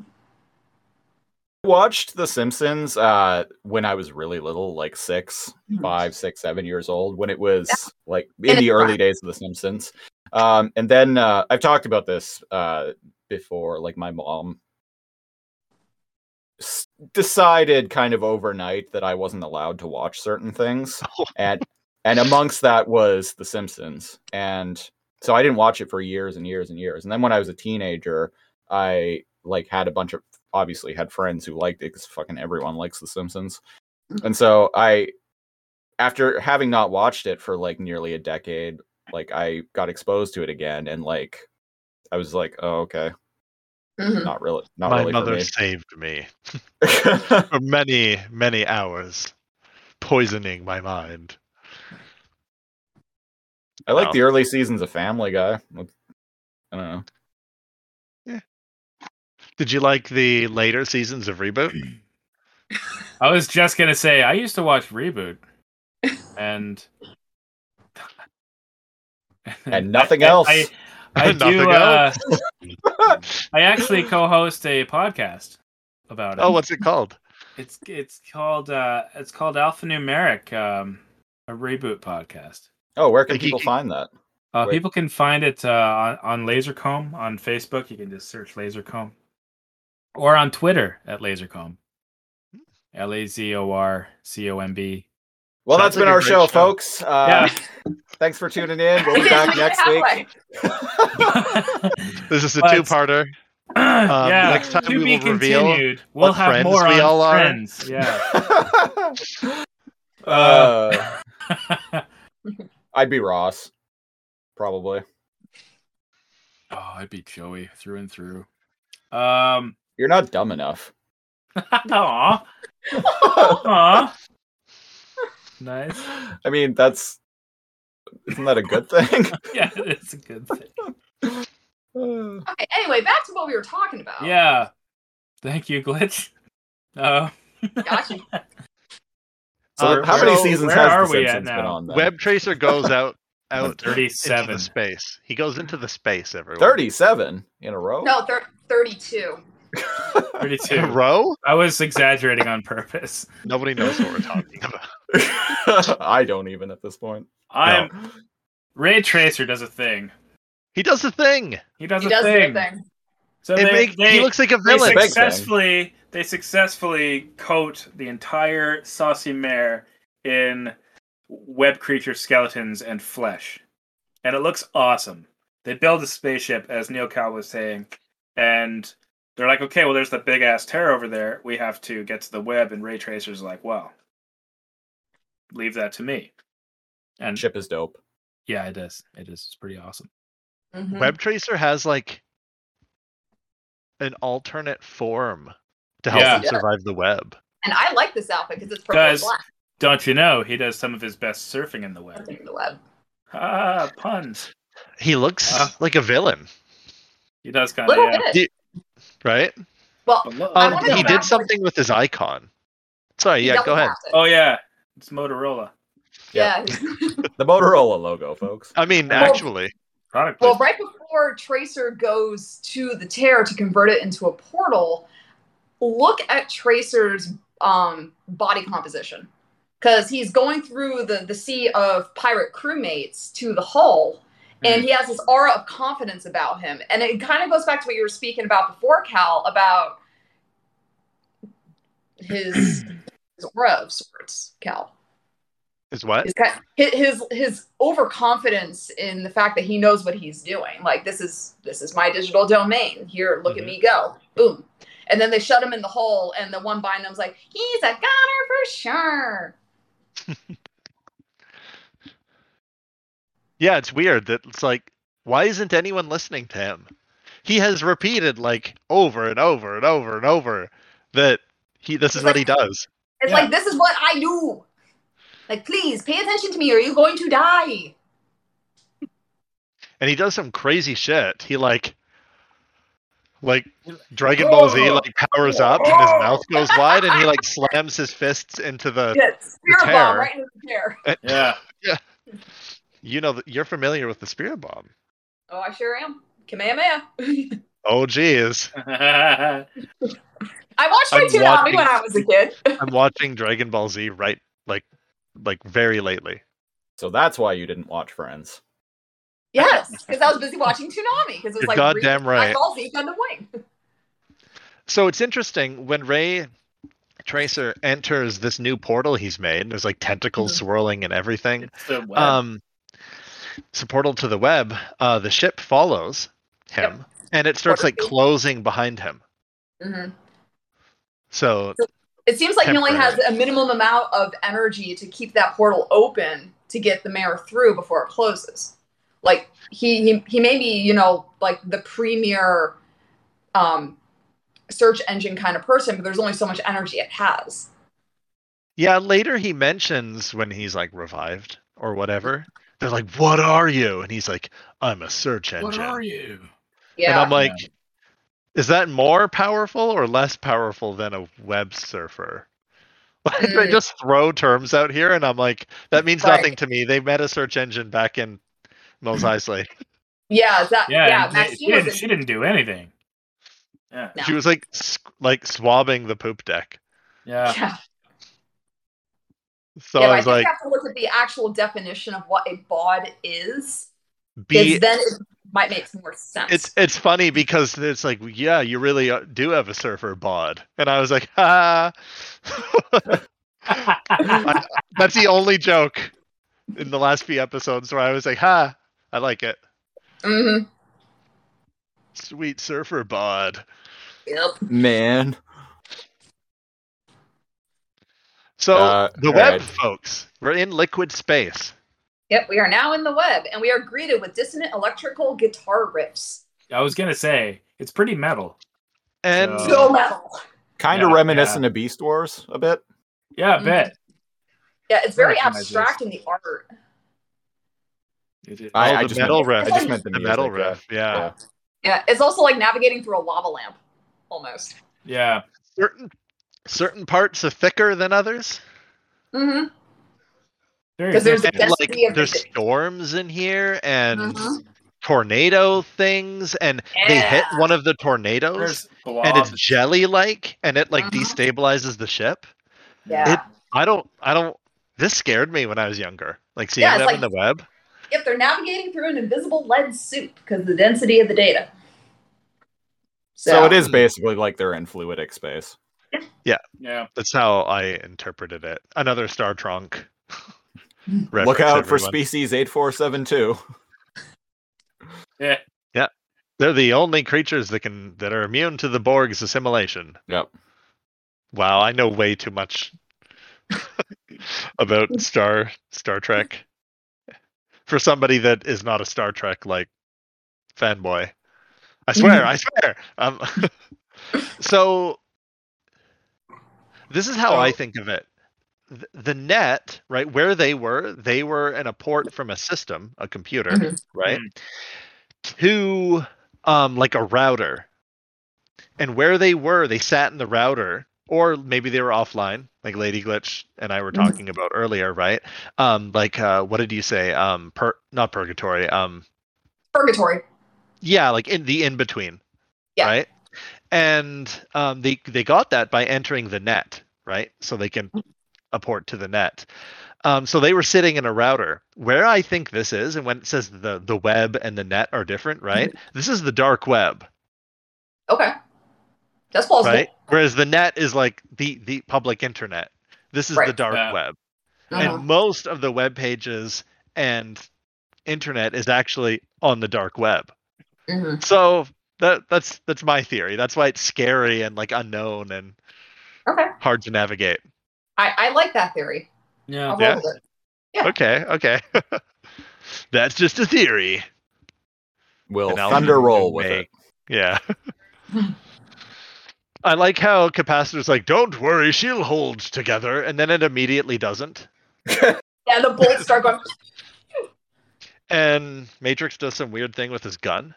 [SPEAKER 3] Watched The Simpsons uh when I was really little, like six, five, six, seven years old, when it was like in
[SPEAKER 9] And
[SPEAKER 3] the
[SPEAKER 9] it's
[SPEAKER 3] early
[SPEAKER 9] fun.
[SPEAKER 3] days of The Simpsons. Um, and then uh, I've talked about this uh, before. Like my mom s- decided kind of overnight that I wasn't allowed to watch certain things, and and amongst that was The Simpsons. And so I didn't watch it for years and years and years. And then when I was a teenager, I like had a bunch of obviously had friends who liked it because fucking everyone likes The Simpsons. And so I after having not watched it for like nearly a decade, like I got exposed to it again, and like I was like, oh okay,
[SPEAKER 9] Mhm.
[SPEAKER 3] not really, not
[SPEAKER 1] My
[SPEAKER 3] really
[SPEAKER 1] mother saved me
[SPEAKER 3] for me.
[SPEAKER 1] for many, many hours, poisoning my mind.
[SPEAKER 3] I like
[SPEAKER 1] Wow.
[SPEAKER 3] the early seasons of Family Guy. Like, I don't know.
[SPEAKER 1] Did you like the later seasons of Reboot?
[SPEAKER 2] I was just gonna say I used to watch Reboot, and
[SPEAKER 3] And nothing
[SPEAKER 2] I-
[SPEAKER 3] else.
[SPEAKER 2] I, I do.
[SPEAKER 1] Nothing
[SPEAKER 2] Uh,
[SPEAKER 1] else?
[SPEAKER 2] I actually co-host a podcast about it.
[SPEAKER 1] Oh, what's it called?
[SPEAKER 2] It's it's called uh, it's called Alphanumeric, um, a reboot podcast.
[SPEAKER 3] Oh, where can
[SPEAKER 1] Like,
[SPEAKER 3] people
[SPEAKER 1] you-
[SPEAKER 3] find that?
[SPEAKER 2] Uh,
[SPEAKER 3] Wait.
[SPEAKER 2] people can find it uh, on, on Lasercomb on Facebook. You can just search Lasercomb, or on Twitter at Lasercomb.
[SPEAKER 1] Hmm.
[SPEAKER 2] L a z o r c o m b.
[SPEAKER 3] Well,
[SPEAKER 1] Sounds
[SPEAKER 3] that's been
[SPEAKER 1] like a
[SPEAKER 3] our
[SPEAKER 1] great
[SPEAKER 3] show,
[SPEAKER 1] show.
[SPEAKER 3] folks. Uh, Thanks for tuning in. We'll be back next week.
[SPEAKER 1] This is a
[SPEAKER 2] But-
[SPEAKER 1] two-parter.
[SPEAKER 2] yeah.
[SPEAKER 1] Um, next time
[SPEAKER 2] to
[SPEAKER 1] we
[SPEAKER 2] be
[SPEAKER 1] will reveal
[SPEAKER 2] continued. We'll
[SPEAKER 1] what
[SPEAKER 2] have
[SPEAKER 1] friends
[SPEAKER 2] more
[SPEAKER 1] we
[SPEAKER 2] on
[SPEAKER 1] all are.
[SPEAKER 2] friends. Yeah.
[SPEAKER 3] uh, I'd be Ross, probably.
[SPEAKER 11] Oh, I'd be Joey through and through.
[SPEAKER 2] um.
[SPEAKER 3] You're not dumb enough.
[SPEAKER 2] Aw. Aw. Nice.
[SPEAKER 3] I mean, that's isn't that a good thing?
[SPEAKER 2] yeah, it's a good thing.
[SPEAKER 9] Okay, anyway, back to what we were talking about.
[SPEAKER 2] Yeah. Thank you, Glitch. Uh,
[SPEAKER 9] Gotcha.
[SPEAKER 3] So
[SPEAKER 1] Uh,
[SPEAKER 3] how many
[SPEAKER 1] so
[SPEAKER 3] seasons
[SPEAKER 1] where
[SPEAKER 3] has
[SPEAKER 1] are
[SPEAKER 3] The
[SPEAKER 1] we at
[SPEAKER 3] Simpsons been
[SPEAKER 1] now?
[SPEAKER 3] on? Then?
[SPEAKER 1] Web Tracer goes out out Oh, into the
[SPEAKER 2] 37.
[SPEAKER 1] space. He goes into the space. Everyone.
[SPEAKER 3] Thirty-seven in a row.
[SPEAKER 9] No, thir- 32.
[SPEAKER 2] 32.
[SPEAKER 1] In a row?
[SPEAKER 2] I was exaggerating on purpose.
[SPEAKER 1] Nobody knows what we're talking about.
[SPEAKER 3] I don't even at this point.
[SPEAKER 2] I'm Ray Tracer does a thing.
[SPEAKER 1] He does the thing.
[SPEAKER 2] He does,
[SPEAKER 9] He
[SPEAKER 2] a,
[SPEAKER 9] does
[SPEAKER 2] thing.
[SPEAKER 9] everything.
[SPEAKER 2] So
[SPEAKER 1] It
[SPEAKER 2] they,
[SPEAKER 1] make- he
[SPEAKER 2] they,
[SPEAKER 1] looks like a
[SPEAKER 2] they
[SPEAKER 1] villain.
[SPEAKER 9] Mm-hmm.
[SPEAKER 1] Big
[SPEAKER 2] successfully, they successfully coat the entire saucy mare in web creature skeletons and flesh, and it looks awesome. They build a spaceship, as Neil Cow was saying, and they're like, "Okay, well, there's the big ass tear over there. We have to get to the web." And Ray Tracer's like, "Well, leave that to me." And
[SPEAKER 3] Ship is dope.
[SPEAKER 2] yeah, it is. It is. It's pretty awesome.
[SPEAKER 9] Mm-hmm.
[SPEAKER 1] Web Tracer has like an alternate form to help
[SPEAKER 2] Yeah.
[SPEAKER 1] him survive the web.
[SPEAKER 9] And I like this outfit because it's purple and
[SPEAKER 2] Does
[SPEAKER 9] black.
[SPEAKER 2] don't you know he does some of his best surfing in the web?
[SPEAKER 9] Something in the web.
[SPEAKER 2] Ah, puns.
[SPEAKER 1] He looks
[SPEAKER 2] Uh.
[SPEAKER 1] like a villain,
[SPEAKER 2] He does kind of.
[SPEAKER 9] Little
[SPEAKER 2] Yeah.
[SPEAKER 9] bit.
[SPEAKER 1] right?
[SPEAKER 9] Well, I
[SPEAKER 1] Um,
[SPEAKER 9] wanna go
[SPEAKER 1] he
[SPEAKER 9] back
[SPEAKER 1] did
[SPEAKER 9] to-
[SPEAKER 1] something with his icon. Sorry,
[SPEAKER 9] he
[SPEAKER 1] yeah, go ahead.
[SPEAKER 9] double-tapped it.
[SPEAKER 2] Oh yeah, it's Motorola.
[SPEAKER 9] Yeah.
[SPEAKER 3] The Motorola logo, folks.
[SPEAKER 1] I mean,
[SPEAKER 9] Well-
[SPEAKER 1] actually,
[SPEAKER 2] Product.
[SPEAKER 9] well,
[SPEAKER 2] placement.
[SPEAKER 9] right before Tracer goes to the tear to convert it into a portal, look at Tracer's um, body composition. Because he's going through the, the sea of pirate crewmates to the hull, and he has this aura of confidence about him. And it kind of goes back to what you were speaking about before, Cal, about his, his aura of sorts, Cal.
[SPEAKER 1] is what?
[SPEAKER 9] His, kind- hi- his his overconfidence in the fact that he knows what he's doing. Like this is this is my digital domain. Here,
[SPEAKER 1] Mm-hmm.
[SPEAKER 9] look at me go, boom. And then they shut him in the hole, and the one behind them's like, he's a goner for sure.
[SPEAKER 1] Yeah, it's weird that it's like, why isn't anyone listening to him? He has repeated like over and over and over and over that he this is what he does.
[SPEAKER 9] It's
[SPEAKER 2] Yeah.
[SPEAKER 9] like this is what I do. Like, please pay attention to me, or you're going to die.
[SPEAKER 1] And he does some crazy shit. He like like Dragon Ball Z like powers up and his mouth goes wide and he like slams his fists into the
[SPEAKER 9] Yes, spirit bomb
[SPEAKER 1] tear.
[SPEAKER 9] right in the air.
[SPEAKER 2] yeah.
[SPEAKER 1] you know that you're familiar with the spirit bomb.
[SPEAKER 9] Oh, I sure am. Kamehameha.
[SPEAKER 1] Oh geez.
[SPEAKER 9] I watched
[SPEAKER 1] I'm
[SPEAKER 9] my tsunami
[SPEAKER 1] watching-
[SPEAKER 9] when I was a kid.
[SPEAKER 1] I'm watching Dragon Ball Z right like like very lately.
[SPEAKER 3] So that's why you didn't watch Friends.
[SPEAKER 9] yes, because I was busy watching tsunami because it was
[SPEAKER 1] You're
[SPEAKER 9] like
[SPEAKER 1] goddamn
[SPEAKER 9] real-
[SPEAKER 1] right.
[SPEAKER 9] I call Zeke on the wing.
[SPEAKER 1] So it's interesting when Ray Tracer enters this new portal he's made. There's like tentacles swirling and everything.
[SPEAKER 2] It's the web.
[SPEAKER 1] Um, it's a portal to the web. Uh, the ship follows him, and it starts like closing behind him.
[SPEAKER 9] hmm
[SPEAKER 1] So
[SPEAKER 9] It seems like he only has
[SPEAKER 1] Temporary.
[SPEAKER 9] a minimum amount of energy to keep that portal open to get the mayor through before it closes. Like he he, he may be, you know, like the premier um, search engine kind of person, but there's only so much energy it has.
[SPEAKER 1] yeah, later he mentions when he's like revived or whatever. They're like, "What are you?" And he's like, "I'm a search engine."
[SPEAKER 11] What are you?
[SPEAKER 1] And
[SPEAKER 9] Yeah.
[SPEAKER 1] I'm like, "Is that more powerful or less powerful than a web surfer?" Like, they
[SPEAKER 9] Mm.
[SPEAKER 1] just throw terms out here, and I'm like, "That means
[SPEAKER 9] Right.
[SPEAKER 1] nothing to me." They met a search engine back in Mos Eisley.
[SPEAKER 9] yeah, is that
[SPEAKER 2] yeah.
[SPEAKER 9] yeah,
[SPEAKER 2] and they- she,
[SPEAKER 9] Maxine
[SPEAKER 2] didn't,
[SPEAKER 9] was
[SPEAKER 2] she
[SPEAKER 9] in,
[SPEAKER 2] didn't do anything. Yeah.
[SPEAKER 9] No.
[SPEAKER 1] She was like sc- like swabbing the poop deck.
[SPEAKER 2] Yeah.
[SPEAKER 9] yeah.
[SPEAKER 1] So
[SPEAKER 9] yeah,
[SPEAKER 1] uh,
[SPEAKER 9] but
[SPEAKER 1] I
[SPEAKER 9] I
[SPEAKER 1] was
[SPEAKER 9] think
[SPEAKER 1] like,
[SPEAKER 9] you have to look at the actual definition of what a bod is.
[SPEAKER 1] be
[SPEAKER 9] Because then it might make more sense.
[SPEAKER 1] it's it's funny because it's like, yeah, you really uh, do have a surfer bod, and I was like, ha. I- that's the only joke in the last few episodes where I was like, ha, I like it.
[SPEAKER 9] hmm
[SPEAKER 1] Sweet surfer bod.
[SPEAKER 9] Yep.
[SPEAKER 3] Man.
[SPEAKER 1] So
[SPEAKER 3] Uh,
[SPEAKER 1] the
[SPEAKER 3] all
[SPEAKER 1] web,
[SPEAKER 3] right.
[SPEAKER 1] folks, we're in liquid space.
[SPEAKER 9] Yep, we are now in the web and we are greeted with dissonant electrical guitar riffs.
[SPEAKER 2] I was gonna say it's pretty metal.
[SPEAKER 1] And
[SPEAKER 2] So-
[SPEAKER 9] So metal.
[SPEAKER 3] Kind of
[SPEAKER 2] Yeah,
[SPEAKER 3] reminiscent of Beast Wars a bit.
[SPEAKER 2] Yeah,
[SPEAKER 9] Mm.
[SPEAKER 2] I bet.
[SPEAKER 9] Yeah, it's very
[SPEAKER 2] Recognize
[SPEAKER 9] abstract in the art.
[SPEAKER 3] I,
[SPEAKER 1] Oh,
[SPEAKER 3] I
[SPEAKER 1] the
[SPEAKER 3] just
[SPEAKER 1] metal
[SPEAKER 3] meant,
[SPEAKER 1] riff.
[SPEAKER 3] I just meant the,
[SPEAKER 1] The metal
[SPEAKER 3] music, yeah.
[SPEAKER 1] riff, yeah.
[SPEAKER 9] Yeah, it's also like navigating through a lava lamp, almost.
[SPEAKER 2] Yeah.
[SPEAKER 1] Certain certain parts are thicker than others.
[SPEAKER 9] Mm-hmm.
[SPEAKER 2] Very
[SPEAKER 9] 'Cause there's the
[SPEAKER 1] And, like
[SPEAKER 9] density of
[SPEAKER 1] there's
[SPEAKER 9] the-
[SPEAKER 1] storms in here and
[SPEAKER 9] Mhm.
[SPEAKER 1] tornado things and they hit
[SPEAKER 9] Yeah.
[SPEAKER 1] one of the tornadoes
[SPEAKER 2] There's
[SPEAKER 1] and it's
[SPEAKER 2] blobs.
[SPEAKER 1] jelly like and it like
[SPEAKER 9] Mhm.
[SPEAKER 1] destabilizes the ship.
[SPEAKER 9] Yeah.
[SPEAKER 1] It I don't I don't this scared me when I was younger. Like seeing
[SPEAKER 9] Yeah, it's
[SPEAKER 1] them in the
[SPEAKER 9] like-
[SPEAKER 1] web.
[SPEAKER 9] if they're navigating through an invisible lead soup because the density of the data.
[SPEAKER 3] So, it is basically like they're in fluidic space.
[SPEAKER 2] Yeah.
[SPEAKER 1] That's how I interpreted it. Another Star Trunk.
[SPEAKER 3] Look
[SPEAKER 1] reference,
[SPEAKER 3] out for
[SPEAKER 1] everyone.
[SPEAKER 3] species 8472.
[SPEAKER 2] Yeah.
[SPEAKER 1] They're the only creatures that can that are immune to the Borg's assimilation.
[SPEAKER 3] Yep.
[SPEAKER 1] Wow, I know way too much about Star Star Trek for somebody that is not a Star Trek like fanboy. I swear, I swear. Um, so this is how I
[SPEAKER 2] So-
[SPEAKER 1] think of it. Th- The net, right where they were, they were in a port from a system, a computer,
[SPEAKER 9] Mhm.
[SPEAKER 1] right, to um, like a router, and where they were, they sat in the router, or maybe they were offline, like Lady Glitch and I were talking about earlier, right? Um, like uh, what did you say? Um, per- not purgatory. Um,
[SPEAKER 9] purgatory.
[SPEAKER 1] yeah, like in the in between,
[SPEAKER 9] Yeah.
[SPEAKER 1] right? And um, they they got that by entering the net, right? So they can apport to the net. Um, so they were sitting in a router. Where I think this is, and when it says the the web and the net are different, right? This is the dark web,
[SPEAKER 9] Okay, that's plausible.
[SPEAKER 1] right? Whereas the net is like the the public internet. This is the
[SPEAKER 9] Right.
[SPEAKER 1] dark
[SPEAKER 2] Yeah.
[SPEAKER 1] web,
[SPEAKER 9] Uh-huh.
[SPEAKER 1] and most of the web pages and internet is actually on the dark web.
[SPEAKER 9] Mhm.
[SPEAKER 1] So that that's that's my theory. That's why it's scary and like unknown and
[SPEAKER 9] Mm-hmm. Okay,
[SPEAKER 1] hard to navigate.
[SPEAKER 9] I, I like that theory. I'll
[SPEAKER 11] Yeah.
[SPEAKER 9] roll
[SPEAKER 1] Yeah.
[SPEAKER 9] with it. Yeah.
[SPEAKER 1] Okay, okay. that's just a theory.
[SPEAKER 3] Will
[SPEAKER 1] And I'll
[SPEAKER 3] thunder roll with
[SPEAKER 1] make-
[SPEAKER 3] it.
[SPEAKER 1] Yeah. I like how Capacitor's like, "Don't worry, she'll hold together," and then it immediately doesn't.
[SPEAKER 9] Yeah, the bullets start going.
[SPEAKER 1] And Matrix does some weird thing with his gun,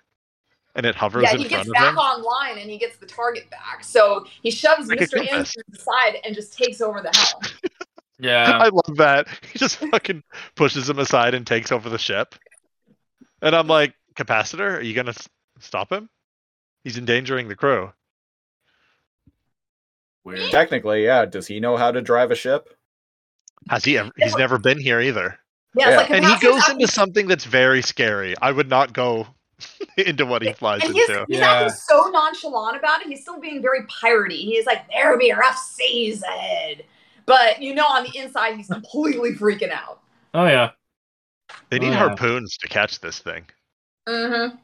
[SPEAKER 1] and it hovers
[SPEAKER 9] yeah,
[SPEAKER 1] in
[SPEAKER 9] he
[SPEAKER 1] front
[SPEAKER 9] gets
[SPEAKER 1] of
[SPEAKER 9] back
[SPEAKER 1] him.
[SPEAKER 9] online and he gets the target back. So he shoves
[SPEAKER 1] Like a
[SPEAKER 9] Mr.
[SPEAKER 1] compass.
[SPEAKER 9] Anderson aside and just takes over the hell.
[SPEAKER 2] Yeah.
[SPEAKER 1] I love that. He just fucking pushes him aside and takes over the ship. And I'm like, Capacitor, are you going to s- stop him? He's endangering the crew.
[SPEAKER 2] Weird.
[SPEAKER 3] Technically, yeah. Does he know how to drive a ship?
[SPEAKER 1] Has he ever? He's never been here either.
[SPEAKER 9] Yeah, it's
[SPEAKER 3] Yeah.
[SPEAKER 9] like
[SPEAKER 1] And he
[SPEAKER 9] Capacitor's
[SPEAKER 1] goes
[SPEAKER 9] acting-
[SPEAKER 1] into something that's very scary. I would not go into what he flies
[SPEAKER 9] And he's,
[SPEAKER 1] into.
[SPEAKER 9] he's
[SPEAKER 2] Yeah.
[SPEAKER 9] acting so nonchalant about it. He's still being very piratey. He's like, "There'll be a rough seas ahead," but you know, on the inside, he's completely freaking out.
[SPEAKER 2] Oh yeah.
[SPEAKER 1] They need
[SPEAKER 2] Oh.
[SPEAKER 1] harpoons to catch this thing.
[SPEAKER 9] Mm-hmm.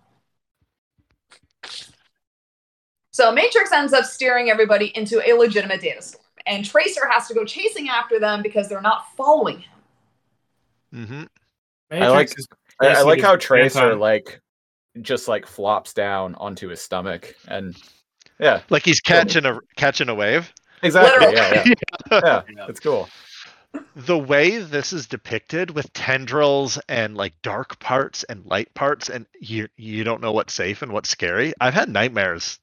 [SPEAKER 9] So Matrix ends up steering everybody into a legitimate data storm, and Tracer has to go chasing after them because they're not following him.
[SPEAKER 1] hmm
[SPEAKER 3] I like.
[SPEAKER 2] Matrix is-
[SPEAKER 3] I, I
[SPEAKER 2] basically
[SPEAKER 3] like how
[SPEAKER 2] just dance
[SPEAKER 3] Tracer
[SPEAKER 2] on-
[SPEAKER 3] like just like flops down onto his stomach and yeah,
[SPEAKER 1] Like he's catching a catching a wave.
[SPEAKER 3] exactly.
[SPEAKER 9] Literal.
[SPEAKER 3] Yeah, yeah. yeah,
[SPEAKER 2] Yeah.
[SPEAKER 3] it's cool.
[SPEAKER 1] the way this is depicted with tendrils and like dark parts and light parts and you you don't know what's safe and what's scary i've had nightmares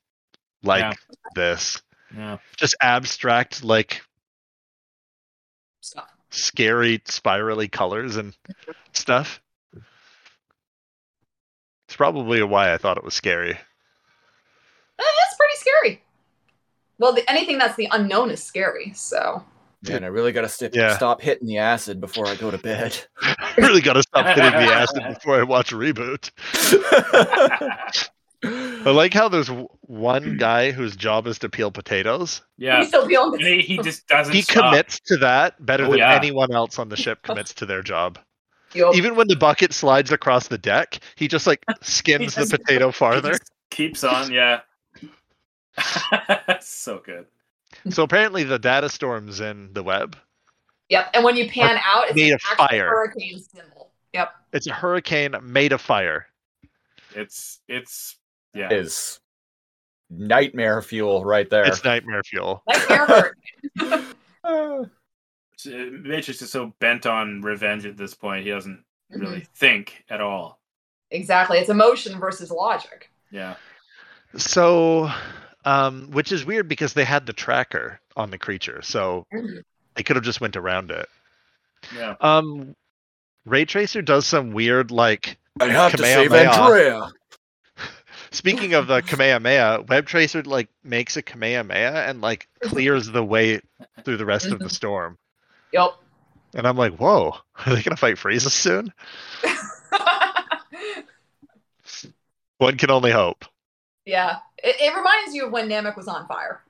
[SPEAKER 1] like
[SPEAKER 2] Yeah.
[SPEAKER 1] this
[SPEAKER 2] Yeah.
[SPEAKER 1] just abstract like
[SPEAKER 9] So,
[SPEAKER 1] scary spirally colors and stuff it's probably why i thought it was scary
[SPEAKER 9] eh, it's pretty scary. Well, the, anything that's the unknown is scary. So
[SPEAKER 3] Man, I really gotta stip,
[SPEAKER 1] Yeah.
[SPEAKER 3] stop hitting the acid before I go to bed.
[SPEAKER 1] i really gotta stop hitting the acid before i watch reboot i like how there's w- one guy whose job is to peel potatoes
[SPEAKER 2] Yeah.
[SPEAKER 9] he's still feeling.
[SPEAKER 2] And he, he just doesn't.
[SPEAKER 1] he
[SPEAKER 2] stop.
[SPEAKER 1] commits to that better
[SPEAKER 2] uh, Oh,
[SPEAKER 1] than
[SPEAKER 2] yeah.
[SPEAKER 1] anyone else on the ship commits to their job.
[SPEAKER 9] Yup.
[SPEAKER 1] Even when the bucket slides across the deck, he just like skins
[SPEAKER 2] just-
[SPEAKER 1] the potato farther.
[SPEAKER 2] Keeps on. Yeah. so good.
[SPEAKER 1] So apparently, the data storms in the web.
[SPEAKER 9] Yep. And when you pan out, it's
[SPEAKER 1] Made
[SPEAKER 9] an
[SPEAKER 1] of
[SPEAKER 9] actual
[SPEAKER 1] fire.
[SPEAKER 9] hurricane symbol. Yep.
[SPEAKER 1] It's a hurricane made of fire.
[SPEAKER 2] It's it's yeah.
[SPEAKER 3] Is nightmare fuel right there.
[SPEAKER 1] It's nightmare fuel.
[SPEAKER 2] So, uh, Matrix is so bent on revenge at this point, he doesn't really think at all.
[SPEAKER 9] Exactly. It's emotion versus logic.
[SPEAKER 2] Yeah.
[SPEAKER 1] So, um, which is weird because they had the tracker on the creature, so they could have just went around it.
[SPEAKER 2] Yeah.
[SPEAKER 1] Um, Ray Tracer does some weird like.
[SPEAKER 7] I have to save
[SPEAKER 1] Kamehameha.
[SPEAKER 7] Andrea.
[SPEAKER 1] Speaking of the Kamehameha, Web Tracer like makes a Kamehameha and like clears the way through the rest of the storm.
[SPEAKER 9] Yep.
[SPEAKER 1] And I'm like, whoa, are they gonna fight Frieza soon? One can only hope.
[SPEAKER 9] Yeah. It, it reminds you of when Namek was on fire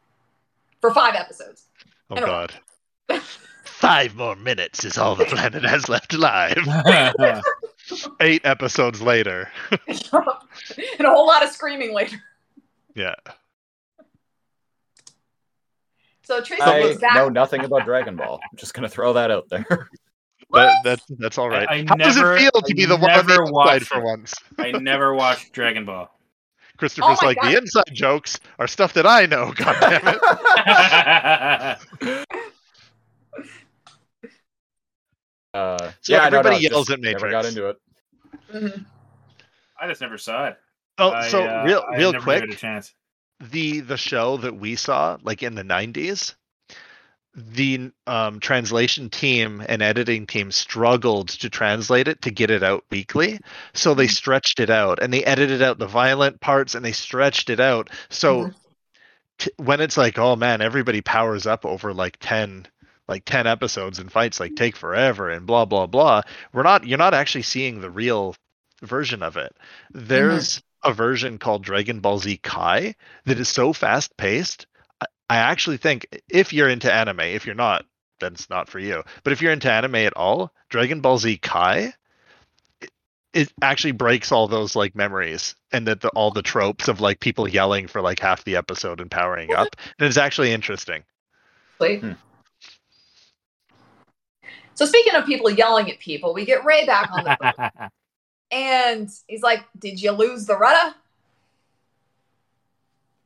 [SPEAKER 9] for five episodes.
[SPEAKER 1] Oh
[SPEAKER 9] I don't-
[SPEAKER 1] god. Five more minutes is all the planet has left alive. Eight episodes later.
[SPEAKER 9] and a whole lot of screaming later.
[SPEAKER 1] Yeah.
[SPEAKER 9] So Tracy
[SPEAKER 3] I
[SPEAKER 9] goes back.
[SPEAKER 3] know nothing about Dragon Ball. I'm just gonna throw that out there.
[SPEAKER 1] That, that's that's all right.
[SPEAKER 2] I
[SPEAKER 1] How does
[SPEAKER 2] never-
[SPEAKER 1] it feel to
[SPEAKER 2] I
[SPEAKER 1] be the one on the
[SPEAKER 2] never
[SPEAKER 1] outside
[SPEAKER 2] watched
[SPEAKER 1] for
[SPEAKER 2] it.
[SPEAKER 1] once?
[SPEAKER 2] I never watched Dragon Ball.
[SPEAKER 1] Christopher's
[SPEAKER 2] my
[SPEAKER 1] like
[SPEAKER 2] God.
[SPEAKER 1] the inside jokes are stuff that I know. God damn it.
[SPEAKER 3] Uh,
[SPEAKER 1] So
[SPEAKER 3] yeah, no, no,
[SPEAKER 1] everybody
[SPEAKER 3] just
[SPEAKER 1] yells at
[SPEAKER 3] Never
[SPEAKER 1] Matrix.
[SPEAKER 3] got into it.
[SPEAKER 9] Mm-hmm.
[SPEAKER 2] I just never saw it.
[SPEAKER 1] Oh,
[SPEAKER 2] I,
[SPEAKER 1] so
[SPEAKER 2] uh,
[SPEAKER 1] real
[SPEAKER 2] I
[SPEAKER 1] real
[SPEAKER 2] never
[SPEAKER 1] quick,
[SPEAKER 2] gave it a chance.
[SPEAKER 1] the the show that we saw like in the 90s the um, translation team and editing team struggled to translate it to get it out weekly so they stretched it out and they edited out the violent parts and they stretched it out so t- when it's like oh man everybody powers up over like 10 like 10 episodes and fights like take forever and blah blah blah we're not you're not actually seeing the real version of it there's a version called dragon ball z kai that is so fast paced I, I actually think if you're into anime if you're not then it's not for you but if you're into anime at all dragon ball z kai it- it actually breaks all those like memories and that the, all the tropes of like people yelling for like half the episode and powering up and it's actually interesting
[SPEAKER 9] Wait.
[SPEAKER 2] Hmm.
[SPEAKER 9] So speaking of people yelling at people, we get Ray back on the and he's like, "Did you lose the rudder?"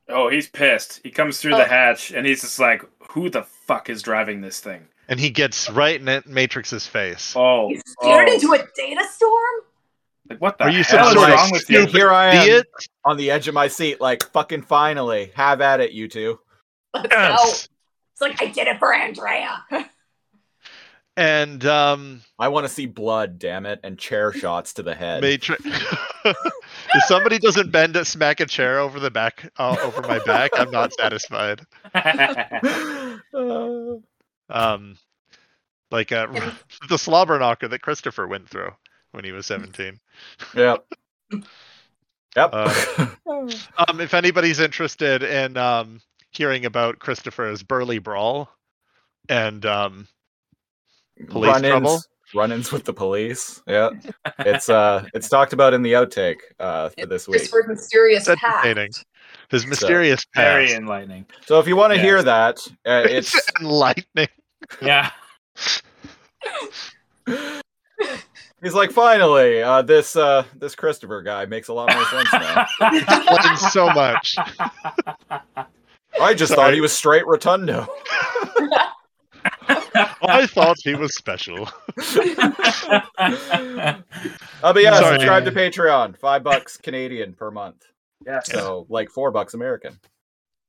[SPEAKER 2] Oh, he's pissed. He comes through the hatch and he's just like, "Who the fuck is driving this thing?"
[SPEAKER 1] and he gets right in it- matrix's face
[SPEAKER 2] Oh,
[SPEAKER 9] Steered
[SPEAKER 2] oh.
[SPEAKER 9] into a data storm.
[SPEAKER 2] like what the
[SPEAKER 1] Are you some
[SPEAKER 2] hell is
[SPEAKER 1] sort of
[SPEAKER 2] wrong with you?
[SPEAKER 3] And here I am
[SPEAKER 1] idiot?
[SPEAKER 3] on the edge of my seat, like fucking finally. Have at it, you two.
[SPEAKER 9] Yes. It's like I did it for Andrea.
[SPEAKER 1] and um
[SPEAKER 3] I want to see blood, damn it, and chair shots to the head.
[SPEAKER 1] Matrix. if somebody doesn't bend to smack a chair over the back, uh, over my back, I'm not satisfied. Um, like uh, the slobber knocker that Christopher went through when he was 17.
[SPEAKER 3] Yep. Yep.
[SPEAKER 1] Uh, um, if anybody's interested in um, hearing about Christopher's burly brawl and um, police
[SPEAKER 3] run-ins,
[SPEAKER 1] trouble,
[SPEAKER 3] run-ins with the police. Yeah, it's uh, it's talked about in the outtake uh for this week.
[SPEAKER 9] Christopher's mysterious
[SPEAKER 1] that's
[SPEAKER 9] path.
[SPEAKER 1] entertaining. His mysterious
[SPEAKER 2] Very
[SPEAKER 1] past.
[SPEAKER 2] enlightening.
[SPEAKER 3] So if you want to
[SPEAKER 2] Yeah.
[SPEAKER 3] hear that, uh, it's
[SPEAKER 1] It's enlightening.
[SPEAKER 2] Yeah.
[SPEAKER 3] he's like finally uh, this uh this Christopher guy makes a lot more sense now.
[SPEAKER 1] Explains so much.
[SPEAKER 3] I just thought
[SPEAKER 1] Sorry.
[SPEAKER 3] he was straight rotundo.
[SPEAKER 1] I thought he was special.
[SPEAKER 3] Uh, but yeah,
[SPEAKER 1] Sorry.
[SPEAKER 3] subscribe to Patreon, five bucks Canadian per month.
[SPEAKER 2] Yes.
[SPEAKER 3] So like four bucks American.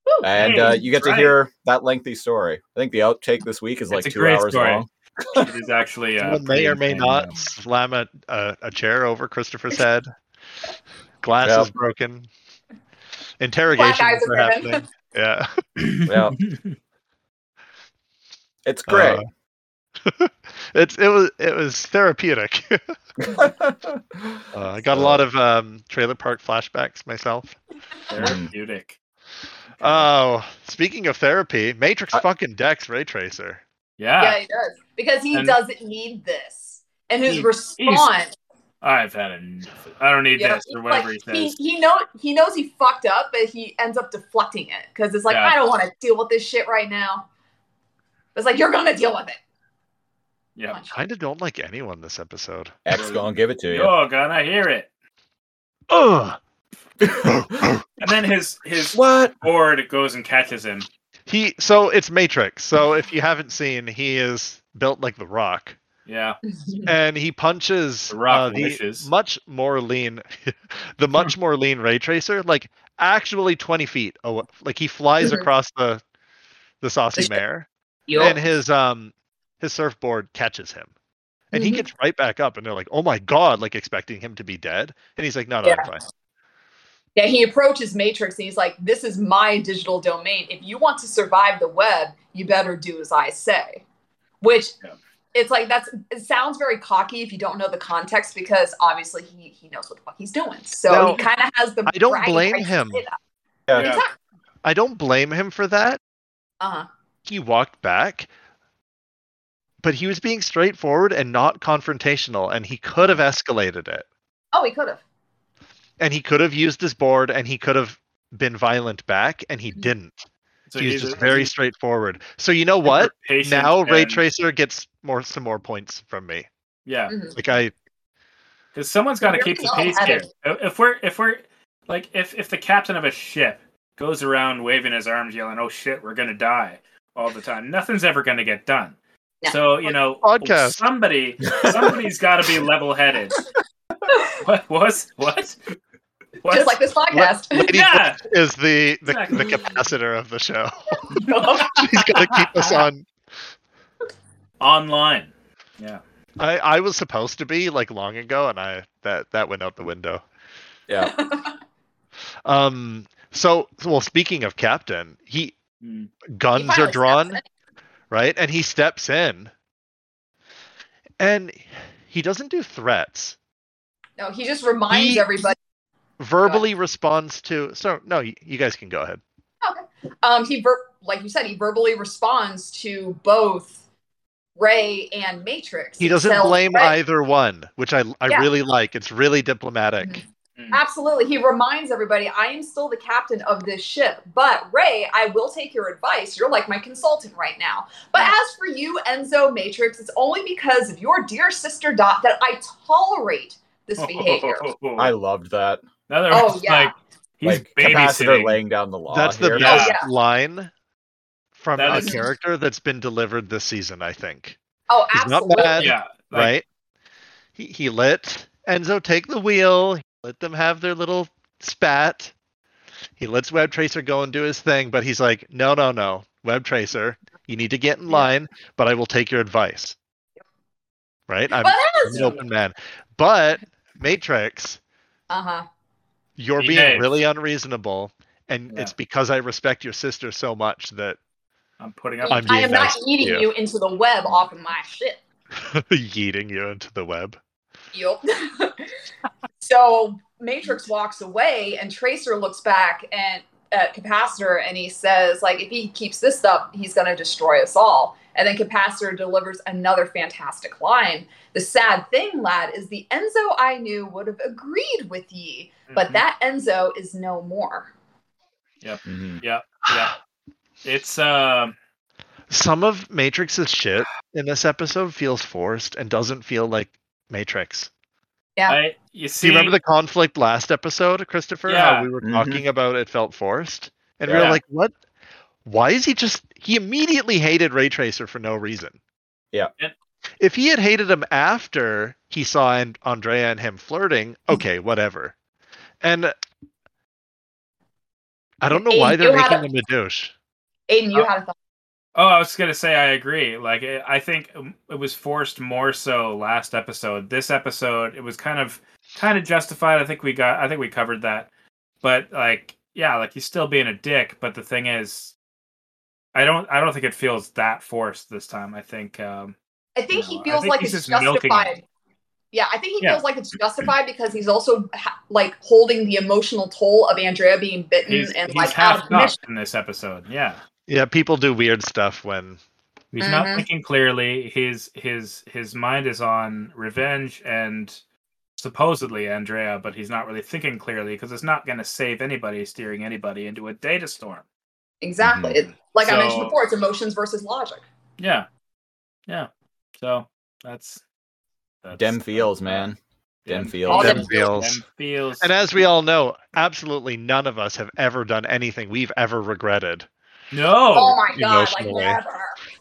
[SPEAKER 9] Woo.
[SPEAKER 3] And uh, you get to
[SPEAKER 2] Right.
[SPEAKER 3] hear that lengthy story. I think the outtake this week is
[SPEAKER 2] It's
[SPEAKER 3] like
[SPEAKER 2] a
[SPEAKER 3] two
[SPEAKER 2] great
[SPEAKER 3] hours
[SPEAKER 2] story.
[SPEAKER 3] long.
[SPEAKER 2] it is actually uh,
[SPEAKER 1] Someone may or may
[SPEAKER 2] pretty
[SPEAKER 1] not
[SPEAKER 2] insane,
[SPEAKER 1] slam a, a, a chair over Christopher's head. Glass
[SPEAKER 3] Yeah.
[SPEAKER 1] is broken. Interrogations
[SPEAKER 9] eyes
[SPEAKER 1] are
[SPEAKER 9] are red.
[SPEAKER 1] happening. Yeah.
[SPEAKER 3] Yeah. It's great.
[SPEAKER 1] Uh, It's it was it was therapeutic. uh, I got a lot of um, trailer park flashbacks myself.
[SPEAKER 2] though. therapeutic.
[SPEAKER 1] Oh, speaking of therapy, Matrix
[SPEAKER 3] I-
[SPEAKER 1] fucking Dex Ray Tracer.
[SPEAKER 2] Yeah.
[SPEAKER 9] Yeah, he does because he
[SPEAKER 2] And-
[SPEAKER 9] doesn't need this. And his
[SPEAKER 2] He-
[SPEAKER 9] response,
[SPEAKER 2] I've had enough. I don't need
[SPEAKER 9] yeah,
[SPEAKER 2] this or
[SPEAKER 9] he's
[SPEAKER 2] whatever
[SPEAKER 9] like,
[SPEAKER 2] he
[SPEAKER 9] he,
[SPEAKER 2] says.
[SPEAKER 9] he know he knows he fucked up, but he ends up deflecting it because it's like
[SPEAKER 2] Yeah.
[SPEAKER 9] I don't want to deal with this shit right now. It's like you're gonna deal with it.
[SPEAKER 2] Yeah.
[SPEAKER 1] Kinda don't like anyone this episode.
[SPEAKER 3] X gonna give it to you.
[SPEAKER 2] You're gonna hear it.
[SPEAKER 1] Ugh.
[SPEAKER 2] and then his his what board goes and catches him.
[SPEAKER 1] He so it's Matrix. So if you haven't seen, he is built like the Rock,
[SPEAKER 2] Yeah.
[SPEAKER 9] Mm-hmm.
[SPEAKER 1] and he punches uh, the,
[SPEAKER 2] Rock
[SPEAKER 1] the
[SPEAKER 2] wishes.
[SPEAKER 1] much more lean, the much more lean ray tracer, like actually twenty feet. Oh, like he flies
[SPEAKER 12] Mhm.
[SPEAKER 1] across the the saucy mare,
[SPEAKER 12] Yup.
[SPEAKER 1] and his um his surfboard catches him. And he
[SPEAKER 12] Mhm.
[SPEAKER 1] gets right back up, and they're like, "Oh my god!" Like expecting him to be dead, and he's like, "No, no,
[SPEAKER 9] Yeah.
[SPEAKER 1] I'm fine."
[SPEAKER 9] Yeah, he approaches Matrix and he's like, This is my digital domain. If you want to survive the web, you better do as I say. Which it's like that's it sounds very cocky if you don't know the context because obviously he, he knows what the fuck he's doing. So
[SPEAKER 1] No,
[SPEAKER 9] he kinda has the
[SPEAKER 1] I don't
[SPEAKER 9] bragging
[SPEAKER 1] blame
[SPEAKER 9] rights to
[SPEAKER 1] him.
[SPEAKER 9] say that.
[SPEAKER 1] I don't blame him for that.
[SPEAKER 9] Uh-huh.
[SPEAKER 1] He walked back, but he was being straightforward and not confrontational, and he could have escalated it.
[SPEAKER 9] Oh, he could have.
[SPEAKER 1] And he could have used his board and he could have been violent back, and he didn't.
[SPEAKER 2] So
[SPEAKER 1] he was
[SPEAKER 2] he's a-
[SPEAKER 1] just very straightforward. So you know what?
[SPEAKER 2] patient
[SPEAKER 1] Now Ray
[SPEAKER 2] and-
[SPEAKER 1] Tracer gets more some more points from me.
[SPEAKER 2] Yeah.
[SPEAKER 1] Like I
[SPEAKER 2] Because someone's got to
[SPEAKER 1] You're
[SPEAKER 2] keep the
[SPEAKER 1] really all
[SPEAKER 2] peace
[SPEAKER 1] at
[SPEAKER 2] here.
[SPEAKER 1] it.
[SPEAKER 2] If we're if we're like if if the captain of a ship goes around waving his arms, yelling, "Oh shit, we're gonna die!" all the time, nothing's ever gonna get done. So you know,
[SPEAKER 1] Podcast.
[SPEAKER 2] somebody somebody's got to be level headed. what was what? What?
[SPEAKER 9] Just like this podcast.
[SPEAKER 1] La- Lady
[SPEAKER 2] Yeah.
[SPEAKER 1] Voice is the the,
[SPEAKER 2] Exactly.
[SPEAKER 1] the capacitor of the show. She's got to keep us on.
[SPEAKER 2] Online. Yeah.
[SPEAKER 1] I I was supposed to be like long ago, and I that that went out the window.
[SPEAKER 3] Yeah.
[SPEAKER 1] um. So well, speaking of captain, he
[SPEAKER 2] Mm.
[SPEAKER 1] guns are drawn, right? And he steps in, and he doesn't do threats.
[SPEAKER 9] No, he just reminds
[SPEAKER 1] He-
[SPEAKER 9] everybody
[SPEAKER 1] Verbally responds to. So no, y- you guys can go ahead.
[SPEAKER 9] um, he ver- like you said, he verbally responds to both Ray and Matrix.
[SPEAKER 1] He doesn't
[SPEAKER 9] Tells
[SPEAKER 1] blame
[SPEAKER 9] Ray-
[SPEAKER 1] either one, which I I
[SPEAKER 9] Yeah.
[SPEAKER 1] really like. It's really diplomatic.
[SPEAKER 9] Absolutely. He reminds everybody, I am still the captain of this ship. But Ray, I will take your advice. You're like my consultant right now. But as for you, Enzo Matrix, it's only because of your dear sister Dot that I tolerate this behavior.
[SPEAKER 3] I loved that.
[SPEAKER 2] Another
[SPEAKER 9] Oh, one's yeah. like,
[SPEAKER 2] he's
[SPEAKER 3] like capacitor
[SPEAKER 2] babysitting.
[SPEAKER 3] laying down the law.
[SPEAKER 1] That's the
[SPEAKER 3] here.
[SPEAKER 1] best line from
[SPEAKER 2] That
[SPEAKER 1] a
[SPEAKER 2] is-
[SPEAKER 1] character that's been delivered this season. I think.
[SPEAKER 9] Oh,
[SPEAKER 1] He's
[SPEAKER 9] absolutely.
[SPEAKER 1] not mad,
[SPEAKER 2] Yeah, like-
[SPEAKER 1] right? He he let Enzo take the wheel. He let them have their little spat. He lets Web Tracer go and do his thing, but he's like, no, no, no, Web Tracer, you need to get in line. But I will take your advice. Right? I'm,
[SPEAKER 9] But
[SPEAKER 1] I'm
[SPEAKER 9] that's-
[SPEAKER 1] an open man. But Matrix,
[SPEAKER 9] Uh huh.
[SPEAKER 1] you're
[SPEAKER 2] He
[SPEAKER 1] being
[SPEAKER 2] begs.
[SPEAKER 1] really unreasonable, and
[SPEAKER 2] Yeah.
[SPEAKER 1] it's because I respect your sister so much that
[SPEAKER 2] I'm putting up.
[SPEAKER 1] I'm
[SPEAKER 9] I
[SPEAKER 1] being
[SPEAKER 9] am not
[SPEAKER 1] nice to
[SPEAKER 9] eating you into the web off of my ship.
[SPEAKER 1] yeeting you into the web.
[SPEAKER 9] Yup. so Matrix walks away, and Tracer looks back and at Capacitor, and he says, "Like if he keeps this up, he's going to destroy us all." And then Capacitor delivers another fantastic line. The sad thing, lad, is the Enzo I knew would have agreed with ye,
[SPEAKER 2] Mm-hmm.
[SPEAKER 9] but that Enzo is no more.
[SPEAKER 2] Yep.
[SPEAKER 3] Mm-hmm.
[SPEAKER 2] Yeah. Yeah. It's um.
[SPEAKER 1] Some of Matrix's shit in this episode feels forced and doesn't feel like Matrix.
[SPEAKER 9] Yeah.
[SPEAKER 2] I, you see.
[SPEAKER 1] Do you remember the conflict last episode, Christopher?
[SPEAKER 2] Yeah.
[SPEAKER 1] How we were
[SPEAKER 2] Mhm.
[SPEAKER 1] talking about it felt forced, and we were
[SPEAKER 2] Yeah.
[SPEAKER 1] like, "What? Why is he just?" He immediately hated Ray Tracer for no reason.
[SPEAKER 3] Yeah.
[SPEAKER 1] If he had hated him after he saw and Andrea and him flirting,
[SPEAKER 2] Hmm.
[SPEAKER 1] okay, whatever. And I don't know
[SPEAKER 9] Hey,
[SPEAKER 1] why they're
[SPEAKER 9] you had
[SPEAKER 1] making
[SPEAKER 9] a-
[SPEAKER 1] him a douche.
[SPEAKER 9] Aiden, you
[SPEAKER 2] Uh,
[SPEAKER 9] had a thought.
[SPEAKER 2] Oh, I was gonna say I agree. Like it, I think um, it was forced more so last episode. This episode, it was kind of kind of justified. I think we got. I think we covered that. But like, yeah, like he's still being a dick. But the thing is, I don't. I don't think it feels that forced this time. I think. um
[SPEAKER 9] I think
[SPEAKER 2] No,
[SPEAKER 9] he
[SPEAKER 2] I
[SPEAKER 9] feels
[SPEAKER 2] think
[SPEAKER 9] like
[SPEAKER 2] he's
[SPEAKER 9] it's
[SPEAKER 2] just milking it.
[SPEAKER 9] justified. Yeah, I think he
[SPEAKER 2] Yeah.
[SPEAKER 9] feels like it's justified because he's also ha- like holding the emotional toll of Andrea being bitten
[SPEAKER 2] He's,
[SPEAKER 9] and
[SPEAKER 2] he's
[SPEAKER 9] like out
[SPEAKER 2] half
[SPEAKER 9] of
[SPEAKER 2] nuts
[SPEAKER 9] commission.
[SPEAKER 2] in this episode. Yeah.
[SPEAKER 1] Yeah, people do weird stuff when
[SPEAKER 2] He's not
[SPEAKER 9] Mhm.
[SPEAKER 2] thinking clearly. His his his mind is on revenge and supposedly Andrea, but he's not really thinking clearly because it's not going to save anybody steering anybody into a data storm.
[SPEAKER 9] Exactly. It- like I mentioned
[SPEAKER 2] Mm-hmm. So-
[SPEAKER 9] before, it's emotions versus logic.
[SPEAKER 2] Yeah, yeah. So that's uh,
[SPEAKER 3] Dem feels, man. Denfield.
[SPEAKER 1] Denfields. And as we all know, absolutely none of us have ever done anything we've ever regretted.
[SPEAKER 2] No.
[SPEAKER 9] Oh my god, like
[SPEAKER 1] Emotionally.
[SPEAKER 9] never.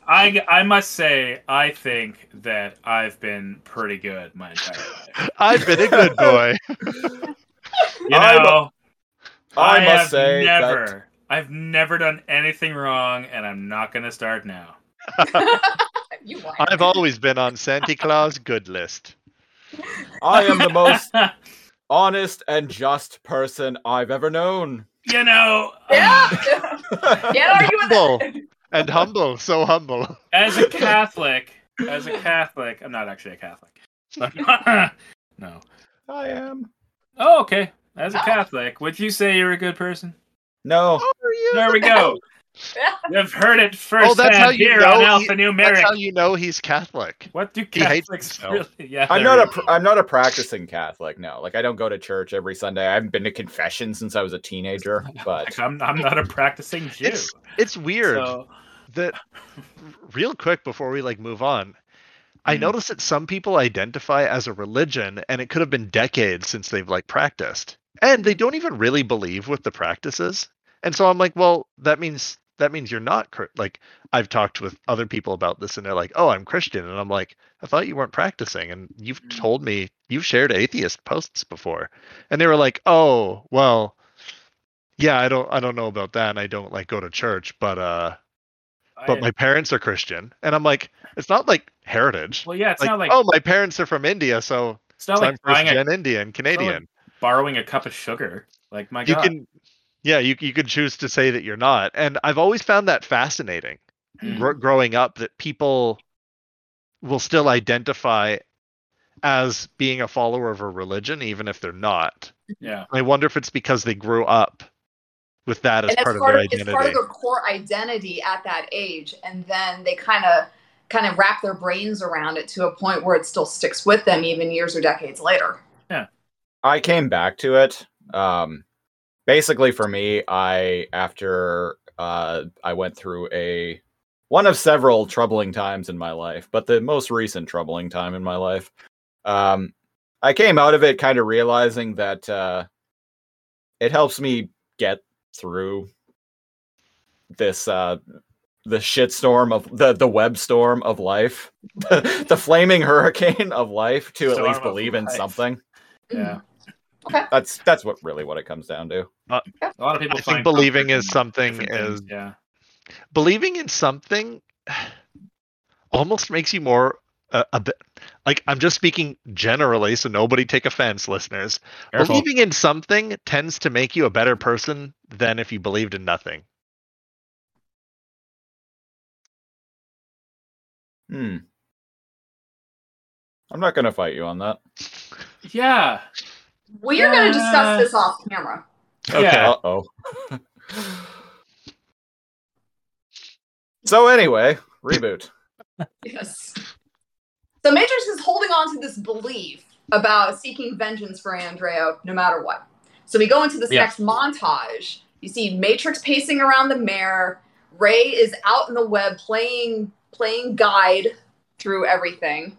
[SPEAKER 2] I, I must say, I think that I've been pretty good my entire life.
[SPEAKER 1] I've been a good boy.
[SPEAKER 2] You
[SPEAKER 3] I mu-
[SPEAKER 2] know,
[SPEAKER 3] I must
[SPEAKER 2] have
[SPEAKER 3] say that-
[SPEAKER 2] never, I've never done anything wrong, and I'm not going to start now.
[SPEAKER 9] You liar.
[SPEAKER 1] I've always been on Santa Claus' good list.
[SPEAKER 3] I am the most honest and just person I've ever known.
[SPEAKER 2] You know, um,
[SPEAKER 9] Yeah. yeah, are you with it?
[SPEAKER 1] Humble and humble, so humble.
[SPEAKER 2] as a Catholic, as a Catholic, I'm not actually a Catholic. no.
[SPEAKER 3] I am.
[SPEAKER 2] Oh, okay. As a
[SPEAKER 9] Oh.
[SPEAKER 2] Catholic, would you say you're a good person?
[SPEAKER 3] No.
[SPEAKER 2] There we go. You've heard it first
[SPEAKER 1] Oh, that's how you
[SPEAKER 2] here
[SPEAKER 1] know
[SPEAKER 2] on
[SPEAKER 1] he-
[SPEAKER 2] alphanumeric.
[SPEAKER 1] That's how you know he's Catholic.
[SPEAKER 2] What do
[SPEAKER 1] He hates
[SPEAKER 2] Catholics
[SPEAKER 1] himself.
[SPEAKER 2] really? Yeah,
[SPEAKER 3] I'm
[SPEAKER 2] there
[SPEAKER 3] not a
[SPEAKER 2] we
[SPEAKER 3] pr-
[SPEAKER 2] go.
[SPEAKER 3] I'm not a practicing Catholic. No, like I don't go to church every Sunday. I haven't been to confession since I was a teenager. But
[SPEAKER 2] Like, I'm, I'm not a practicing Jew.
[SPEAKER 1] It's it's weird
[SPEAKER 2] So,
[SPEAKER 1] that real quick before we like move on. I
[SPEAKER 2] Hmm.
[SPEAKER 1] noticed that some people identify as a religion and it could have been decades since they've like practiced. And they don't even really believe with the practices. And so I'm like, well, that means that means you're not cr- like I've talked with other people about this and they're like, "Oh, I'm Christian." And I'm like, "I thought you weren't practicing and you've
[SPEAKER 9] Mm.
[SPEAKER 1] told me you've shared atheist posts before." And they were like, "Oh, well, yeah, I don't I don't know about that and I don't like go to church, but uh but
[SPEAKER 2] I-
[SPEAKER 1] my parents are Christian." And I'm like, "It's not like heritage."
[SPEAKER 2] well, yeah, it's
[SPEAKER 1] Like,
[SPEAKER 2] not like
[SPEAKER 1] oh, my parents are from India, so,
[SPEAKER 2] it's not
[SPEAKER 1] so I'm
[SPEAKER 2] like
[SPEAKER 1] first
[SPEAKER 2] buying a,
[SPEAKER 1] gen Indian, Canadian.
[SPEAKER 2] borrowing a cup of sugar. Like my
[SPEAKER 1] you
[SPEAKER 2] God,
[SPEAKER 1] can, yeah, you you can choose to say that you're not, and I've always found that fascinating.
[SPEAKER 2] Mm.
[SPEAKER 1] gr- growing up, that people will still identify as being a follower of a religion, even if they're not.
[SPEAKER 2] yeah,
[SPEAKER 1] I wonder if it's because they grew up with that as
[SPEAKER 9] and that's
[SPEAKER 1] part of their identity.
[SPEAKER 9] it's part of their core identity at that age and then they kind of kind of wrap their brains around it to a point where it still sticks with them even years or decades later
[SPEAKER 3] I came back to it. Um, basically, for me, I after uh, I went through a one of several troubling times in my life, but the most recent troubling time in my life, um, I came out of it kind of realizing that uh, it helps me get through this uh, the shitstorm of the the web storm of life, the, flaming hurricane of life, to at
[SPEAKER 2] Storm
[SPEAKER 3] least
[SPEAKER 2] of
[SPEAKER 3] believe in
[SPEAKER 2] life.
[SPEAKER 3] something
[SPEAKER 9] Mm.
[SPEAKER 2] yeah.
[SPEAKER 3] that's that's what really what it comes down to.
[SPEAKER 2] A lot of people
[SPEAKER 1] I
[SPEAKER 2] find
[SPEAKER 1] think believing
[SPEAKER 2] comfort
[SPEAKER 1] is
[SPEAKER 2] in
[SPEAKER 1] something
[SPEAKER 2] different
[SPEAKER 1] is
[SPEAKER 2] things, yeah.
[SPEAKER 1] believing in something almost makes you more uh, a bit like I'm just speaking generally, so nobody take offense, listeners.
[SPEAKER 2] Careful.
[SPEAKER 1] Believing in something tends to make you a better person than if you believed in nothing.
[SPEAKER 3] Hmm. I'm not gonna fight you on that.
[SPEAKER 2] yeah,
[SPEAKER 9] we are going to
[SPEAKER 2] Yeah.
[SPEAKER 9] discuss this off camera
[SPEAKER 2] yeah.
[SPEAKER 3] Uh oh. so anyway, reboot.
[SPEAKER 9] yes so matrix is holding on to this belief about seeking vengeance for andrea no matter what so we go into this
[SPEAKER 2] Yeah.
[SPEAKER 9] next montage you see matrix pacing around the mare ray is out in the web playing playing guide through everything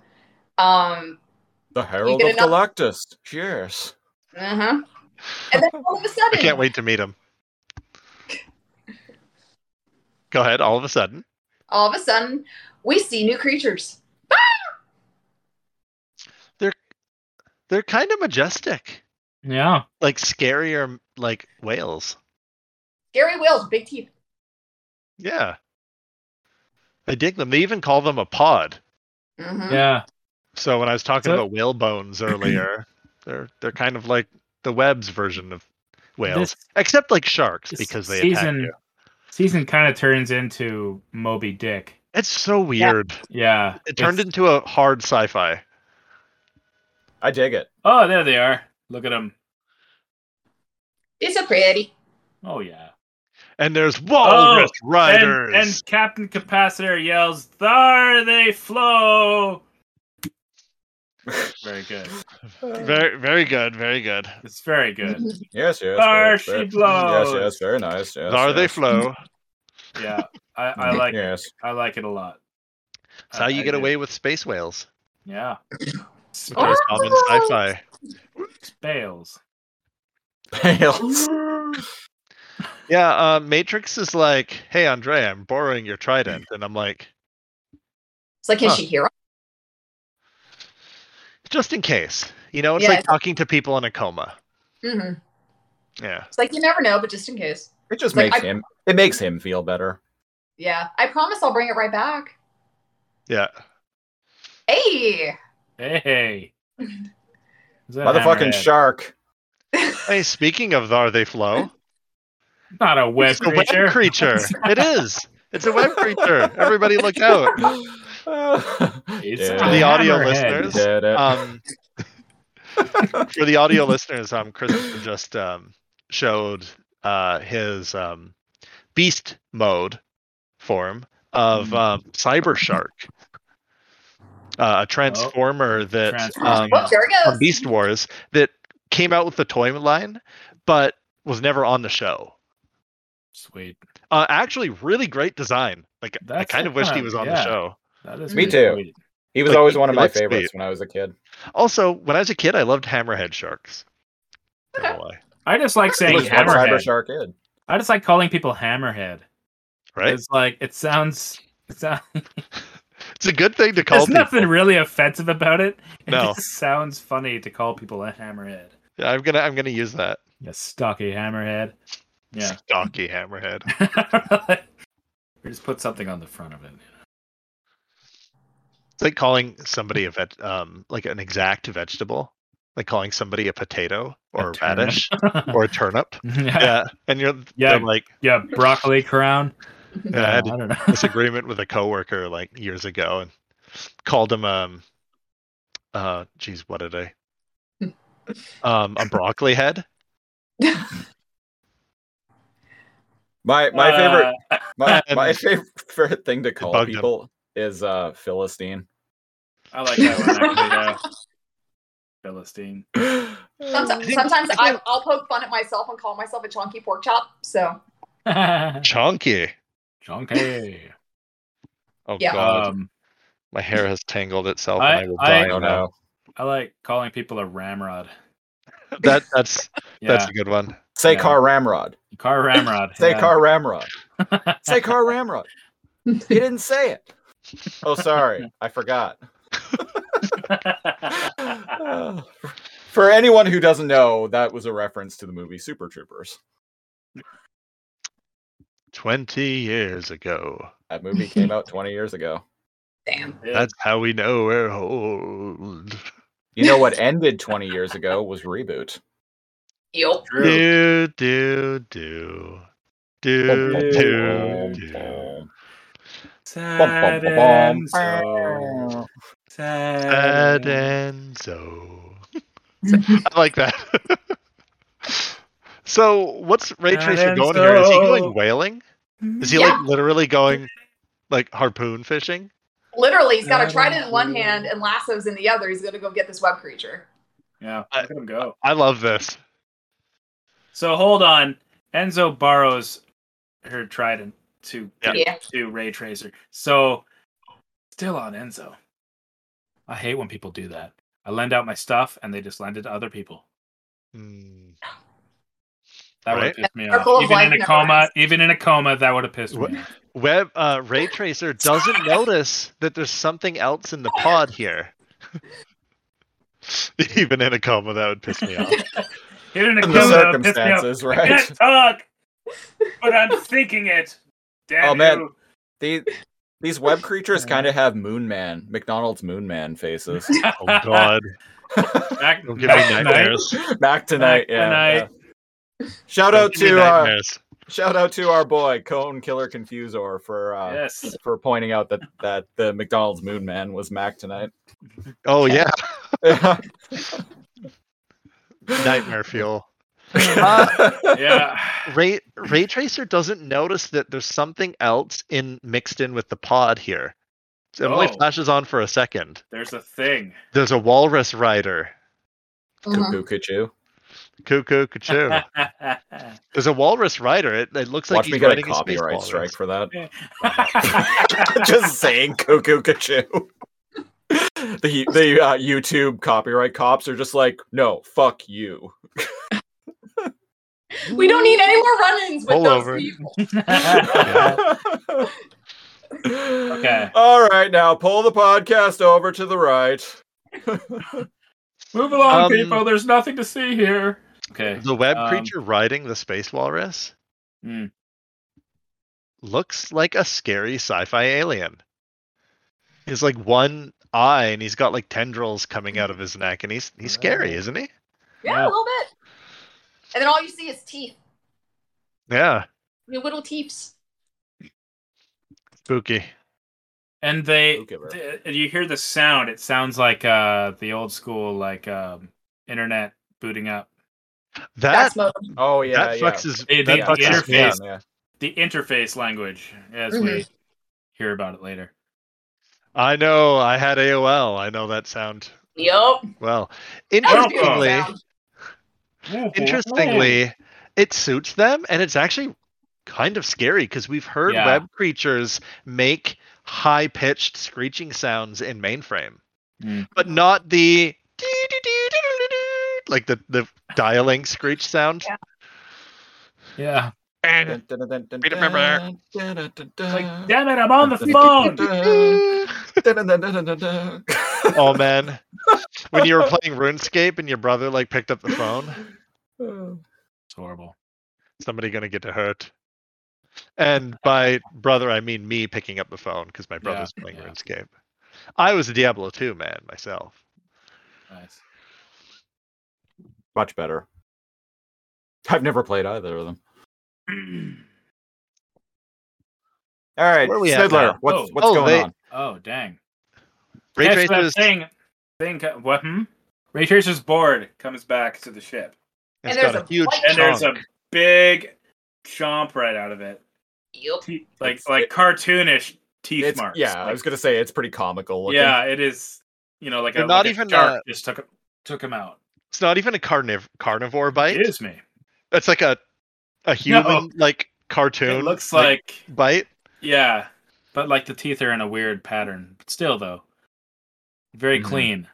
[SPEAKER 9] um
[SPEAKER 3] The Herald of
[SPEAKER 9] get enough-
[SPEAKER 3] Galactus. Cheers.
[SPEAKER 9] Uh-huh. And then all of a
[SPEAKER 1] I
[SPEAKER 9] sudden,
[SPEAKER 1] can't wait to meet him. Go ahead. All of a sudden,
[SPEAKER 9] all of a sudden, we see new creatures.
[SPEAKER 1] they're kind of majestic,
[SPEAKER 2] yeah.
[SPEAKER 1] like scarier, like whales.
[SPEAKER 9] Gary Wales, big teeth.
[SPEAKER 1] Yeah, I dig them. They even call them a pod.
[SPEAKER 9] Mhm.
[SPEAKER 2] Yeah.
[SPEAKER 1] So when I was talking
[SPEAKER 2] So-
[SPEAKER 1] about whale bones earlier, they're they're kind of like the web's version of whales,
[SPEAKER 2] This-
[SPEAKER 1] except like sharks
[SPEAKER 2] this
[SPEAKER 1] because they attack
[SPEAKER 2] season-
[SPEAKER 1] you.
[SPEAKER 2] Season kind of turns into Moby Dick.
[SPEAKER 1] It's so weird.
[SPEAKER 2] Yeah.
[SPEAKER 1] It turned
[SPEAKER 2] it's-
[SPEAKER 1] into a hard sci-fi.
[SPEAKER 3] I dig it.
[SPEAKER 2] Oh, there they are. Look at them.
[SPEAKER 9] It's so pretty.
[SPEAKER 2] Oh yeah.
[SPEAKER 1] And there's walrus riders.
[SPEAKER 2] Oh, And, and Captain Capacitor yells, "There they flow!" very good. Uh,
[SPEAKER 1] Very, very good, very good.
[SPEAKER 2] It's very good.
[SPEAKER 3] Yes, yes. very-
[SPEAKER 2] There she
[SPEAKER 3] very-
[SPEAKER 2] blows.
[SPEAKER 3] Yes, yes, very nice. Yes,
[SPEAKER 1] Are they
[SPEAKER 3] yes.
[SPEAKER 1] flow?
[SPEAKER 2] Yeah, I, I like it.
[SPEAKER 3] Yes.
[SPEAKER 2] I like it a lot.
[SPEAKER 1] It's how
[SPEAKER 2] I-
[SPEAKER 1] you
[SPEAKER 2] I
[SPEAKER 1] get
[SPEAKER 2] do.
[SPEAKER 1] away with space whales.
[SPEAKER 2] Yeah. Oh,
[SPEAKER 1] Which is common sci-fi.
[SPEAKER 2] Bales.
[SPEAKER 3] Bales.
[SPEAKER 1] yeah, uh, Matrix is like, hey, Andrea, I'm borrowing your trident. And I'm like,
[SPEAKER 9] It's like, can
[SPEAKER 1] Huh.
[SPEAKER 9] she hear us?
[SPEAKER 1] just in case. You know, it's
[SPEAKER 9] Yeah.
[SPEAKER 1] like talking to people in a coma.
[SPEAKER 9] Mhm.
[SPEAKER 1] Yeah.
[SPEAKER 9] It's like you never know, but just in case.
[SPEAKER 3] It just
[SPEAKER 9] Like,
[SPEAKER 3] makes
[SPEAKER 9] I-
[SPEAKER 3] him. It makes him feel better.
[SPEAKER 9] Yeah, I promise I'll bring it right back.
[SPEAKER 1] Yeah.
[SPEAKER 9] Hey,
[SPEAKER 2] Hey.
[SPEAKER 3] Motherfucking shark.
[SPEAKER 1] Hey, speaking of are they flow?
[SPEAKER 2] Not a web
[SPEAKER 1] It's a web
[SPEAKER 2] creature.
[SPEAKER 1] creature. it is. It's a web creature. Everybody look out.
[SPEAKER 2] It's
[SPEAKER 1] For the audio
[SPEAKER 2] hammerhead.
[SPEAKER 1] listeners.
[SPEAKER 3] Did it.
[SPEAKER 1] Um, for the audio listeners, um, Christopher just um, showed uh, his um, beast mode form of um, Cyber Shark, uh, a transformer that um,
[SPEAKER 9] Transformer. Oh, there it
[SPEAKER 1] from
[SPEAKER 9] goes.
[SPEAKER 1] Beast Wars that came out with the toy line, but was never on the show.
[SPEAKER 2] Sweet.
[SPEAKER 1] Uh, actually, really great design. Like I
[SPEAKER 2] That's
[SPEAKER 1] kind of
[SPEAKER 2] the
[SPEAKER 1] wished he
[SPEAKER 2] one,
[SPEAKER 1] was on the
[SPEAKER 2] yeah.
[SPEAKER 1] show.
[SPEAKER 2] That is
[SPEAKER 3] Me
[SPEAKER 2] pretty
[SPEAKER 3] too.
[SPEAKER 2] sweet.
[SPEAKER 3] He was
[SPEAKER 1] Like,
[SPEAKER 3] always
[SPEAKER 1] he-
[SPEAKER 3] one of
[SPEAKER 1] he
[SPEAKER 3] my
[SPEAKER 1] looks
[SPEAKER 3] favorites
[SPEAKER 1] sweet.
[SPEAKER 3] when I was a kid.
[SPEAKER 1] Also, when I was a kid, I loved hammerhead sharks. Don't know why.
[SPEAKER 2] I just like
[SPEAKER 3] He
[SPEAKER 2] saying
[SPEAKER 3] was one cyber
[SPEAKER 2] hammerhead.
[SPEAKER 3] shark kid.
[SPEAKER 2] I just like calling people hammerhead.
[SPEAKER 1] Right?
[SPEAKER 2] It's like it sounds. It sounds
[SPEAKER 1] It's a good thing to call
[SPEAKER 2] there's
[SPEAKER 1] people.
[SPEAKER 2] nothing really offensive about it. It
[SPEAKER 1] No.
[SPEAKER 2] just sounds funny to call people a hammerhead.
[SPEAKER 1] Yeah, I'm gonna I'm gonna use that.
[SPEAKER 2] A stocky hammerhead. Yeah.
[SPEAKER 1] Stocky hammerhead.
[SPEAKER 2] Or just put something on the front of it.
[SPEAKER 1] It's like calling somebody a vet um like an exact vegetable. Like calling somebody a potato or a
[SPEAKER 2] turnip.
[SPEAKER 1] radish or a turnip.
[SPEAKER 2] Yeah.
[SPEAKER 1] yeah. And you're
[SPEAKER 2] Yeah.
[SPEAKER 1] they're like
[SPEAKER 2] Yeah, broccoli crown.
[SPEAKER 1] yeah, I had
[SPEAKER 2] I
[SPEAKER 1] a
[SPEAKER 2] don't know.
[SPEAKER 1] disagreement with a coworker like years ago and called him um uh geez, what did I um a broccoli head?
[SPEAKER 3] My my favorite
[SPEAKER 2] Uh,
[SPEAKER 3] my,
[SPEAKER 1] and-
[SPEAKER 3] my favorite thing to call
[SPEAKER 1] bugged him.
[SPEAKER 3] people is uh Philistine.
[SPEAKER 2] I like that one. Actually, yeah. Philistine.
[SPEAKER 9] sometimes, sometimes I, I'll poke fun at myself and call myself a chunky pork chop. So
[SPEAKER 1] Chunky.
[SPEAKER 2] Chunky.
[SPEAKER 1] Oh
[SPEAKER 9] Yeah.
[SPEAKER 1] god.
[SPEAKER 2] Um,
[SPEAKER 1] My hair has tangled itself
[SPEAKER 2] I-
[SPEAKER 1] and I will
[SPEAKER 2] I-
[SPEAKER 1] die
[SPEAKER 3] I don't
[SPEAKER 1] now.
[SPEAKER 3] know.
[SPEAKER 2] I like calling people a ramrod.
[SPEAKER 1] That that's
[SPEAKER 2] Yeah.
[SPEAKER 1] that's a good one.
[SPEAKER 3] Say
[SPEAKER 2] Yeah.
[SPEAKER 3] car ramrod.
[SPEAKER 2] car ramrod.
[SPEAKER 3] Say
[SPEAKER 2] yeah.
[SPEAKER 3] car ramrod. Say car ramrod. You didn't say it. Oh, sorry, I forgot. Uh, For anyone who doesn't know, that was a reference to the movie Super Troopers.
[SPEAKER 1] Twenty years ago.
[SPEAKER 3] That movie came out 20 years ago.
[SPEAKER 9] damn.
[SPEAKER 1] That's how we know we're old.
[SPEAKER 3] You know what ended 20 years ago was reboot.
[SPEAKER 9] Yep.
[SPEAKER 2] True.
[SPEAKER 1] Do do do do do do.
[SPEAKER 2] Sad and so- sad
[SPEAKER 1] Sad
[SPEAKER 2] and-
[SPEAKER 1] and so. I like that. so, what's Ray
[SPEAKER 2] Sad
[SPEAKER 1] Tracer
[SPEAKER 2] and
[SPEAKER 1] going here? Is he
[SPEAKER 2] so.
[SPEAKER 1] going whaling? Is he
[SPEAKER 9] Yeah.
[SPEAKER 1] like literally going like harpoon fishing?
[SPEAKER 9] Literally, he's got a
[SPEAKER 2] Adam
[SPEAKER 9] trident in one
[SPEAKER 2] Cole.
[SPEAKER 9] hand and lassos in the other. He's gonna go get this web creature.
[SPEAKER 2] Yeah, look at him go.
[SPEAKER 1] I love this.
[SPEAKER 2] So hold on. Enzo borrows her trident to
[SPEAKER 1] Yeah.
[SPEAKER 9] Yeah.
[SPEAKER 2] to Ray Tracer. So still on Enzo. I hate when people do that. I lend out my stuff and they just lend it to other people.
[SPEAKER 1] Mm.
[SPEAKER 2] That would
[SPEAKER 1] Right.
[SPEAKER 2] have pissed me
[SPEAKER 9] Circle
[SPEAKER 2] off.
[SPEAKER 9] of
[SPEAKER 2] Even
[SPEAKER 9] life
[SPEAKER 2] in a
[SPEAKER 9] never
[SPEAKER 2] coma,
[SPEAKER 9] ends.
[SPEAKER 2] even in a coma, that would have pissed
[SPEAKER 1] What-
[SPEAKER 2] me off.
[SPEAKER 1] Web uh, Ray Tracer doesn't notice that there's something else in the pod here. Even in a coma, that would piss me off.
[SPEAKER 2] Even in a
[SPEAKER 3] In the
[SPEAKER 2] coma, that would piss uh, me off.
[SPEAKER 3] circumstances,
[SPEAKER 2] I
[SPEAKER 3] right?
[SPEAKER 2] can't talk, but I'm thinking it. Damn
[SPEAKER 3] Oh, man.
[SPEAKER 2] you.
[SPEAKER 3] These these web creatures kind of have Moon Man, McDonald's Moon Man faces.
[SPEAKER 1] Oh God!
[SPEAKER 2] Back,
[SPEAKER 1] Don't give me
[SPEAKER 2] back tonight.
[SPEAKER 1] nightmares.
[SPEAKER 3] Back tonight,
[SPEAKER 2] Back
[SPEAKER 3] yeah,
[SPEAKER 2] tonight.
[SPEAKER 3] yeah. Shout
[SPEAKER 1] Don't
[SPEAKER 3] out
[SPEAKER 1] give me
[SPEAKER 3] to uh,
[SPEAKER 1] nightmares.
[SPEAKER 3] shout out to our boy Cone Killer Confusor for uh,
[SPEAKER 2] Yes.
[SPEAKER 3] for pointing out that that the McDonald's Moon Man was Mac tonight.
[SPEAKER 1] Oh yeah,
[SPEAKER 2] Uh-huh.
[SPEAKER 1] nightmare fuel.
[SPEAKER 2] Yeah.
[SPEAKER 1] Ray Ray Tracer doesn't notice that there's something else in mixed in with the pod here. So It only
[SPEAKER 2] Oh.
[SPEAKER 1] flashes on for a second.
[SPEAKER 2] There's a thing.
[SPEAKER 1] There's a walrus rider.
[SPEAKER 9] Mhm.
[SPEAKER 3] Cuckoo cuckoo.
[SPEAKER 1] Cuckoo, cuckoo. There's a walrus rider. It, it looks like
[SPEAKER 3] Watch
[SPEAKER 1] he's
[SPEAKER 3] me get a
[SPEAKER 1] riding space
[SPEAKER 3] copyright
[SPEAKER 1] walrus.
[SPEAKER 3] strike for that. Just saying cuckoo cuckoo. the the uh, YouTube copyright cops are just like, no, fuck you.
[SPEAKER 9] We don't need any more run-ins with
[SPEAKER 3] Pull
[SPEAKER 9] those
[SPEAKER 3] over.
[SPEAKER 9] people.
[SPEAKER 2] okay.
[SPEAKER 3] All right, now pull the podcast over to the right.
[SPEAKER 2] Move along,
[SPEAKER 1] Um,
[SPEAKER 2] people. There's nothing to see here. Okay.
[SPEAKER 1] The web
[SPEAKER 2] um,
[SPEAKER 1] creature riding the space walrus
[SPEAKER 2] Hmm.
[SPEAKER 1] looks like a scary sci-fi alien. He's like one eye, and he's got like tendrils coming out of his neck, and he's he's
[SPEAKER 2] Oh.
[SPEAKER 1] scary, isn't he?
[SPEAKER 9] Yeah, a little bit. And then all you see is teeth.
[SPEAKER 1] Yeah,
[SPEAKER 9] Your little teeths.
[SPEAKER 1] spooky.
[SPEAKER 2] And they, th- and you hear the sound. It sounds like uh, the old school, like um, internet booting up.
[SPEAKER 1] That
[SPEAKER 3] oh
[SPEAKER 1] yeah, That yeah. fucks his-
[SPEAKER 2] the,
[SPEAKER 1] that
[SPEAKER 2] the
[SPEAKER 1] fucks his plan,
[SPEAKER 2] interface.
[SPEAKER 1] yeah.
[SPEAKER 2] The interface language. Yeah, it's
[SPEAKER 1] Mhm.
[SPEAKER 2] weird. Hear about it later.
[SPEAKER 1] I know. I had AOL. I know that sound
[SPEAKER 9] Yup.
[SPEAKER 1] well.
[SPEAKER 9] That was a good
[SPEAKER 1] Interestingly,
[SPEAKER 9] sound.
[SPEAKER 1] interestingly, it suits them, and it's actually kind of scary because we've heard
[SPEAKER 2] Yeah.
[SPEAKER 1] web creatures make high-pitched screeching sounds in mainframe, but not the like the the dialing screech sound.
[SPEAKER 2] Yeah.
[SPEAKER 1] And remember,
[SPEAKER 3] Uh-huh.
[SPEAKER 2] Like, damn it, I'm on the phone.
[SPEAKER 1] oh man, when you were playing RuneScape and your brother like picked up the phone,
[SPEAKER 2] It's horrible.
[SPEAKER 1] somebody gonna get hurt. And by brother, I mean me picking up the phone because my brother's playing RuneScape. I was a Diablo 2 man myself.
[SPEAKER 2] Nice.
[SPEAKER 3] Much better. I've never played either of them. All right,
[SPEAKER 2] Where
[SPEAKER 1] are we at
[SPEAKER 3] Fiddler,
[SPEAKER 1] now?
[SPEAKER 3] what's
[SPEAKER 2] Oh.
[SPEAKER 3] what's
[SPEAKER 2] Oh,
[SPEAKER 3] going
[SPEAKER 2] they-
[SPEAKER 3] on?
[SPEAKER 2] Oh dang.
[SPEAKER 1] Ray
[SPEAKER 2] Catch that
[SPEAKER 1] Tracer's-
[SPEAKER 2] thing. Thing. co- What? Hmm? Ray Tracer's board comes back to the ship.
[SPEAKER 1] It's And there's got a a huge
[SPEAKER 2] And there's a
[SPEAKER 1] chunk.
[SPEAKER 2] big chomp right out of it. Te- Like like cartoonish teeth
[SPEAKER 3] It's-
[SPEAKER 2] marks.
[SPEAKER 3] yeah, I
[SPEAKER 2] Like-
[SPEAKER 3] was gonna say it's pretty comical. Looking.
[SPEAKER 2] yeah, it is. You know, like a,
[SPEAKER 1] They're not
[SPEAKER 2] like a
[SPEAKER 1] even,
[SPEAKER 2] shark
[SPEAKER 1] uh,
[SPEAKER 2] just took took him out.
[SPEAKER 1] It's not even a carniv- carnivore bite.
[SPEAKER 2] It is me.
[SPEAKER 1] It's like a a human like cartoon.
[SPEAKER 2] It looks
[SPEAKER 1] bite.
[SPEAKER 2] Yeah, but like the teeth are in a weird pattern. But still, though, very
[SPEAKER 3] Mm-hmm.
[SPEAKER 1] Mhm.
[SPEAKER 2] clean.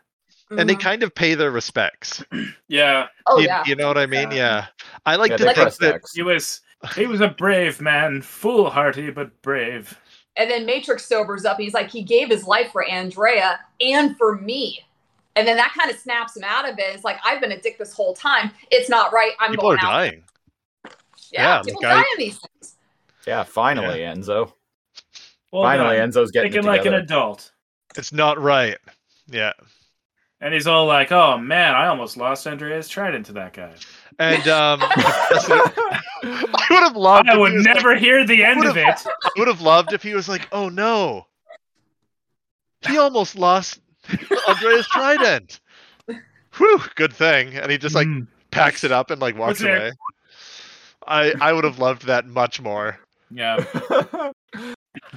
[SPEAKER 1] and they kind of pay their respects.
[SPEAKER 2] Yeah.
[SPEAKER 9] Mm-hmm. Oh,
[SPEAKER 1] you, you know what I mean? Oh, Yeah. I like to think that
[SPEAKER 2] he was he was a brave man, foolhardy but brave.
[SPEAKER 9] And then Matrix sobers up. He's like, he gave his life for Andrea and for me. And then that kind of snaps him out of it. It's like, I've been a dick this whole time. It's not right. I'm
[SPEAKER 1] people are
[SPEAKER 9] going out.
[SPEAKER 1] dying.
[SPEAKER 9] Yeah,
[SPEAKER 3] yeah, the
[SPEAKER 9] people
[SPEAKER 3] guy-
[SPEAKER 9] die in these things.
[SPEAKER 3] Yeah, finally, Enzo.
[SPEAKER 2] Well
[SPEAKER 3] finally,
[SPEAKER 2] done.
[SPEAKER 3] Enzo's getting it
[SPEAKER 2] thinking like an
[SPEAKER 3] together.
[SPEAKER 2] adult,
[SPEAKER 1] it's not right. Yeah.
[SPEAKER 2] and he's all like, "Oh man, I almost lost Andrea's trident to that guy."
[SPEAKER 1] And um, I would have loved.
[SPEAKER 2] I would never hear the end of it.
[SPEAKER 1] I would have loved if he was like, "Oh no, he almost lost Andrea's trident." Whew, good thing. And he just
[SPEAKER 3] Mm.
[SPEAKER 1] like
[SPEAKER 2] Mm.
[SPEAKER 1] packs it up and like walks
[SPEAKER 2] What's there?
[SPEAKER 1] away. I I would have loved that much more.
[SPEAKER 2] Yeah.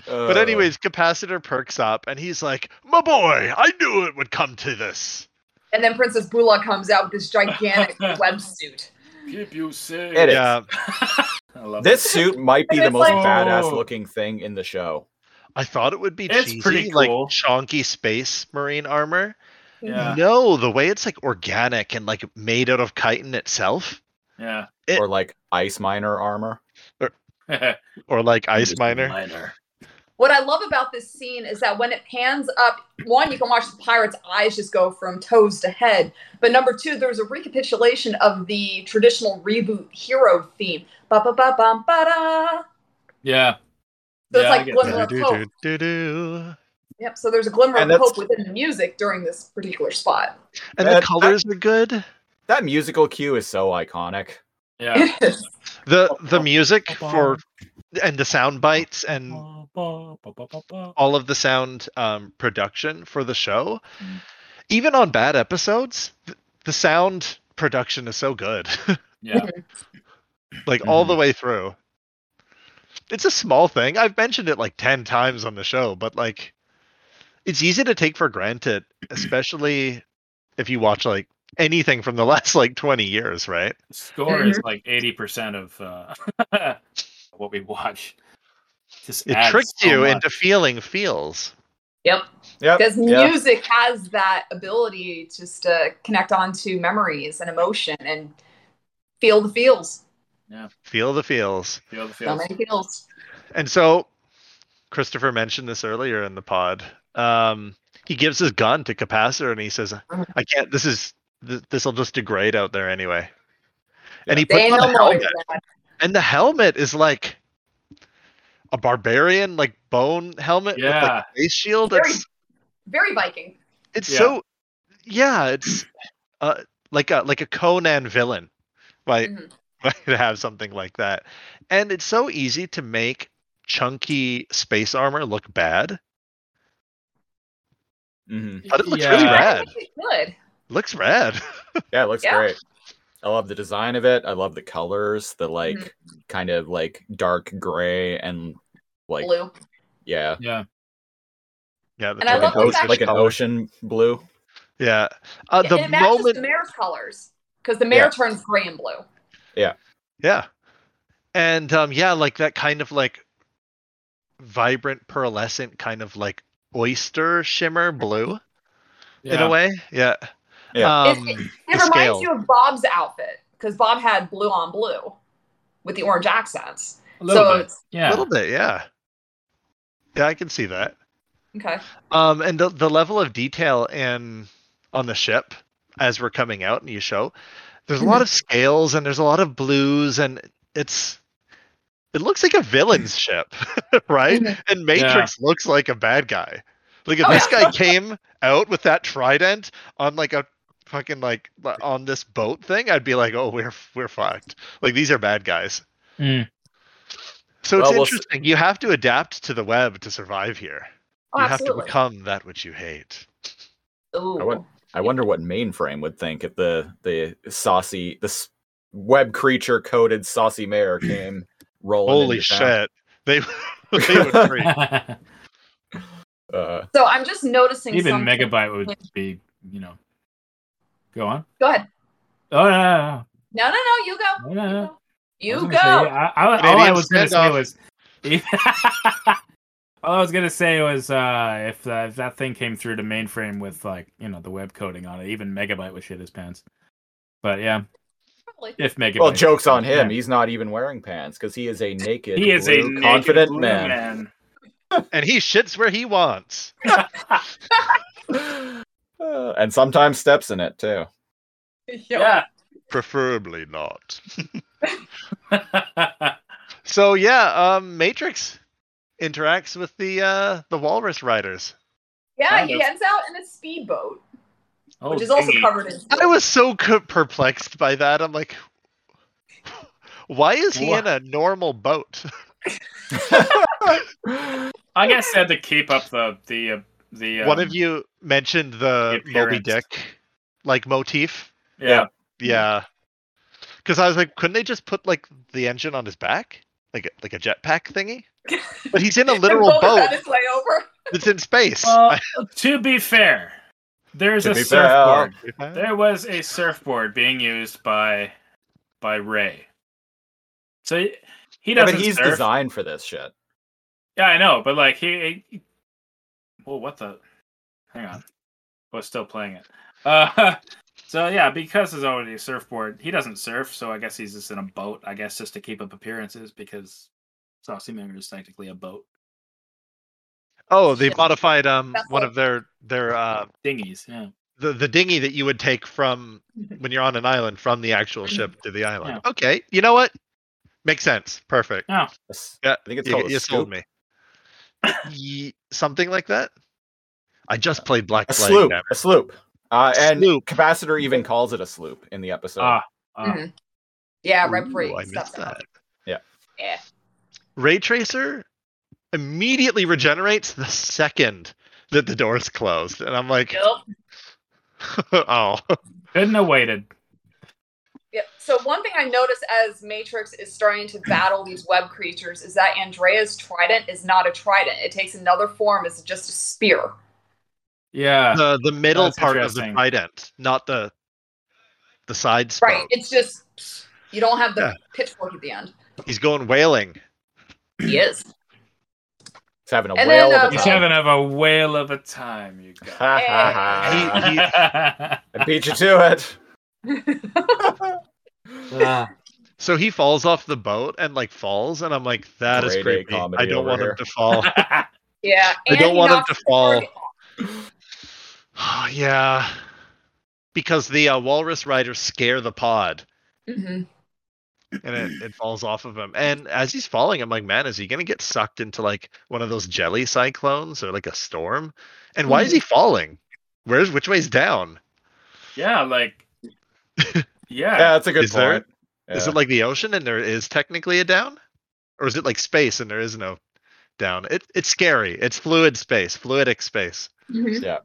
[SPEAKER 3] Uh,
[SPEAKER 1] But anyways, capacitor perks up and he's like, "My boy, I knew it would come to this."
[SPEAKER 9] And then Princess Bula comes out with this gigantic websuit.
[SPEAKER 2] Keep you safe.
[SPEAKER 3] It is.
[SPEAKER 2] I love
[SPEAKER 3] This
[SPEAKER 2] it.
[SPEAKER 3] suit might be
[SPEAKER 9] And
[SPEAKER 3] the
[SPEAKER 9] it's
[SPEAKER 3] most
[SPEAKER 9] like-
[SPEAKER 1] Oh.
[SPEAKER 3] badass looking thing in the show.
[SPEAKER 1] I thought it would be
[SPEAKER 3] It's
[SPEAKER 1] cheesy,
[SPEAKER 3] pretty
[SPEAKER 1] like chonky space marine armor.
[SPEAKER 2] Yeah.
[SPEAKER 1] No, the way it's like organic and like made out of chitin itself,
[SPEAKER 2] Yeah.
[SPEAKER 3] or like ice miner armor.
[SPEAKER 1] or like ice miner.
[SPEAKER 9] What I love about this scene is that when it pans up, one, you can watch the pirate's eyes just go from toes to head. But number two, there's a recapitulation of the traditional reboot hero theme. Ba ba ba bum ba da.
[SPEAKER 2] Yeah.
[SPEAKER 9] So
[SPEAKER 2] Yeah,
[SPEAKER 9] it's
[SPEAKER 2] I
[SPEAKER 9] like
[SPEAKER 2] get
[SPEAKER 9] glimmer
[SPEAKER 2] that.
[SPEAKER 9] of hope.
[SPEAKER 1] Do-do-do-do-do.
[SPEAKER 9] Yep. So there's a glimmer
[SPEAKER 3] And
[SPEAKER 9] of
[SPEAKER 3] that's-
[SPEAKER 9] hope within the music during this particular spot.
[SPEAKER 1] And the colors are good.
[SPEAKER 3] That musical cue is so iconic.
[SPEAKER 2] Yeah.
[SPEAKER 1] The the music for and the sound bites and all of the sound um, production for the show, even on bad episodes, th- the sound production is so good.
[SPEAKER 2] Yeah.
[SPEAKER 1] like all the way through. It's a small thing. I've mentioned it like 10 times on the show, but like it's easy to take for granted, especially if you watch like anything from the last like 20 years, right?
[SPEAKER 2] Score is like eighty percent of uh, what we watch. Just
[SPEAKER 1] It
[SPEAKER 2] adds
[SPEAKER 1] tricked
[SPEAKER 2] so
[SPEAKER 1] you
[SPEAKER 2] much.
[SPEAKER 1] into feeling feels.
[SPEAKER 9] Yep.
[SPEAKER 3] Yep.
[SPEAKER 9] Because
[SPEAKER 3] yeah.
[SPEAKER 9] music has that ability just to connect onto memories and emotion and feel the feels.
[SPEAKER 1] Feel the feels.
[SPEAKER 2] Feel the
[SPEAKER 9] So many feels.
[SPEAKER 1] And so Christopher mentioned this earlier in the pod. Um, he gives his gun to Capacitor and he says, I can't, this is, th- this'll just degrade out there anyway. And he puts
[SPEAKER 9] They
[SPEAKER 1] on
[SPEAKER 9] know
[SPEAKER 1] the
[SPEAKER 9] more
[SPEAKER 1] helmet.
[SPEAKER 9] than that.
[SPEAKER 1] And the helmet is like a barbarian, like bone helmet with
[SPEAKER 2] Yeah.
[SPEAKER 1] like a face shield.
[SPEAKER 9] Very,
[SPEAKER 1] It's,
[SPEAKER 9] very Viking.
[SPEAKER 1] it's
[SPEAKER 2] Yeah.
[SPEAKER 1] so, yeah, it's uh, like a, like a Conan villain. Like,
[SPEAKER 9] Mhm.
[SPEAKER 1] to have something like that. And it's so easy to make chunky space armor look bad,
[SPEAKER 3] Mhm.
[SPEAKER 1] but it looks
[SPEAKER 2] Yeah.
[SPEAKER 1] really
[SPEAKER 9] I
[SPEAKER 1] rad.
[SPEAKER 9] think they could.
[SPEAKER 1] Looks rad.
[SPEAKER 3] Yeah, it looks
[SPEAKER 9] Yeah.
[SPEAKER 3] great. I love the design of it. I love the colors,
[SPEAKER 9] Mm-hmm.
[SPEAKER 3] the like kind of like dark gray and like
[SPEAKER 9] Blue.
[SPEAKER 1] uh,
[SPEAKER 3] yeah,
[SPEAKER 11] Yeah.
[SPEAKER 1] Yeah, the
[SPEAKER 9] And I
[SPEAKER 3] like,
[SPEAKER 1] dark
[SPEAKER 3] an,
[SPEAKER 9] love the
[SPEAKER 1] ocean
[SPEAKER 3] ocean,
[SPEAKER 9] fact-
[SPEAKER 3] like an
[SPEAKER 1] color.
[SPEAKER 3] ocean blue.
[SPEAKER 1] Yeah, uh,
[SPEAKER 9] and
[SPEAKER 1] the
[SPEAKER 9] it matches the
[SPEAKER 1] moment.
[SPEAKER 9] mayor's colors because the mayor
[SPEAKER 3] Yeah.
[SPEAKER 9] turns gray and blue.
[SPEAKER 1] Yeah, and um, yeah, like that kind of like vibrant pearlescent kind of like oyster shimmer blue in
[SPEAKER 11] Yeah.
[SPEAKER 1] a way. Yeah.
[SPEAKER 3] Yeah.
[SPEAKER 1] Um,
[SPEAKER 9] It-
[SPEAKER 1] the
[SPEAKER 9] It reminds
[SPEAKER 1] scale.
[SPEAKER 9] you of Bob's outfit because Bob had blue on blue with the orange accents.
[SPEAKER 11] A little
[SPEAKER 9] so
[SPEAKER 11] bit.
[SPEAKER 9] it's
[SPEAKER 1] A
[SPEAKER 11] Yeah.
[SPEAKER 1] little bit, yeah. Yeah, I can see that.
[SPEAKER 9] okay.
[SPEAKER 1] Um, and the the level of detail in on the ship as we're coming out and you show, there's a
[SPEAKER 9] Hmm.
[SPEAKER 1] lot of scales and there's a lot of blues and it's it looks like a villain's ship, right? And Matrix looks like a bad guy. Like if
[SPEAKER 9] Oh,
[SPEAKER 1] this
[SPEAKER 9] yeah.
[SPEAKER 1] guy came out with that trident on like a fucking like li- on this boat thing, I'd be like, oh, we're we're fucked. Like these are bad guys.
[SPEAKER 11] Mm.
[SPEAKER 1] So it's
[SPEAKER 3] Hmm. Well, we'll s-
[SPEAKER 1] interesting. You have to adapt to the web to survive here
[SPEAKER 9] Oh,
[SPEAKER 1] you have to
[SPEAKER 9] absolutely.
[SPEAKER 1] become that which you hate.
[SPEAKER 9] Ooh.
[SPEAKER 3] I went- I wonder what mainframe would think if the the saucy the s- web creature coded saucy mayor came rolling.
[SPEAKER 1] Holy
[SPEAKER 3] into town.
[SPEAKER 1] shit! They, they would freak.
[SPEAKER 3] Uh,
[SPEAKER 9] So I'm just noticing
[SPEAKER 11] Even
[SPEAKER 9] something.
[SPEAKER 11] Megabyte would be, you know. Go on.
[SPEAKER 9] Go ahead.
[SPEAKER 11] Oh, no, no,
[SPEAKER 9] No, no, no. You go.
[SPEAKER 11] no, no, no, no. I
[SPEAKER 9] You
[SPEAKER 11] was
[SPEAKER 9] go.
[SPEAKER 11] gonna say, I, I, all I
[SPEAKER 1] Canadian
[SPEAKER 11] was going to say
[SPEAKER 1] standoff.
[SPEAKER 11] was. all I was going to say was uh, if, uh, if that thing came through to mainframe with, like, you know, the web coding on it, even Megabyte would shit his pants. But yeah,
[SPEAKER 9] Probably.
[SPEAKER 11] if Megabyte.
[SPEAKER 3] well, jokes on him.
[SPEAKER 11] Yeah.
[SPEAKER 3] He's not even wearing pants because he is a naked,
[SPEAKER 2] He is a
[SPEAKER 3] blue,
[SPEAKER 2] naked
[SPEAKER 3] confident
[SPEAKER 2] blue
[SPEAKER 3] man.
[SPEAKER 1] and he shits where he wants.
[SPEAKER 3] Uh, and sometimes steps in it too.
[SPEAKER 2] Yeah.
[SPEAKER 1] Preferably not.
[SPEAKER 2] yeah.
[SPEAKER 1] So yeah, um, Matrix interacts with the uh, the Walrus Riders.
[SPEAKER 9] Yeah,
[SPEAKER 2] Kind
[SPEAKER 9] he
[SPEAKER 2] of.
[SPEAKER 9] ends out in a speedboat,
[SPEAKER 2] Oh,
[SPEAKER 9] which is also
[SPEAKER 2] dingy.
[SPEAKER 9] covered in.
[SPEAKER 1] I was so co- perplexed by that. I'm like, why is he in a normal boat?
[SPEAKER 2] I guess they had to keep up the the uh, the. Um,
[SPEAKER 1] One of you mentioned the
[SPEAKER 2] The
[SPEAKER 1] Moby
[SPEAKER 2] appearance.
[SPEAKER 1] Dick like motif.
[SPEAKER 2] Yeah.
[SPEAKER 1] Yeah. Because I was like, couldn't they just put like the engine on his back, like a, like a jetpack thingy? But he's in a
[SPEAKER 9] The
[SPEAKER 1] literal
[SPEAKER 9] boat is
[SPEAKER 1] boat
[SPEAKER 9] on its way over.
[SPEAKER 1] that's in space.
[SPEAKER 2] Well, to be fair, there's
[SPEAKER 3] To
[SPEAKER 2] a
[SPEAKER 3] be fair. oh.
[SPEAKER 2] surfboard.
[SPEAKER 1] I-
[SPEAKER 2] There was a surfboard being used by by Ray. So he
[SPEAKER 3] Yeah,
[SPEAKER 2] doesn't
[SPEAKER 3] but he's
[SPEAKER 2] surf.
[SPEAKER 3] designed for this shit.
[SPEAKER 2] Yeah, I know, but like he. he well, what the? Hang on, was still playing it. Uh, so yeah, because there's already a surfboard, he doesn't surf, so I guess he's just in a boat. I guess just to keep up appearances, because Saucy Member is technically a boat.
[SPEAKER 1] oh, they modified um one
[SPEAKER 9] Vessel.
[SPEAKER 1] of their their uh
[SPEAKER 2] Dinghies, yeah.
[SPEAKER 1] the, the dinghy that you would take from when you're on an island from the actual
[SPEAKER 3] Mm-hmm.
[SPEAKER 1] ship to the island. Okay, you know what? Makes sense. Perfect.
[SPEAKER 3] Yes.
[SPEAKER 1] Yeah,
[SPEAKER 3] I think it's
[SPEAKER 1] you,
[SPEAKER 3] called a
[SPEAKER 1] you sold
[SPEAKER 3] scoop.
[SPEAKER 1] me. Ye- something like that. I just played Black
[SPEAKER 3] A
[SPEAKER 1] Flag.
[SPEAKER 3] sloop.
[SPEAKER 1] damn
[SPEAKER 3] A sloop. Uh, and
[SPEAKER 1] Sloop.
[SPEAKER 3] Capacitor even calls it a sloop in the episode.
[SPEAKER 2] Ah, ah.
[SPEAKER 9] Mhm. Yeah,
[SPEAKER 1] Ooh,
[SPEAKER 9] right before he
[SPEAKER 1] I
[SPEAKER 9] steps
[SPEAKER 1] missed
[SPEAKER 9] out.
[SPEAKER 1] that.
[SPEAKER 3] Yeah.
[SPEAKER 9] Yeah.
[SPEAKER 1] Ray Tracer immediately regenerates the second that the doors closed, and I'm like,
[SPEAKER 9] Yep.
[SPEAKER 1] oh,
[SPEAKER 11] Couldn't have waited.
[SPEAKER 9] Yep. So one thing I noticed as Matrix is starting to battle these web creatures is that Andrea's trident is not a trident. It takes another form as just a spear.
[SPEAKER 11] Yeah.
[SPEAKER 1] the the middle
[SPEAKER 11] That's
[SPEAKER 1] part of the
[SPEAKER 11] interesting.
[SPEAKER 1] trident, not the the side spoke.
[SPEAKER 9] Right. It's just you don't have the
[SPEAKER 1] Yeah.
[SPEAKER 9] pitchfork at the end.
[SPEAKER 1] He's going whaling.
[SPEAKER 9] He is.
[SPEAKER 3] He's having a
[SPEAKER 9] And
[SPEAKER 3] whale
[SPEAKER 9] then,
[SPEAKER 3] of a time.
[SPEAKER 9] um, He's having
[SPEAKER 2] have a whale of a time, you guys.
[SPEAKER 3] I beat you to it.
[SPEAKER 1] So he falls off the boat and like falls, and I'm like, that is
[SPEAKER 3] Grade A
[SPEAKER 1] creepy.
[SPEAKER 3] comedy
[SPEAKER 1] I don't
[SPEAKER 3] over
[SPEAKER 1] want
[SPEAKER 3] here.
[SPEAKER 1] him to fall. I
[SPEAKER 9] Yeah. and
[SPEAKER 1] don't
[SPEAKER 9] he
[SPEAKER 1] want him
[SPEAKER 9] knocks
[SPEAKER 1] to
[SPEAKER 9] the
[SPEAKER 1] fall.
[SPEAKER 9] target
[SPEAKER 1] Oh, yeah, because the uh, walrus riders scare the pod,
[SPEAKER 9] Mhm.
[SPEAKER 1] and it, it falls off of him. And as he's falling, I'm like, man, is he gonna get sucked into like one of those jelly cyclones or like a storm? And why is he
[SPEAKER 9] Mm-hmm.
[SPEAKER 1] falling? Where's which way's down?
[SPEAKER 2] Yeah, like. Yeah.
[SPEAKER 3] Yeah, that's a good
[SPEAKER 1] Is there-
[SPEAKER 3] point.
[SPEAKER 1] Is
[SPEAKER 3] Yeah.
[SPEAKER 1] it like the ocean and there is technically a down? Or is it like space and there is no down? It, it's scary. It's fluid space, fluidic space.
[SPEAKER 9] Mhm.
[SPEAKER 3] Yeah.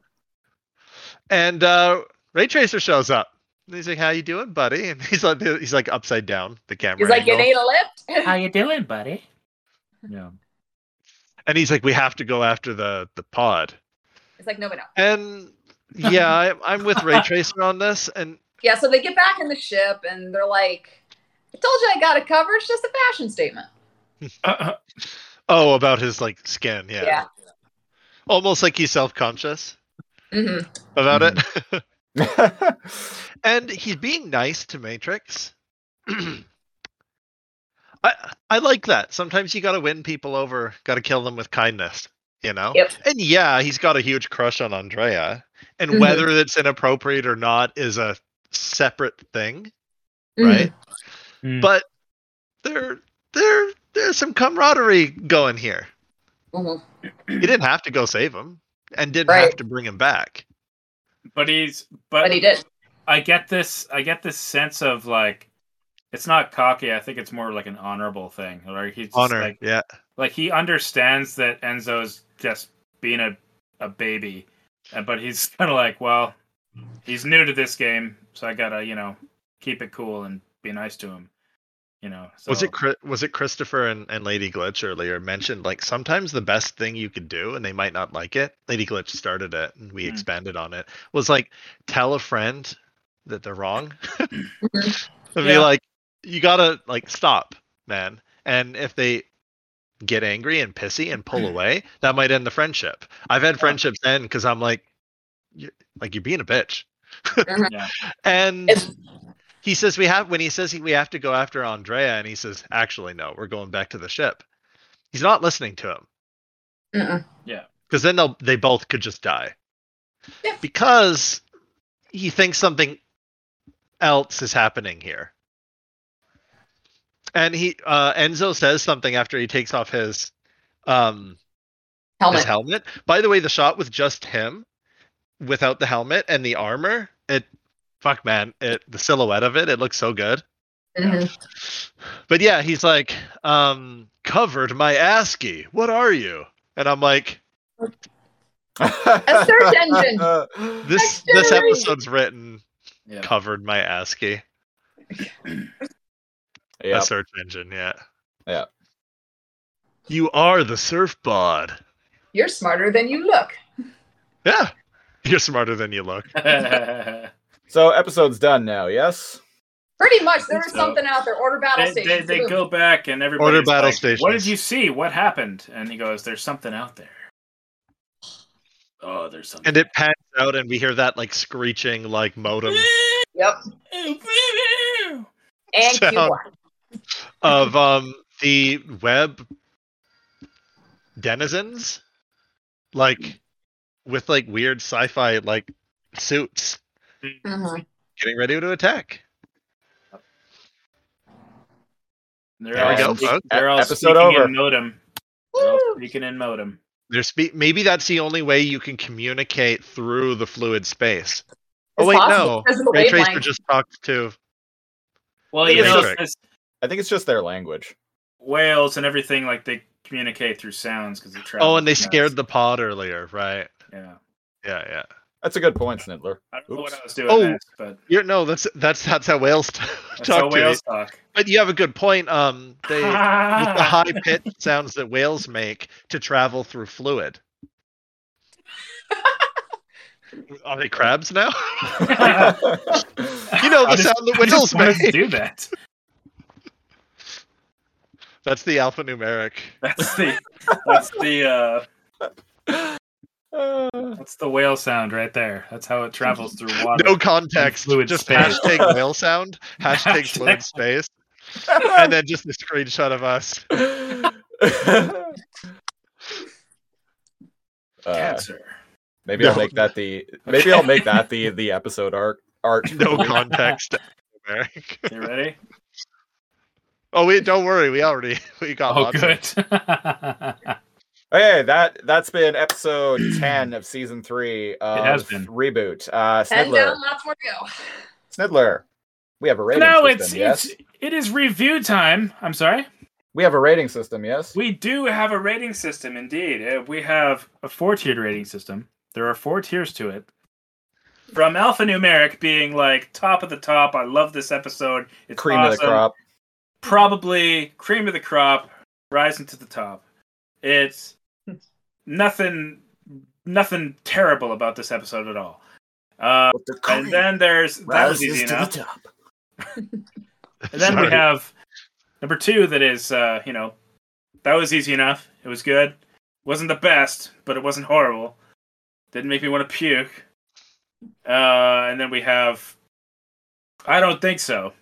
[SPEAKER 1] And uh, Ray Tracer shows up. And he's like, "How you doing, buddy?" And he's like, he's like upside down the camera.
[SPEAKER 9] He's like, you
[SPEAKER 1] angle.
[SPEAKER 9] need a lift?
[SPEAKER 2] How you doing, buddy? Yeah.
[SPEAKER 1] and he's like, "We have to go after the the pod."
[SPEAKER 9] It's like, no, but no.
[SPEAKER 1] And yeah, I, I'm with Ray Tracer on this. And
[SPEAKER 9] Yeah, so they get back in the ship and they're like, I told you I got it covered. It's just a fashion statement.
[SPEAKER 1] oh, about his like skin, yeah,
[SPEAKER 9] Yeah.
[SPEAKER 1] almost like he's self conscious.
[SPEAKER 9] hmm
[SPEAKER 1] about it. and he's being nice to Matrix. I I like that. Sometimes you got to win people over, got to kill them with kindness, you know?
[SPEAKER 9] Yep.
[SPEAKER 1] And yeah, he's got a huge crush on Andrea, and
[SPEAKER 9] Mhm.
[SPEAKER 1] whether that's inappropriate or not is a separate thing,
[SPEAKER 9] Mm-hmm.
[SPEAKER 1] right?
[SPEAKER 11] Mm.
[SPEAKER 1] But there there there's some camaraderie going here.
[SPEAKER 9] Mhm.
[SPEAKER 1] He didn't have to go save him and didn't have
[SPEAKER 9] Right.
[SPEAKER 1] to bring him back.
[SPEAKER 2] But he's. But,
[SPEAKER 9] But he did.
[SPEAKER 2] I get this. I get this sense of like, it's not cocky. I think it's more like an honorable thing. Like he's just
[SPEAKER 1] Honor,
[SPEAKER 2] like,
[SPEAKER 1] yeah.
[SPEAKER 2] like he understands that Enzo's just being a a baby, and but he's kind of like, well, he's new to this game, so I gotta you know keep it cool and be nice to him. You know. So,
[SPEAKER 1] Was it Chri- was it Christopher and, and Lady Glitch earlier mentioned like sometimes the best thing you could do and they might not like it. Lady Glitch started it and we
[SPEAKER 2] Hmm.
[SPEAKER 1] expanded on it. Was like tell a friend that they're wrong. and be
[SPEAKER 2] Mm-hmm. Yeah.
[SPEAKER 1] like you got to like stop, man. And if they get angry and pissy and
[SPEAKER 2] Mm.
[SPEAKER 1] pull away, that might end the friendship. I've had friendships end cuz I'm like you like you're being a bitch.
[SPEAKER 2] Mm-hmm. Yeah.
[SPEAKER 1] And
[SPEAKER 9] It's,
[SPEAKER 1] he says we have when he says he, we have to go after Andrea, and he says, "Actually, no, we're going back to the ship." He's not listening to him
[SPEAKER 9] mm-mm.
[SPEAKER 1] because then they'll they both could just die
[SPEAKER 9] Yeah.
[SPEAKER 1] because he thinks something else is happening here. And he uh, Enzo says something after he takes off his um,
[SPEAKER 9] Helmet.
[SPEAKER 1] his helmet. By the way, the shot with just him, without the helmet and the armor, it fuck man, it the silhouette of it, it looks so good.
[SPEAKER 9] Mhm.
[SPEAKER 1] But yeah, he's like, um, covered my ASCII. What are you? And I'm like,
[SPEAKER 9] A search engine.
[SPEAKER 1] this
[SPEAKER 9] Next
[SPEAKER 1] this
[SPEAKER 9] generation.
[SPEAKER 1] episode's written
[SPEAKER 2] Yeah.
[SPEAKER 1] covered my ASCII. A
[SPEAKER 3] Yep.
[SPEAKER 1] search engine, yeah.
[SPEAKER 3] Yeah.
[SPEAKER 1] You are the surfboard.
[SPEAKER 9] You're smarter than you look.
[SPEAKER 1] Yeah. You're smarter than you look.
[SPEAKER 3] So episode's done now. Yes.
[SPEAKER 9] Pretty much, there was
[SPEAKER 2] So-
[SPEAKER 9] something out there. Order battle
[SPEAKER 2] they, they,
[SPEAKER 9] stations.
[SPEAKER 2] they
[SPEAKER 9] Boom.
[SPEAKER 2] go back and everybody.
[SPEAKER 1] battle
[SPEAKER 2] like, What did
[SPEAKER 1] stations.
[SPEAKER 2] you see? What happened? And he goes, "There's something out there." Oh, there's something.
[SPEAKER 1] And it pans out and we hear that like screeching like modem
[SPEAKER 9] Yep. And
[SPEAKER 1] Sound.
[SPEAKER 9] Q1.
[SPEAKER 1] of um the web denizens like with like weird sci-fi like suits oh,
[SPEAKER 9] Mhm.
[SPEAKER 1] getting ready to attack
[SPEAKER 2] They're
[SPEAKER 1] There we
[SPEAKER 2] all
[SPEAKER 1] go,
[SPEAKER 2] speak-
[SPEAKER 1] folks.
[SPEAKER 2] They're all
[SPEAKER 3] Episode
[SPEAKER 2] speaking
[SPEAKER 3] over.
[SPEAKER 2] in modem. They're all speaking in modem.
[SPEAKER 1] there's spe- maybe that's the only way you can communicate through the fluid space oh
[SPEAKER 9] It's
[SPEAKER 1] wait
[SPEAKER 9] possible
[SPEAKER 1] no
[SPEAKER 9] because of the
[SPEAKER 1] ray tracer
[SPEAKER 9] wavelength.
[SPEAKER 1] just talked to
[SPEAKER 2] Well,
[SPEAKER 1] The
[SPEAKER 2] you know,
[SPEAKER 1] Matrix.
[SPEAKER 2] it's
[SPEAKER 3] I think it's just their language.
[SPEAKER 2] whales and everything like they communicate through sounds because they travel.
[SPEAKER 1] oh and they scared the pod earlier right
[SPEAKER 2] Yeah,
[SPEAKER 1] yeah yeah
[SPEAKER 3] That's a good point, Snidler.
[SPEAKER 2] I don't know what
[SPEAKER 3] Oops.
[SPEAKER 2] I was doing
[SPEAKER 1] Oh,
[SPEAKER 2] next, but
[SPEAKER 1] you're no that's that's that's how whales t-
[SPEAKER 2] that's how
[SPEAKER 1] talk to
[SPEAKER 2] whales
[SPEAKER 1] whales.
[SPEAKER 2] talk.
[SPEAKER 1] but you have a good point um they with the high pitched sounds that whales make to travel through fluid. Are they crabs now?
[SPEAKER 2] Uh,
[SPEAKER 1] you know the
[SPEAKER 2] I just-
[SPEAKER 1] sound that
[SPEAKER 2] I just
[SPEAKER 1] whales
[SPEAKER 2] wanted to
[SPEAKER 1] make.
[SPEAKER 2] do that.
[SPEAKER 1] That's the alphanumeric.
[SPEAKER 2] That's the that's the uh that's the whale sound right there. That's how it travels through water.
[SPEAKER 1] No context.
[SPEAKER 2] and fluid
[SPEAKER 1] Just
[SPEAKER 2] space.
[SPEAKER 1] hashtag whale sound, hashtag fluid space, and then just a screenshot of us.
[SPEAKER 3] Uh,
[SPEAKER 2] Cancer.
[SPEAKER 3] Maybe I'll
[SPEAKER 1] No.
[SPEAKER 3] make that the maybe I'll make that the the episode art art.
[SPEAKER 1] No context. Eric.
[SPEAKER 2] You ready?
[SPEAKER 1] Oh wait, don't worry. We already we got.
[SPEAKER 2] Oh,
[SPEAKER 1] lots of-
[SPEAKER 2] good.
[SPEAKER 3] Hey, that that's been episode ten of season three of
[SPEAKER 2] has been.
[SPEAKER 3] reboot. Uh,
[SPEAKER 9] And down,
[SPEAKER 3] Snidler,
[SPEAKER 9] lots more to go.
[SPEAKER 3] Snidler, we have a rating
[SPEAKER 2] now
[SPEAKER 3] system.
[SPEAKER 2] it's,
[SPEAKER 3] yes,
[SPEAKER 2] it's it is review time. I'm sorry.
[SPEAKER 3] we have a rating system. Yes,
[SPEAKER 2] We do have a rating system, indeed. Uh, We have a four tiered rating system. There are four tiers to it. From alphanumeric being like top of the top, I love this episode. It's
[SPEAKER 3] cream
[SPEAKER 2] awesome.
[SPEAKER 3] of the crop.
[SPEAKER 2] Probably cream of the crop, rising to the top. It's nothing, nothing terrible about this episode at all. Uh, and then there's that was easy enough.
[SPEAKER 3] top.
[SPEAKER 2] And then we
[SPEAKER 1] Sorry.
[SPEAKER 2] have number two that is, uh, you know, that was easy enough. It was good. Wasn't the best, but it wasn't horrible. Didn't make me want to puke. Uh, and then we have, I don't think so.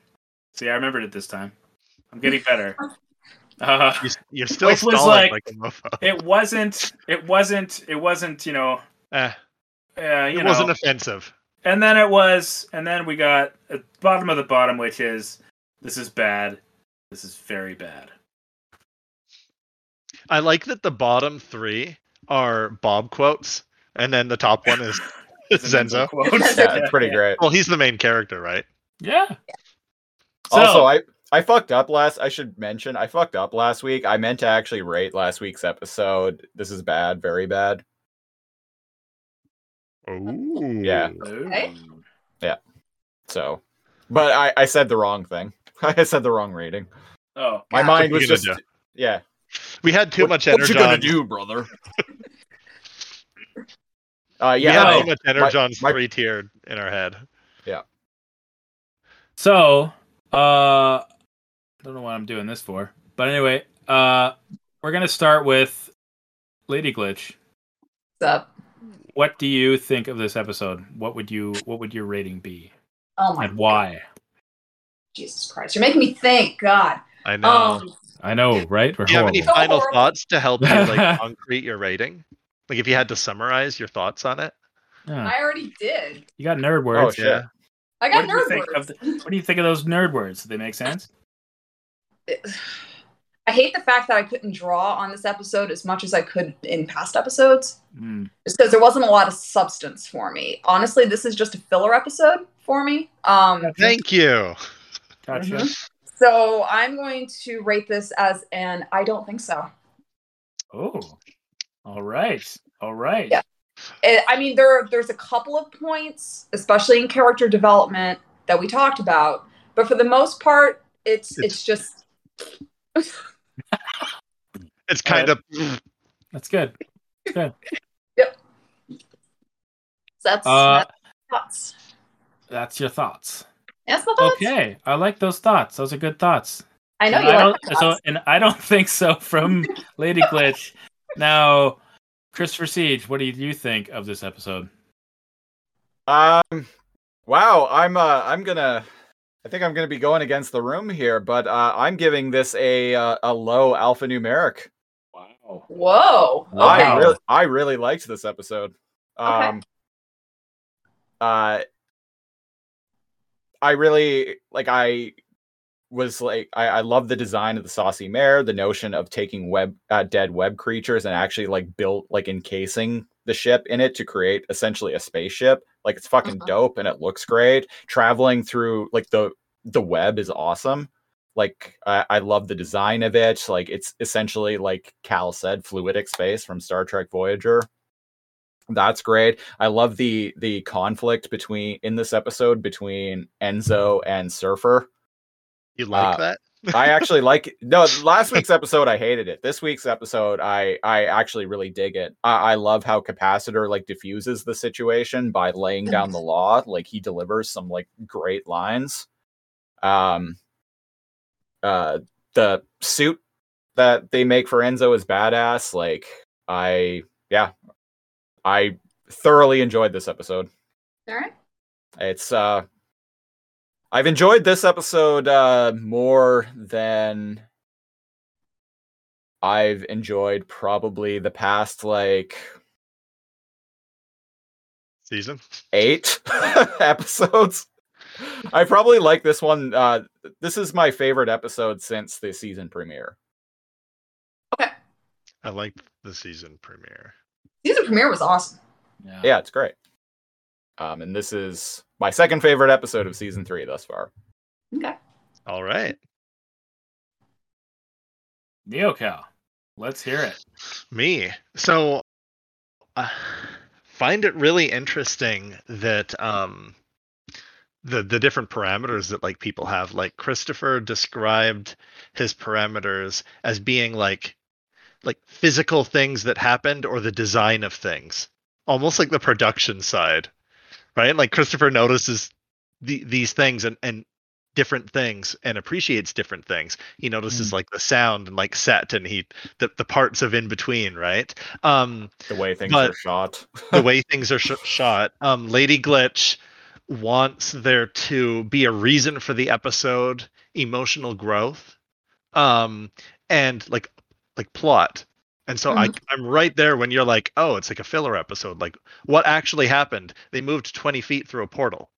[SPEAKER 2] See, I remembered it this time. I'm getting better. Uh,
[SPEAKER 1] You, you're still
[SPEAKER 2] Which was
[SPEAKER 1] stalling
[SPEAKER 2] like-
[SPEAKER 1] like, a mofo.
[SPEAKER 2] it wasn't. It wasn't. It wasn't. You know.
[SPEAKER 1] Eh,
[SPEAKER 2] Uh, you
[SPEAKER 1] it
[SPEAKER 2] know.
[SPEAKER 1] wasn't offensive.
[SPEAKER 2] And then it was, and then we got at the bottom of the bottom, which is this is bad. This is very bad.
[SPEAKER 1] I like that the bottom three are Bob quotes, and then the top one is Zenzo.
[SPEAKER 3] Yeah, it's pretty great.
[SPEAKER 1] Well, he's the main character, right?
[SPEAKER 2] Yeah. So,
[SPEAKER 3] also, I I fucked up last. I should mention I fucked up last week. I meant to actually rate last week's episode. This is bad, very bad.
[SPEAKER 1] Ooh.
[SPEAKER 3] Yeah.
[SPEAKER 9] Okay.
[SPEAKER 3] So, but I I said the wrong thing. I said the wrong rating.
[SPEAKER 2] Oh,
[SPEAKER 3] My
[SPEAKER 9] God.
[SPEAKER 3] mind
[SPEAKER 1] What
[SPEAKER 3] was
[SPEAKER 1] you gonna
[SPEAKER 3] just yeah.
[SPEAKER 1] We had too
[SPEAKER 3] What-
[SPEAKER 1] much
[SPEAKER 3] what
[SPEAKER 1] energy.
[SPEAKER 3] you gonna
[SPEAKER 1] on-
[SPEAKER 3] do,
[SPEAKER 7] brother?
[SPEAKER 3] Uh,
[SPEAKER 1] we
[SPEAKER 3] yeah.
[SPEAKER 1] had
[SPEAKER 3] I-
[SPEAKER 1] too much energy on
[SPEAKER 3] my-
[SPEAKER 1] three tiered in our head.
[SPEAKER 2] so uh, I don't know what I'm doing this for, but anyway, uh, we're gonna start with Lady Glitch.
[SPEAKER 9] What's up?
[SPEAKER 2] What do you think of this episode? What would you What would your rating be,
[SPEAKER 9] Oh my
[SPEAKER 2] and why?
[SPEAKER 9] Jesus Christ! You're making me think. God.
[SPEAKER 1] I know.
[SPEAKER 9] Um,
[SPEAKER 2] I know, right? We're
[SPEAKER 1] do you have any
[SPEAKER 2] horrible.
[SPEAKER 9] horrible.
[SPEAKER 1] final
[SPEAKER 9] Horrible.
[SPEAKER 1] thoughts to help you like concrete your rating? Like if you had to summarize your thoughts on it?
[SPEAKER 2] Yeah.
[SPEAKER 9] I already did.
[SPEAKER 2] You got nerd words.
[SPEAKER 3] Oh shit.
[SPEAKER 1] Yeah.
[SPEAKER 9] I got
[SPEAKER 2] what do you
[SPEAKER 9] nerd
[SPEAKER 2] think
[SPEAKER 9] words.
[SPEAKER 2] of the, What do you think of those nerd words? Do they make sense?
[SPEAKER 9] I hate the fact that I couldn't draw on this episode as much as I could in past episodes,
[SPEAKER 2] Mm.
[SPEAKER 9] just because there wasn't a lot of substance for me. Honestly, this is just a filler episode for me. Um, mm-hmm.
[SPEAKER 1] Thank you. Mm-hmm.
[SPEAKER 2] Gotcha.
[SPEAKER 9] so I'm going to rate this as an I don't think so.
[SPEAKER 2] Oh, all right, all right.
[SPEAKER 9] Yeah. it, I mean, there there's a couple of points, especially in character development, that we talked about, but for the most part, it's it's just
[SPEAKER 1] It's kind of
[SPEAKER 2] That's good.
[SPEAKER 9] that's
[SPEAKER 2] Uh,
[SPEAKER 9] that's thoughts.
[SPEAKER 2] That's your thoughts.
[SPEAKER 9] That's my thoughts.
[SPEAKER 2] Okay, I like those thoughts. Those are good thoughts.
[SPEAKER 9] I know
[SPEAKER 2] And
[SPEAKER 9] you like
[SPEAKER 2] don't,
[SPEAKER 9] my
[SPEAKER 2] so,
[SPEAKER 9] thoughts.
[SPEAKER 2] and I don't think so from Lady Glitch. Now, Christopher Siege, what do you think of this episode?
[SPEAKER 3] Um, wow, I'm uh, I'm gonna, I think I'm gonna be going against the room here, but uh, I'm giving this a uh, a low alphanumeric.
[SPEAKER 2] Wow.
[SPEAKER 9] Whoa. Okay.
[SPEAKER 3] I really, I really liked this episode.
[SPEAKER 9] Okay.
[SPEAKER 3] Um, uh, I really like. I was like, I, I love the design of the saucy mare. The notion of taking web uh, dead web creatures and actually like built like encasing the ship in it to create essentially a spaceship. Like it's fucking
[SPEAKER 9] Mhm.
[SPEAKER 3] dope and it looks great. Traveling through like the the web is awesome like I I love the design of it. Like it's essentially like Cal said, fluidic space from Star Trek Voyager. That's great. I love the the conflict between in this episode between Enzo and Surfer.
[SPEAKER 1] you like
[SPEAKER 3] Uh,
[SPEAKER 1] that?
[SPEAKER 3] I actually like no last week's episode I hated it. This week's episode I I actually really dig it. I, I love how Capacitor like diffuses the situation by laying down the law. Like he delivers some like great lines. Um uh the suit that they make for Enzo is badass. Like I yeah. I thoroughly enjoyed this episode.
[SPEAKER 9] All right.
[SPEAKER 3] It's uh I've enjoyed this episode uh more than I've enjoyed probably the past like
[SPEAKER 1] season
[SPEAKER 3] eight episodes. I probably like this one. Uh, this is my favorite episode since the season premiere.
[SPEAKER 9] Okay.
[SPEAKER 1] I liked the season premiere.
[SPEAKER 9] Season premiere was awesome.
[SPEAKER 3] Yeah, yeah it's great. Um, and this is my second favorite episode of season three thus far.
[SPEAKER 9] Okay.
[SPEAKER 1] All right.
[SPEAKER 11] NeoCal, let's hear it.
[SPEAKER 1] Me. So, uh, find it really interesting that um, the the different parameters that like people have. Like Christopher described his parameters as being like like physical things that happened or the design of things, almost like the production side, right? Like Christopher notices the, these things and and different things and appreciates different things. He notices mm. like the sound and like set and he the, the parts of in between, right? Um
[SPEAKER 3] the way things are shot.
[SPEAKER 1] the way things are sh- shot. Um Lady Glitch wants there to be a reason for the episode, emotional growth, um and like like plot. And so mm-hmm. I, I'm right there when you're like, oh, it's like a filler episode. Like, what actually happened? They moved 20 feet through a portal,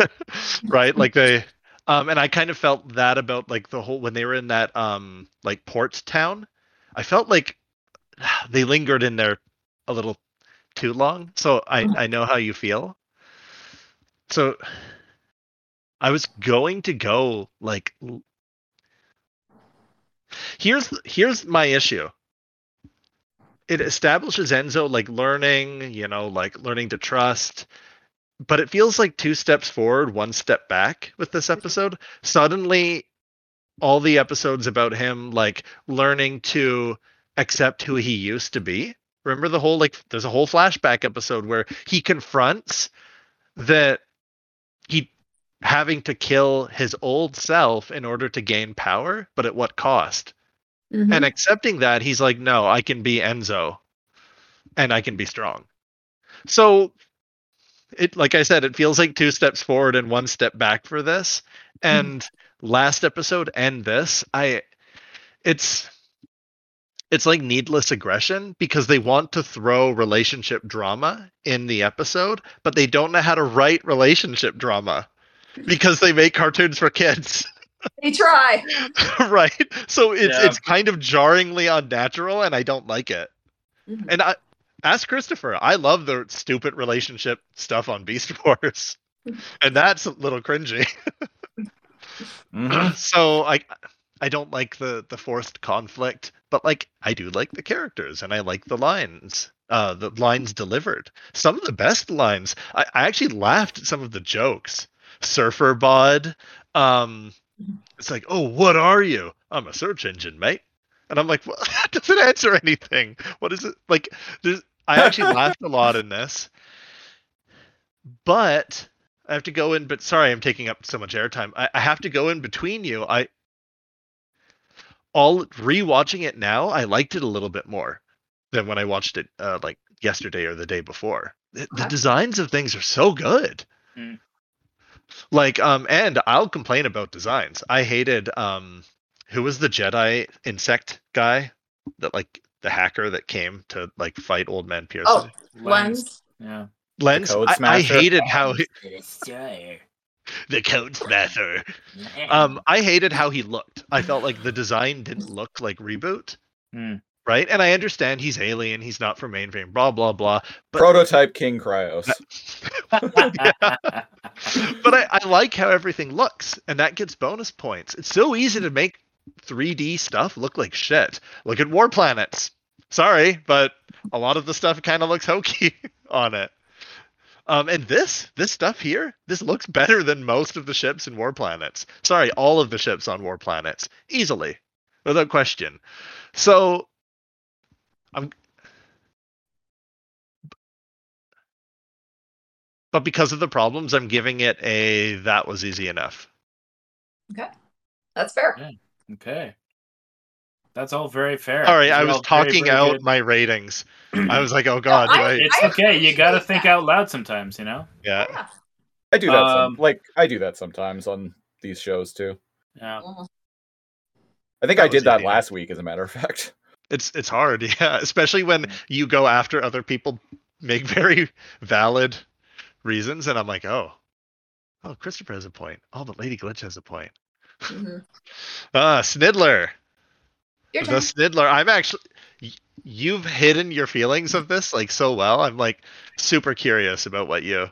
[SPEAKER 1] right? like they um, and I kind of felt that about like the whole when they were in that um like port town, I felt like they lingered in there a little too long. So I I know how you feel. So I was going to go like here's here's my issue. It establishes Enzo like learning, you know, like learning to trust but it feels like two steps forward, one step back with this episode. Suddenly, all the episodes about him like learning to accept who he used to be. Remember the whole like there's a whole flashback episode where he confronts that he having to kill his old self in order to gain power, but at what cost? Mm-hmm. And accepting that, he's like, no, I can be Enzo and I can be strong. So it like I said, it feels like two steps forward and one step back for this. And mm. last episode and this, I it's it's like needless aggression because they want to throw relationship drama in the episode, but they don't know how to write relationship drama because they make cartoons for kids.
[SPEAKER 9] They try.
[SPEAKER 1] right? So it's yeah. it's kind of jarringly unnatural and I don't like it. Mm-hmm. And I ask Christopher. I love the stupid relationship stuff on Beast Wars, and that's a little cringy. mm-hmm. So I, I don't like the the forced conflict, but like I do like the characters and I like the lines, uh, the lines delivered. Some of the best lines. I, I actually laughed at some of the jokes. Surfer bod. Um, it's like, oh, what are you? I'm a search engine, mate. And I'm like, well, that doesn't answer anything. What is it? Like, I actually laughed a lot in this. But I have to go in, but sorry, I'm taking up so much airtime. I, I, have to go in between you. I, all rewatching it now, I liked it a little bit more than when I watched it uh, like yesterday or the day before. The, the designs of things are so good. Mm. Like, um, and I'll complain about designs. I hated, um, who was the Jedi insect guy that like the hacker that came to like fight old man Pierce?
[SPEAKER 9] Oh, Lens.
[SPEAKER 11] Yeah.
[SPEAKER 1] Lens. I, I, hated how he,
[SPEAKER 11] Destroyer.
[SPEAKER 1] the code smasher. um, I hated how he looked. I felt like the design didn't look like reboot.
[SPEAKER 11] Hmm.
[SPEAKER 1] Right, and I understand he's alien, he's not from mainframe, blah blah blah.
[SPEAKER 3] But... Prototype King Cryos.
[SPEAKER 1] yeah. But I, I like how everything looks, and that gets bonus points. It's so easy to make 3D stuff look like shit. Look at War Planets. Sorry, but a lot of the stuff kind of looks hokey on it. Um, and this this stuff here, this looks better than most of the ships in War Planets. Sorry, all of the ships on War Planets, easily, without question. So, I'm. But because of the problems, I'm giving it a that was easy enough.
[SPEAKER 9] Okay, that's fair.
[SPEAKER 11] Yeah. Okay.
[SPEAKER 2] That's all very fair.
[SPEAKER 1] All right,
[SPEAKER 2] These
[SPEAKER 1] I
[SPEAKER 2] are
[SPEAKER 1] was
[SPEAKER 2] all very,
[SPEAKER 1] talking
[SPEAKER 2] very
[SPEAKER 1] out
[SPEAKER 2] good.
[SPEAKER 1] my ratings. I was like, oh god, do I-
[SPEAKER 2] It's okay. You got to think out loud sometimes, you know?
[SPEAKER 1] yeah.
[SPEAKER 3] I do that
[SPEAKER 2] Um,
[SPEAKER 3] some, like I do that sometimes on these shows too.
[SPEAKER 2] Yeah.
[SPEAKER 3] I think I did that last week, as a matter of fact.
[SPEAKER 1] It's it's hard, yeah, especially when you go after other people make very valid reasons, and I'm like, oh, oh, Christopher has a point. Oh, but Lady Glitch has a point.
[SPEAKER 9] Mhm.
[SPEAKER 1] Ah, Snidler,
[SPEAKER 9] Your
[SPEAKER 1] the Snidler. I'm actually, y- you've hidden your feelings of this like so well. I'm like super curious about what you,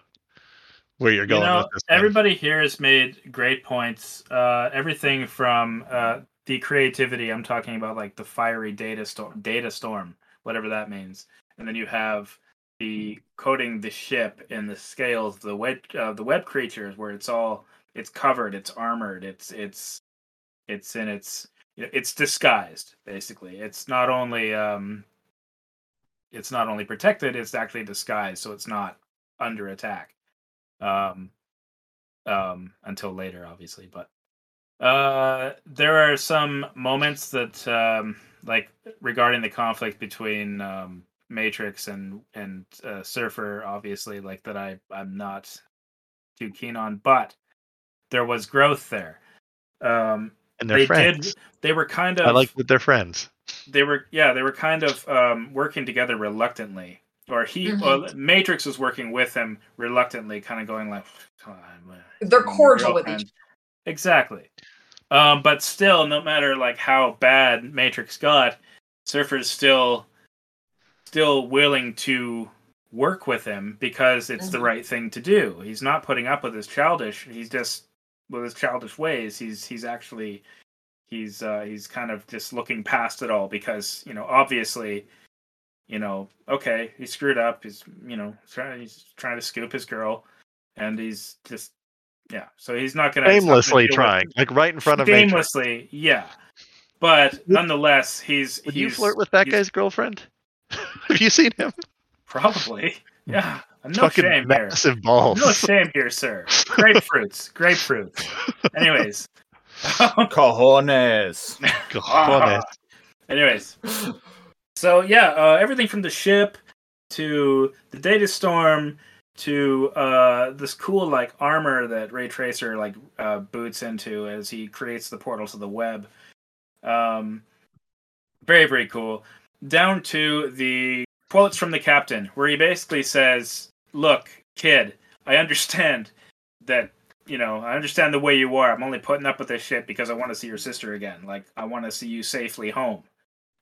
[SPEAKER 1] where you're going
[SPEAKER 2] you know,
[SPEAKER 1] with this.
[SPEAKER 2] everybody here has made great points. Uh, everything from uh, the creativity. I'm talking about like the fiery data storm, data storm, whatever that means. And then you have the coding the ship and the scales, the web, uh, the web creatures, where it's all it's covered, it's armored, it's it's it's in its you know, it's disguised basically. It's not only um, it's not only protected, it's actually disguised, so it's not under attack um, um, until later, obviously. But uh, there are some moments that, um, like regarding the conflict between um, Matrix and and uh, Surfer, obviously, like that I I'm not too keen on, but there was growth there. Um,
[SPEAKER 1] And they're
[SPEAKER 2] they
[SPEAKER 1] friends.
[SPEAKER 2] did. They were kind of
[SPEAKER 1] I like that they're friends.
[SPEAKER 2] they were yeah they were kind of um, working together reluctantly or he
[SPEAKER 9] Mhm.
[SPEAKER 2] well, matrix was working with him reluctantly kind of going like "Come on, man,
[SPEAKER 9] They're
[SPEAKER 2] come on,
[SPEAKER 9] cordial with each
[SPEAKER 2] girlfriend." Mm, exactly um, but still no matter like how bad matrix got surfer's still still willing to work with him because it's
[SPEAKER 9] Mm-hmm.
[SPEAKER 2] the
[SPEAKER 11] Mhm.
[SPEAKER 2] right thing to do he's not putting up with his childish he's just with his childish ways he's he's actually he's uh, he's kind of just looking past it all because you know obviously you know okay he screwed up he's you know trying he's trying to scoop his girl and he's just yeah so he's not gonna he's not gonna
[SPEAKER 1] Aimlessly
[SPEAKER 2] deal with-
[SPEAKER 1] trying, like right in front of Matrix.
[SPEAKER 2] shamelessly yeah but nonetheless he's
[SPEAKER 1] Would
[SPEAKER 2] he's
[SPEAKER 1] you flirt with that guy's girlfriend? Have you seen him?
[SPEAKER 2] probably yeah no
[SPEAKER 1] Fucking
[SPEAKER 2] shame
[SPEAKER 1] massive
[SPEAKER 2] here.
[SPEAKER 1] balls.
[SPEAKER 2] no shame here sir grapefruits grapefruits anyways
[SPEAKER 3] Cojones.
[SPEAKER 2] Cojones. Anyways, so yeah, uh, everything from the ship to the data storm to uh, this cool like armor that Ray Tracer like uh, boots into as he creates the portal to the web. Um, very very cool. Down to the quotes from the captain, where he basically says, "Look, kid, I understand that you know, I understand the way you are. I'm only putting up with this shit because I want to see your sister again. Like, I want to see you safely home.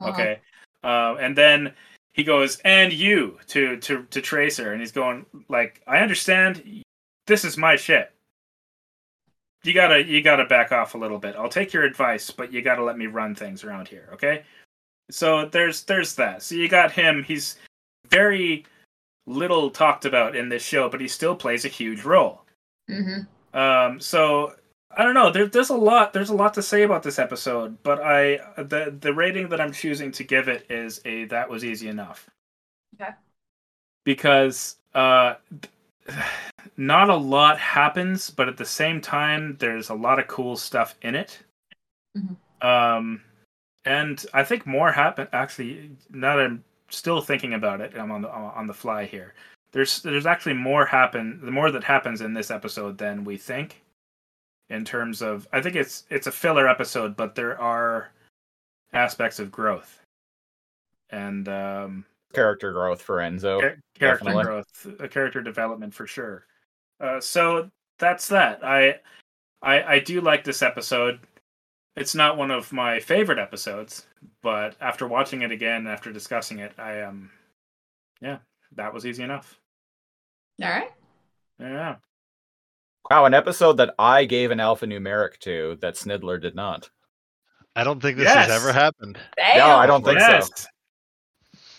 [SPEAKER 11] Uh-huh.
[SPEAKER 2] Okay. Uh, and then he goes, and you to to to Tracer, and he's going like, I understand. This is my shit. You gotta you gotta back off a little bit. I'll take your advice, but you gotta let me run things around here. Okay. So there's there's that. So you got him. He's very little talked about in this show, but he still plays a huge role.
[SPEAKER 9] Mm-hmm.
[SPEAKER 2] Um, so I don't know. There, there's a lot. There's a lot to say about this episode, but I the the rating that I'm choosing to give it is a that was easy enough
[SPEAKER 9] Okay.
[SPEAKER 2] because uh, not a lot happens, but at the same time, there's a lot of cool stuff in it. Um, and I think more happened. Actually, now that I'm still thinking about it, I'm on the on the fly here. There's there's actually more happen. The more that happens in this episode than we think. In terms of, I think it's it's a filler episode, but there are aspects of growth and um,
[SPEAKER 3] Character growth for Enzo.
[SPEAKER 2] Char- character
[SPEAKER 3] definitely.
[SPEAKER 2] growth, uh, character development for sure. Uh, so that's that. I, I I do like this episode. It's not one of my favorite episodes, but after watching it again, after discussing it, I um, yeah, that was easy enough.
[SPEAKER 9] All right.
[SPEAKER 2] Yeah.
[SPEAKER 3] Wow, an episode that I gave an alphanumeric to that Snidler did not.
[SPEAKER 1] I don't think
[SPEAKER 9] this has Yes. ever
[SPEAKER 1] happened.
[SPEAKER 3] No, I don't think so.
[SPEAKER 2] Yes.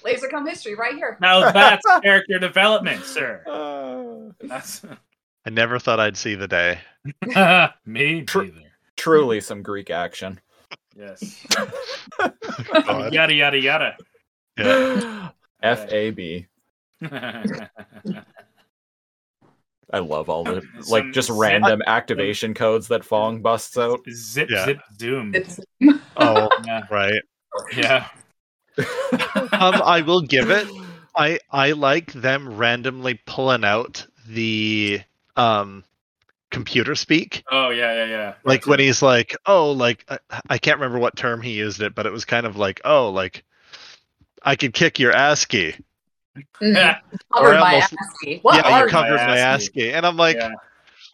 [SPEAKER 9] Laser Come History right here.
[SPEAKER 2] Now that's character development, sir. That's
[SPEAKER 1] I never thought I'd see the day.
[SPEAKER 2] me
[SPEAKER 3] Truly some Greek action.
[SPEAKER 2] yes.
[SPEAKER 3] God.
[SPEAKER 2] yada yada yada.
[SPEAKER 3] F A B. I love all the like
[SPEAKER 2] Some
[SPEAKER 3] just
[SPEAKER 2] zip-
[SPEAKER 3] random Oh, activation codes that Fong busts out.
[SPEAKER 2] Zip zip zoom.
[SPEAKER 1] Oh, right.
[SPEAKER 11] Yeah.
[SPEAKER 1] um, I will give it. I I like them randomly pulling out the um computer speak.
[SPEAKER 2] Oh yeah, yeah, yeah.
[SPEAKER 1] Like when he's like, oh, like I, I can't remember what term he used it, but it was kind of like, oh, like I could kick your ASCII.
[SPEAKER 9] Mhm.
[SPEAKER 1] Or
[SPEAKER 9] Covered by
[SPEAKER 1] almost-
[SPEAKER 9] ASCII. What
[SPEAKER 1] yeah,
[SPEAKER 9] are
[SPEAKER 1] you covered my
[SPEAKER 2] ASCII?
[SPEAKER 1] ASCII, and I'm like,
[SPEAKER 2] Yeah.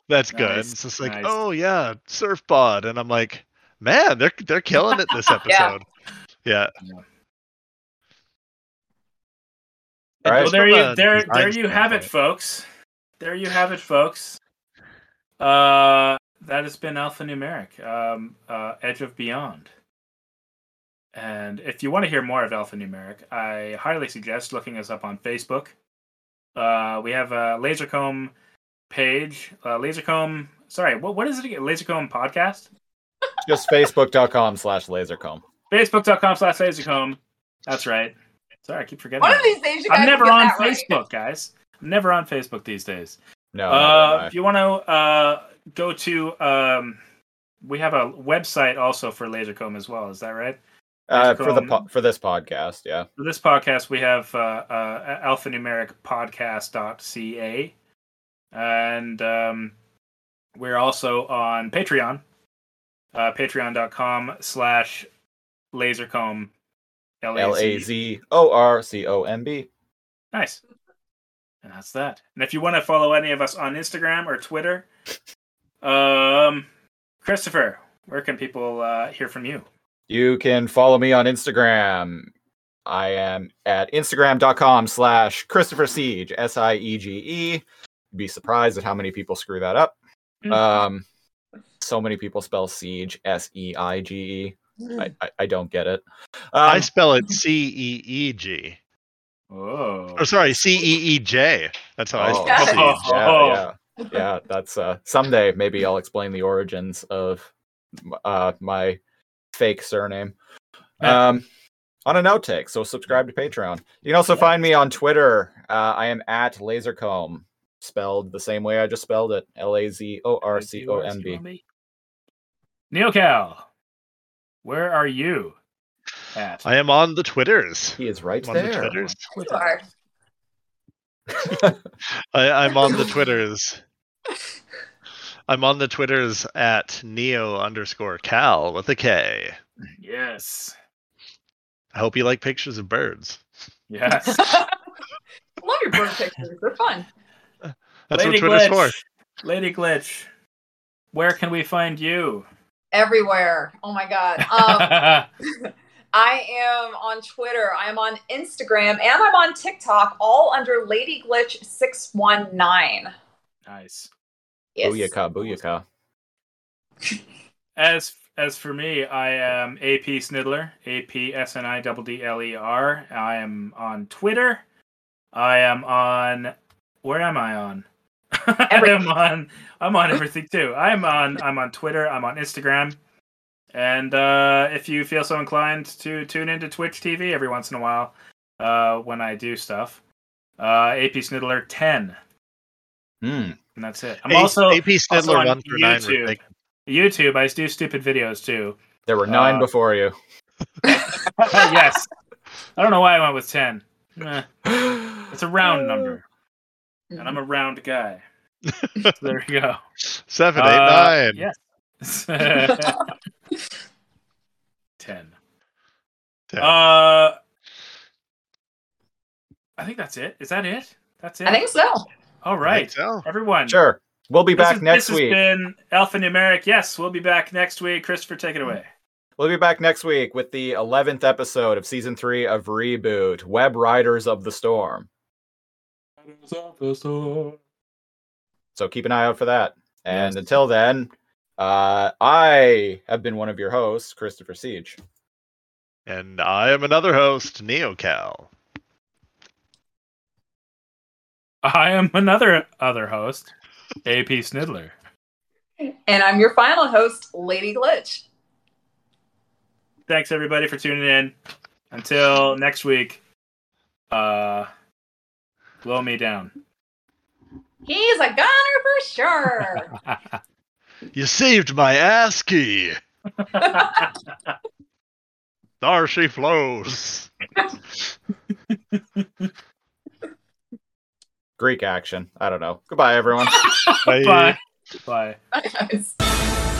[SPEAKER 1] that's
[SPEAKER 2] Nice,
[SPEAKER 1] good. It's just like,
[SPEAKER 2] nice.
[SPEAKER 1] oh yeah, surfbod, and I'm like, man, they're they're killing it this episode. yeah.
[SPEAKER 3] All right.
[SPEAKER 2] Well, there you
[SPEAKER 1] From a
[SPEAKER 2] there
[SPEAKER 1] design
[SPEAKER 2] there you have it, folks. There you have it, folks. Uh, that has been alphanumeric. Um, uh, Edge of Beyond. And if you want to hear more of alphanumeric, I highly suggest looking us up on Facebook. Uh, we have a Lasercomb page. Uh, Lasercomb. Sorry, what what is it again? Lasercomb podcast.
[SPEAKER 3] Just facebook.com slash lasercomb.
[SPEAKER 2] Facebook.com slash lasercomb. That's right. Sorry, I keep forgetting.
[SPEAKER 9] One of
[SPEAKER 2] that.
[SPEAKER 9] these days you guys
[SPEAKER 2] I'm never
[SPEAKER 9] will get
[SPEAKER 2] on
[SPEAKER 9] that right.
[SPEAKER 2] Facebook, guys. I'm never on Facebook these days.
[SPEAKER 3] No. no,
[SPEAKER 2] uh,
[SPEAKER 3] no,
[SPEAKER 2] if you want to uh, go to, um, we have a website also for Lasercomb as well. Is that right?
[SPEAKER 3] no. Uh, for the
[SPEAKER 2] Lasercomb-
[SPEAKER 3] po- for this podcast, yeah.
[SPEAKER 2] for this podcast, we have uh, uh, alphanumericpodcast.ca. And um, we're also on Patreon, uh, patreon.com slash lasercomb.
[SPEAKER 3] L A Z O R C O M B.
[SPEAKER 2] Nice. And that's that. And if you want to follow any of us on Instagram or Twitter, um, Christopher, where can people uh, hear from you?
[SPEAKER 3] You can follow me on Instagram. I am at instagram.com slash Christopher Siege, S I E G E. You'd be surprised at how many people screw that up. Um, so many people spell Siege S E I G E. I, I- I don't get it.
[SPEAKER 1] I
[SPEAKER 3] Um,
[SPEAKER 1] spell it C E E G.
[SPEAKER 2] Oh.
[SPEAKER 1] Oh, sorry, C E E J. That's how I
[SPEAKER 3] oh,
[SPEAKER 1] spell
[SPEAKER 3] Siege,
[SPEAKER 1] Siege.
[SPEAKER 2] Oh.
[SPEAKER 3] yeah, yeah, yeah, that's uh, someday maybe I'll explain the origins of uh, my fake surname. um, on an outtake. So subscribe to Patreon. You can also find me on Twitter. Uh, I am at Lasercomb, spelled the same way I just spelled it: L A Z O R C O M B.
[SPEAKER 2] NeoCal, where are you at?
[SPEAKER 1] I am on the Twitters.
[SPEAKER 3] He is right
[SPEAKER 1] I'm on the
[SPEAKER 3] there.
[SPEAKER 1] Twitters.
[SPEAKER 9] You are.
[SPEAKER 1] I, I'm on the Twitters. I'm on the Twitters at neo underscore cal with a K.
[SPEAKER 2] yes.
[SPEAKER 1] I hope you like pictures of birds.
[SPEAKER 2] Yes.
[SPEAKER 9] I love your bird pictures. They're fun.
[SPEAKER 1] That's
[SPEAKER 2] Lady
[SPEAKER 1] what Twitter's
[SPEAKER 2] Glitch.
[SPEAKER 1] for.
[SPEAKER 2] Lady Glitch, where can we find you?
[SPEAKER 9] Everywhere. Oh my god. Um, I am on Twitter. I am on Instagram, and I'm on TikTok, all under Lady Glitch six one nine.
[SPEAKER 2] nice.
[SPEAKER 9] Yes.
[SPEAKER 3] Booyaka, booyaka.
[SPEAKER 2] As as for me, I am AP Snidler, A P S N I D D L E R. I am on Twitter. I am on. Where am I on? I am
[SPEAKER 9] Everything.
[SPEAKER 2] on. I'm on everything too. I'm on. I'm on Twitter. I'm on Instagram. And uh, if you feel so inclined to tune into Twitch TV every once in a while, uh, when I do stuff, uh, AP Snidler ten,
[SPEAKER 3] Hmm.
[SPEAKER 2] and that's it. I'm
[SPEAKER 1] A-
[SPEAKER 2] also
[SPEAKER 1] AP
[SPEAKER 2] also on
[SPEAKER 1] Snidler one through nine.
[SPEAKER 2] YouTube.
[SPEAKER 1] would make-
[SPEAKER 2] YouTube. I do stupid videos too.
[SPEAKER 3] There were nine
[SPEAKER 2] Uh,
[SPEAKER 3] before you.
[SPEAKER 2] yes. I don't know why I went with 10. Eh, it's a round
[SPEAKER 9] Oh.
[SPEAKER 2] number.
[SPEAKER 9] Mm-hmm.
[SPEAKER 2] And I'm a round guy. So there you go.
[SPEAKER 1] Seven, eight, nine.
[SPEAKER 2] Uh, Yes. 10.
[SPEAKER 1] Ten.
[SPEAKER 2] Uh, I think that's it. Is that it? That's it.
[SPEAKER 9] I think so.
[SPEAKER 1] I
[SPEAKER 2] All
[SPEAKER 1] think
[SPEAKER 2] right.
[SPEAKER 1] so.
[SPEAKER 2] Everyone.
[SPEAKER 3] Sure. We'll be
[SPEAKER 2] this
[SPEAKER 3] back
[SPEAKER 2] is-
[SPEAKER 3] next
[SPEAKER 2] this
[SPEAKER 3] week.
[SPEAKER 2] has been alphanumeric. Yes, we'll be back next week. Christopher, take it away.
[SPEAKER 3] We'll be back next week with the 11th episode of season three of Reboot Web Riders of the Storm. So keep an eye out for that. And until then, uh, I have been one of your hosts, Christopher Siege.
[SPEAKER 1] And I am another host, Neo Cal.
[SPEAKER 2] I am another other host, AP Snidler.
[SPEAKER 9] And I'm your final host, Lady Glitch.
[SPEAKER 2] thanks everybody for tuning in. Until next week, uh, blow me down.
[SPEAKER 9] He's a goner for sure.
[SPEAKER 1] You saved my ASCII. There she flows.
[SPEAKER 3] Greek action. I don't know. Goodbye, everyone.
[SPEAKER 1] Bye.
[SPEAKER 11] Bye.
[SPEAKER 9] Bye, guys.